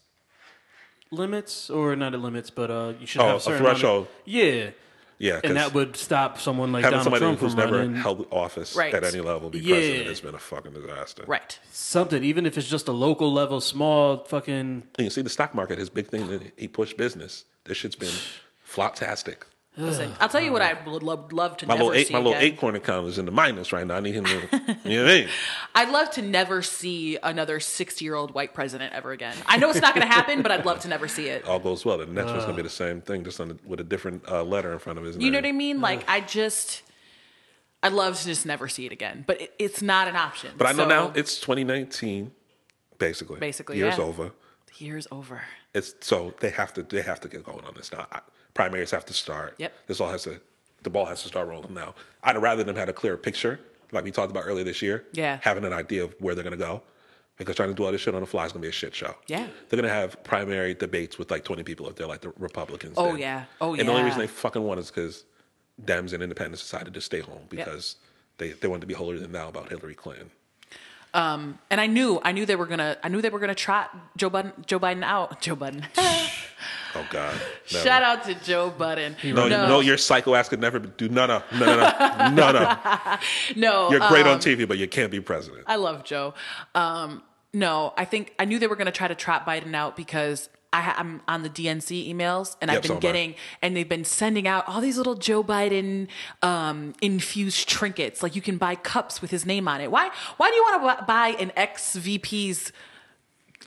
A: limits, or not a limits, but uh, you should
B: Oh,
A: have
B: a
A: a certain amount of-
B: threshold.
A: yeah,
B: Yeah,
A: and
B: because
A: that would stop someone like
B: having
A: Donald
B: somebody
A: Trump
B: who's
A: from
B: never
A: running
B: held office
C: Right.
B: at any level be
A: Yeah.
B: president has been a fucking disaster.
C: right
A: something, even if it's just a local level, small fucking.
B: And you see, the stock market, his big thing, that he pushed business. This shit's been floptastic.
C: Listen, i'll tell you what i would love, love to
B: My
C: never
B: little eight,
C: see
B: my little
C: again.
B: acorn account is in the minus right now. I need him to, you know what I mean?
C: i'd love to never see another 60 year old white president ever again i know it's not going to happen but i'd love to never see it
B: all goes well. The next one's gonna be the same thing, just on a, with a different uh, letter in front of his name.
C: Uh. you know what i mean like i just i'd love to just never see it again but it, it's not an option
B: But I know
C: So,
B: now it's 2019, basically.
C: Basically,
B: years
C: yeah.
B: over.
C: the year's over
B: It's so they have to they have to get going on this now. I, primaries have to start.
C: Yep.
B: This all has to the ball has to start rolling now. I'd rather them had a clear picture, like we talked about earlier this year.
C: Yeah.
B: Having an idea of where they're gonna go. Because trying to do all this shit on the fly is gonna be a shit show.
C: Yeah.
B: They're gonna have primary debates with like twenty people if they're like the Republicans.
C: Oh,
B: did.
C: yeah. Oh,
B: And the only
C: yeah.
B: reason they fucking won is because Dems and independents decided to stay home because they, they wanted to be holier than thou about Hillary Clinton.
C: and I knew I knew they were gonna I knew they were gonna trot Joe Biden Joe Biden out Joe Biden.
B: Oh God. Never.
C: Shout out to Joe Biden.
B: No, no,
C: no,
B: your psycho ass could never do. No, no, no, no, no, no, no.
C: no,
B: You're
C: uh,
B: great on TV, but you can't be president.
C: I love Joe. Um, no, I think I knew they were gonna try to trot Biden out because. I, ha- I'm on the DNC emails, and
B: Yep,
C: I've
B: so
C: been
B: am I.
C: getting, and they've been sending out all these little Joe Biden um, infused trinkets. Like you can buy cups with his name on it. Why? Why do you want to buy an XVP's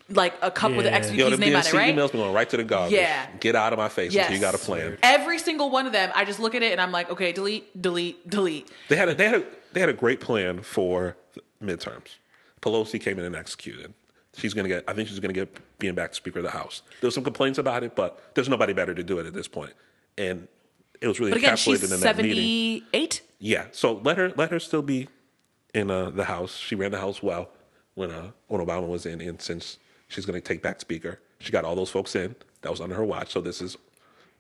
C: like a cup with an
A: Yeah.
C: XVP's
B: Yo, the
C: name on
B: DNC
C: it? Right?
B: emails been going right to the garbage.
C: Yeah.
B: Get out of my face until
C: Yes.
B: you got a plan.
C: Every single one of them, I just look at it and I'm like, okay, delete, delete, delete.
B: They had a, they had a, they had a great plan for midterms. Pelosi came in and executed. She's gonna get. I think she's gonna get being back Speaker of the House. There was some complaints about it, but there's nobody better to do it at this point. And it was really
C: But again,
B: encapsulated
C: she's
B: in that meeting.
C: 78.
B: Yeah. So let her let her still be in uh, the house. She ran the house well when uh, when Obama was in, and since she's going to take back Speaker, she got all those folks in. That was under her watch. So this is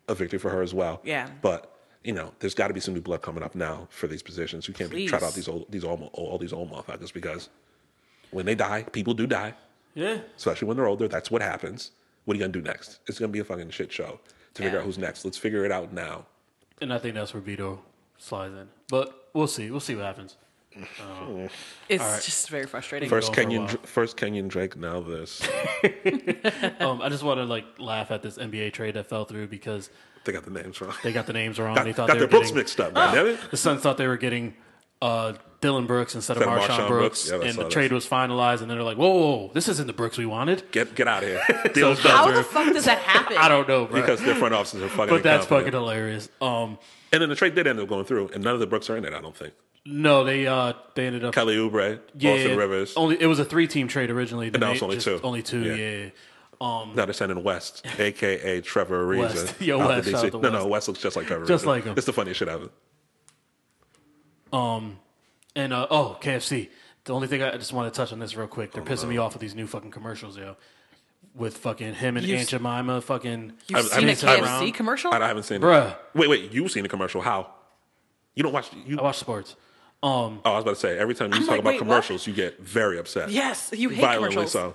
B: a victory for her as well.
C: Yeah.
B: But you know, there's got to be some new blood coming up now for these positions. You can't be trot out
C: Please.
B: these old these old mo- all these old motherfuckers because when they die, people do die,
A: Yeah,
B: especially when they're older. That's what happens. What are you gonna do next? It's gonna be a fucking shit show to figure
C: Yeah.
B: out who's next. Let's figure it out now.
A: and I think that's where Beto slides in. But we'll see. We'll see what happens.
C: It's just very frustrating.
B: First
A: go for a
B: Kenyan,
A: while.
B: Dra- first Kenyan Drake. Now this.
A: Um, I just want to like laugh at this NBA trade that fell through because
B: they got the names wrong.
A: they got the names wrong. they
B: got,
A: thought
B: got
A: they
B: their
A: were
B: books
A: getting,
B: mixed up. God damn it.
A: The Suns thought they were getting uh, Dylan Brooks instead of
B: Instead of
A: Marshawn,
B: Marshawn Brooks.
A: Brooks,
B: Yeah, I
A: and
B: saw
A: the
B: that.
A: trade was finalized. And then they're like, "Whoa, whoa, whoa, this isn't the Brooks we wanted."
B: Get get out of here. Deal's
A: So-
B: done.
C: How the fuck does that happen?
A: I don't know, bro.
B: Because their front offices are fucking.
A: but that's
B: incompetent.
A: fucking hilarious. Um,
B: And then the trade did end up going through, and none of the Brooks are in it. I don't think.
A: no, they uh, they ended up
B: Kelly Oubre,
A: yeah, Oh.
B: Austin Rivers.
A: Only it was a three team trade originally. And
B: now it's only two.
A: Only two,
B: Yeah.
A: yeah.
B: now they're sending West, aka Trevor
A: West.
B: Ariza.
A: Yo,
B: out to
A: West,
B: DC.
A: shout out to
B: No, no,
A: West.
B: West looks just like Trevor.
A: Just
B: Ariza.
A: like him.
B: It's the funniest shit ever.
A: And uh, oh, KFC. The only thing I I just want to touch on this real quick.
B: Oh,
A: They're pissing me off with these new fucking commercials, yo. With fucking him and
C: You've
A: Aunt
C: s-
A: Jemima, fucking
C: You've
B: I've-
C: seen a
B: I've-
C: KFC
B: I've-
C: commercial?
B: I I haven't seen it.
A: Bruh.
B: Wait, wait. You've seen the commercial? How? You don't watch? You,
A: I
B: oh,
A: watch sports. Um,
B: I was about to say. Every time you
C: I'm
B: talk
C: like,
B: about
C: wait, what?
B: commercials, you get very upset.
C: yes, you hate
B: violently
C: commercials.
B: so.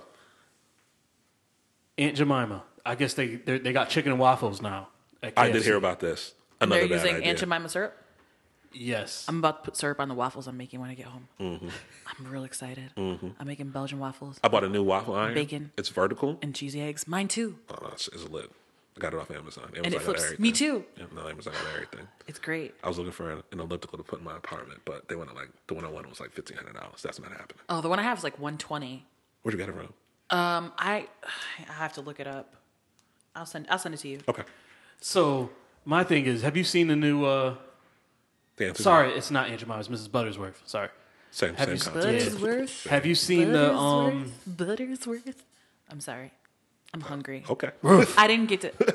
A: Aunt Jemima. I guess they they they got chicken and waffles now. at
B: I did
A: KFC.
B: hear about this. Another
C: They're
B: bad
C: using
B: idea.
C: Aunt Jemima syrup.
A: Yes.
C: I'm about to put syrup on the waffles I'm making when I get home.
B: Mm-hmm.
C: I'm real excited. I'm making Belgian waffles
B: I bought a new waffle iron.
C: Bacon.
B: It's vertical.
C: and cheesy eggs. Mine too.
B: Oh, no, it's, it's lit. I got it off Amazon. Amazon
C: it
B: got
C: flips.
B: Everything.
C: Me too.
B: Yeah, no, Amazon got everything.
C: It's great.
B: I was looking for an, an elliptical to put in my apartment, but they went like the one I wanted was like fifteen hundred dollars. That's not happening.
C: Oh, the one I have is like 120.
B: Where'd you get it from?
C: Um, I I have to look it up. I'll send I'll send it to you.
B: Okay.
A: So my thing is, have you seen the new? uh
B: The answer's
A: Sorry, it's not Aunt Jemima. It's Mrs. Buttersworth. Sorry.
B: Same,
A: Have
B: same
A: you-
B: concept.
C: Buttersworth.
A: Have you seen the um?
C: Buttersworth. Buttersworth. I'm sorry. I'm hungry.
A: Oh.
B: Okay.
C: I didn't get to. Digga,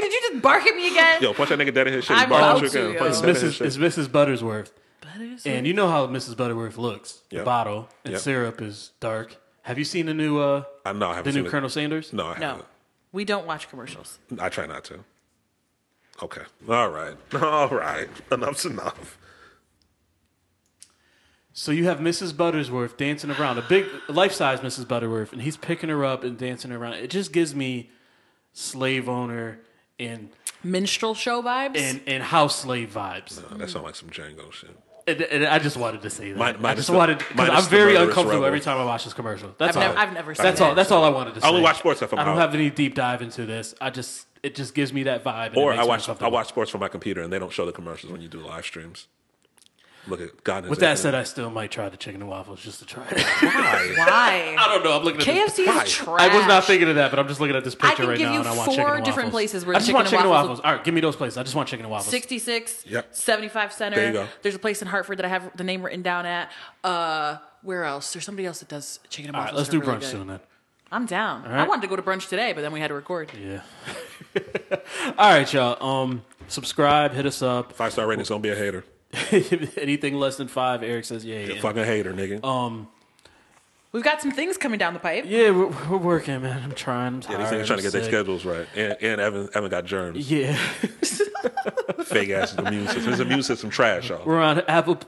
C: did you just bark at me again?
B: Yo, punch that nigga dead in his shit. He's
C: I'm
B: barking
C: about
B: shit
C: to,
B: down.
C: yo.
B: Punch
A: It's
B: him dead in his
A: Mrs.
B: shit.
A: It's Mrs. Buttersworth,
C: Buttersworth.
A: and you know how Mrs. Buttersworth looks. The
B: Yep.
A: bottle and
B: Yep.
A: syrup is dark. Have you seen the new uh?
B: I know. I haven't
A: The
B: seen
A: new
B: it.
A: Colonel Sanders.
B: No, I
C: no,
B: haven't.
C: we don't watch commercials.
B: I try not to. Okay. All right. All right. Enough's enough.
A: So you have Mrs. Buttersworth dancing around, a big life size Mrs. Butterworth, and he's picking her up and dancing around. It just gives me slave owner and
C: Minstrel show vibes.
A: and, and house slave vibes.
B: No, that sounds like some Django shit.
A: And, and I just wanted to say that.
B: Min-
A: I
B: minus
A: just
B: the-
A: wanted because
B: minus
A: I'm
B: the
A: very
B: murderous
A: uncomfortable
B: rebel.
A: every time I watch this commercial. That's
C: I've
A: all.
C: never- I've never seen
A: that's
C: it.
A: all. That's all I wanted to say.
B: I only watch sports if I'm
A: I don't
B: out.
A: have any deep dive into this. I just it just gives me that vibe. and it
B: Or
A: makes
B: I
A: me
B: watch I
A: uncomfortable.
B: watch sports from my computer and they don't show the commercials when you do live streams. Look at God. and
A: With
B: his
A: that
B: angel.
A: said, I still might try the chicken and waffles just to try it.
B: Why?
A: I
C: Why?
A: don't know. I'm looking at this-
C: KFC
B: Why?
C: is trash.
A: I was not thinking of that, but I'm just looking at this
C: I
A: picture
C: can
A: right
C: give
A: now,
C: you
A: and I want chicken
C: four
A: and
C: different
A: waffles.
C: places where
A: I just
C: chicken
A: want
C: and
A: chicken
C: waffles-
A: and waffles. All right, give me those places. I just want chicken and waffles.
C: 66,
B: Yep.
C: 75 Center.
B: There you go.
C: There's a place in Hartford that I have the name written down at. Uh, where else? There's somebody else that does chicken and
A: All
C: waffles.
A: right, let's
C: that
A: do
C: are
A: brunch
C: really good.
A: soon then.
C: I'm down. I
A: right.
C: wanted to go to brunch today, but then we had to record.
A: Yeah. All right, y'all. Um, subscribe, hit us up.
B: Five star ratings. Don't be a hater.
A: Anything less than five, Eric says, yeah. Yeah, Oh,
B: Fucking hater, nigga.
C: We've got some things coming down the pipe.
A: yeah we're, we're working, man. I'm trying. I'm tired.
B: These niggas trying to get their schedules right. And, and Evan, Evan got germs.
A: Yeah,
B: Fake ass immune system. His immune system trash, y'all.
A: we're on Apple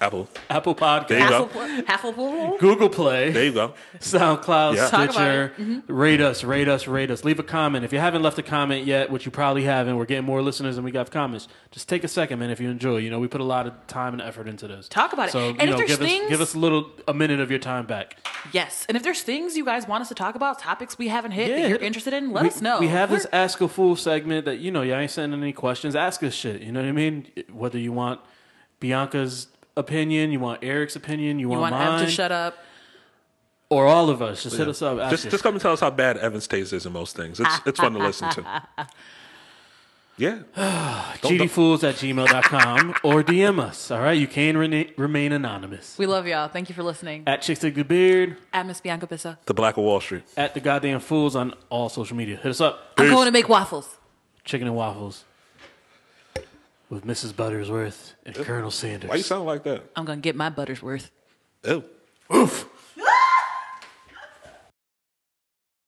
A: Apple,
B: Apple.
A: Apple
B: There you
A: Podcast,
B: go.
C: Hasselpl- Hasselpl-
A: Google Play,
B: There you go.
A: SoundCloud,
B: Yeah.
C: Talk about Mm-hmm.
A: Stitcher. Rate us, rate us, rate us. Leave a comment. If you haven't left a comment yet, which you probably haven't, we're getting more listeners than we got comments. Just take a second, man, if you enjoy. You know, we put a lot of time and effort into this.
C: Talk about it.
A: So,
C: And
A: you
C: if
A: know,
C: there's
A: give us
C: things-
A: give us a little a minute of your time back.
C: Yes. And if there's things you guys want us to talk about, topics we haven't hit
A: Yeah,
C: that you're
A: hit-
C: interested in, let
A: we,
C: us know.
A: We have this
C: We're-
A: ask a fool segment that you know y'all ain't sending any questions. Ask us shit. You know what I mean? Whether you want Bianca's opinion, you want Eric's opinion, you,
C: You
A: want,
C: want
A: mine,
C: Ev to shut up?
A: or all of us. Just hit us up. Ask
B: Just,
A: us.
B: just come and tell us how bad Evan's taste is in most things. It's, it's fun to listen to. Yeah. Don't- don't-
A: gdfools at gmail.com or DM us. All right, you can rena- remain anonymous.
C: We love y'all. Thank you for listening.
A: At Chicks Dig the Beard,
C: At Miss Bianca Pissa.
B: The Black of Wall Street.
A: at the Goddamn Fools on all social media. Hit us up.
C: I'm
B: Peace.
C: going to make waffles.
A: Chicken and waffles with Mrs. Buttersworth and Colonel Sanders.
B: Why you sound like that?
C: I'm going to get my butter's worth.
B: Ew.
A: Oof.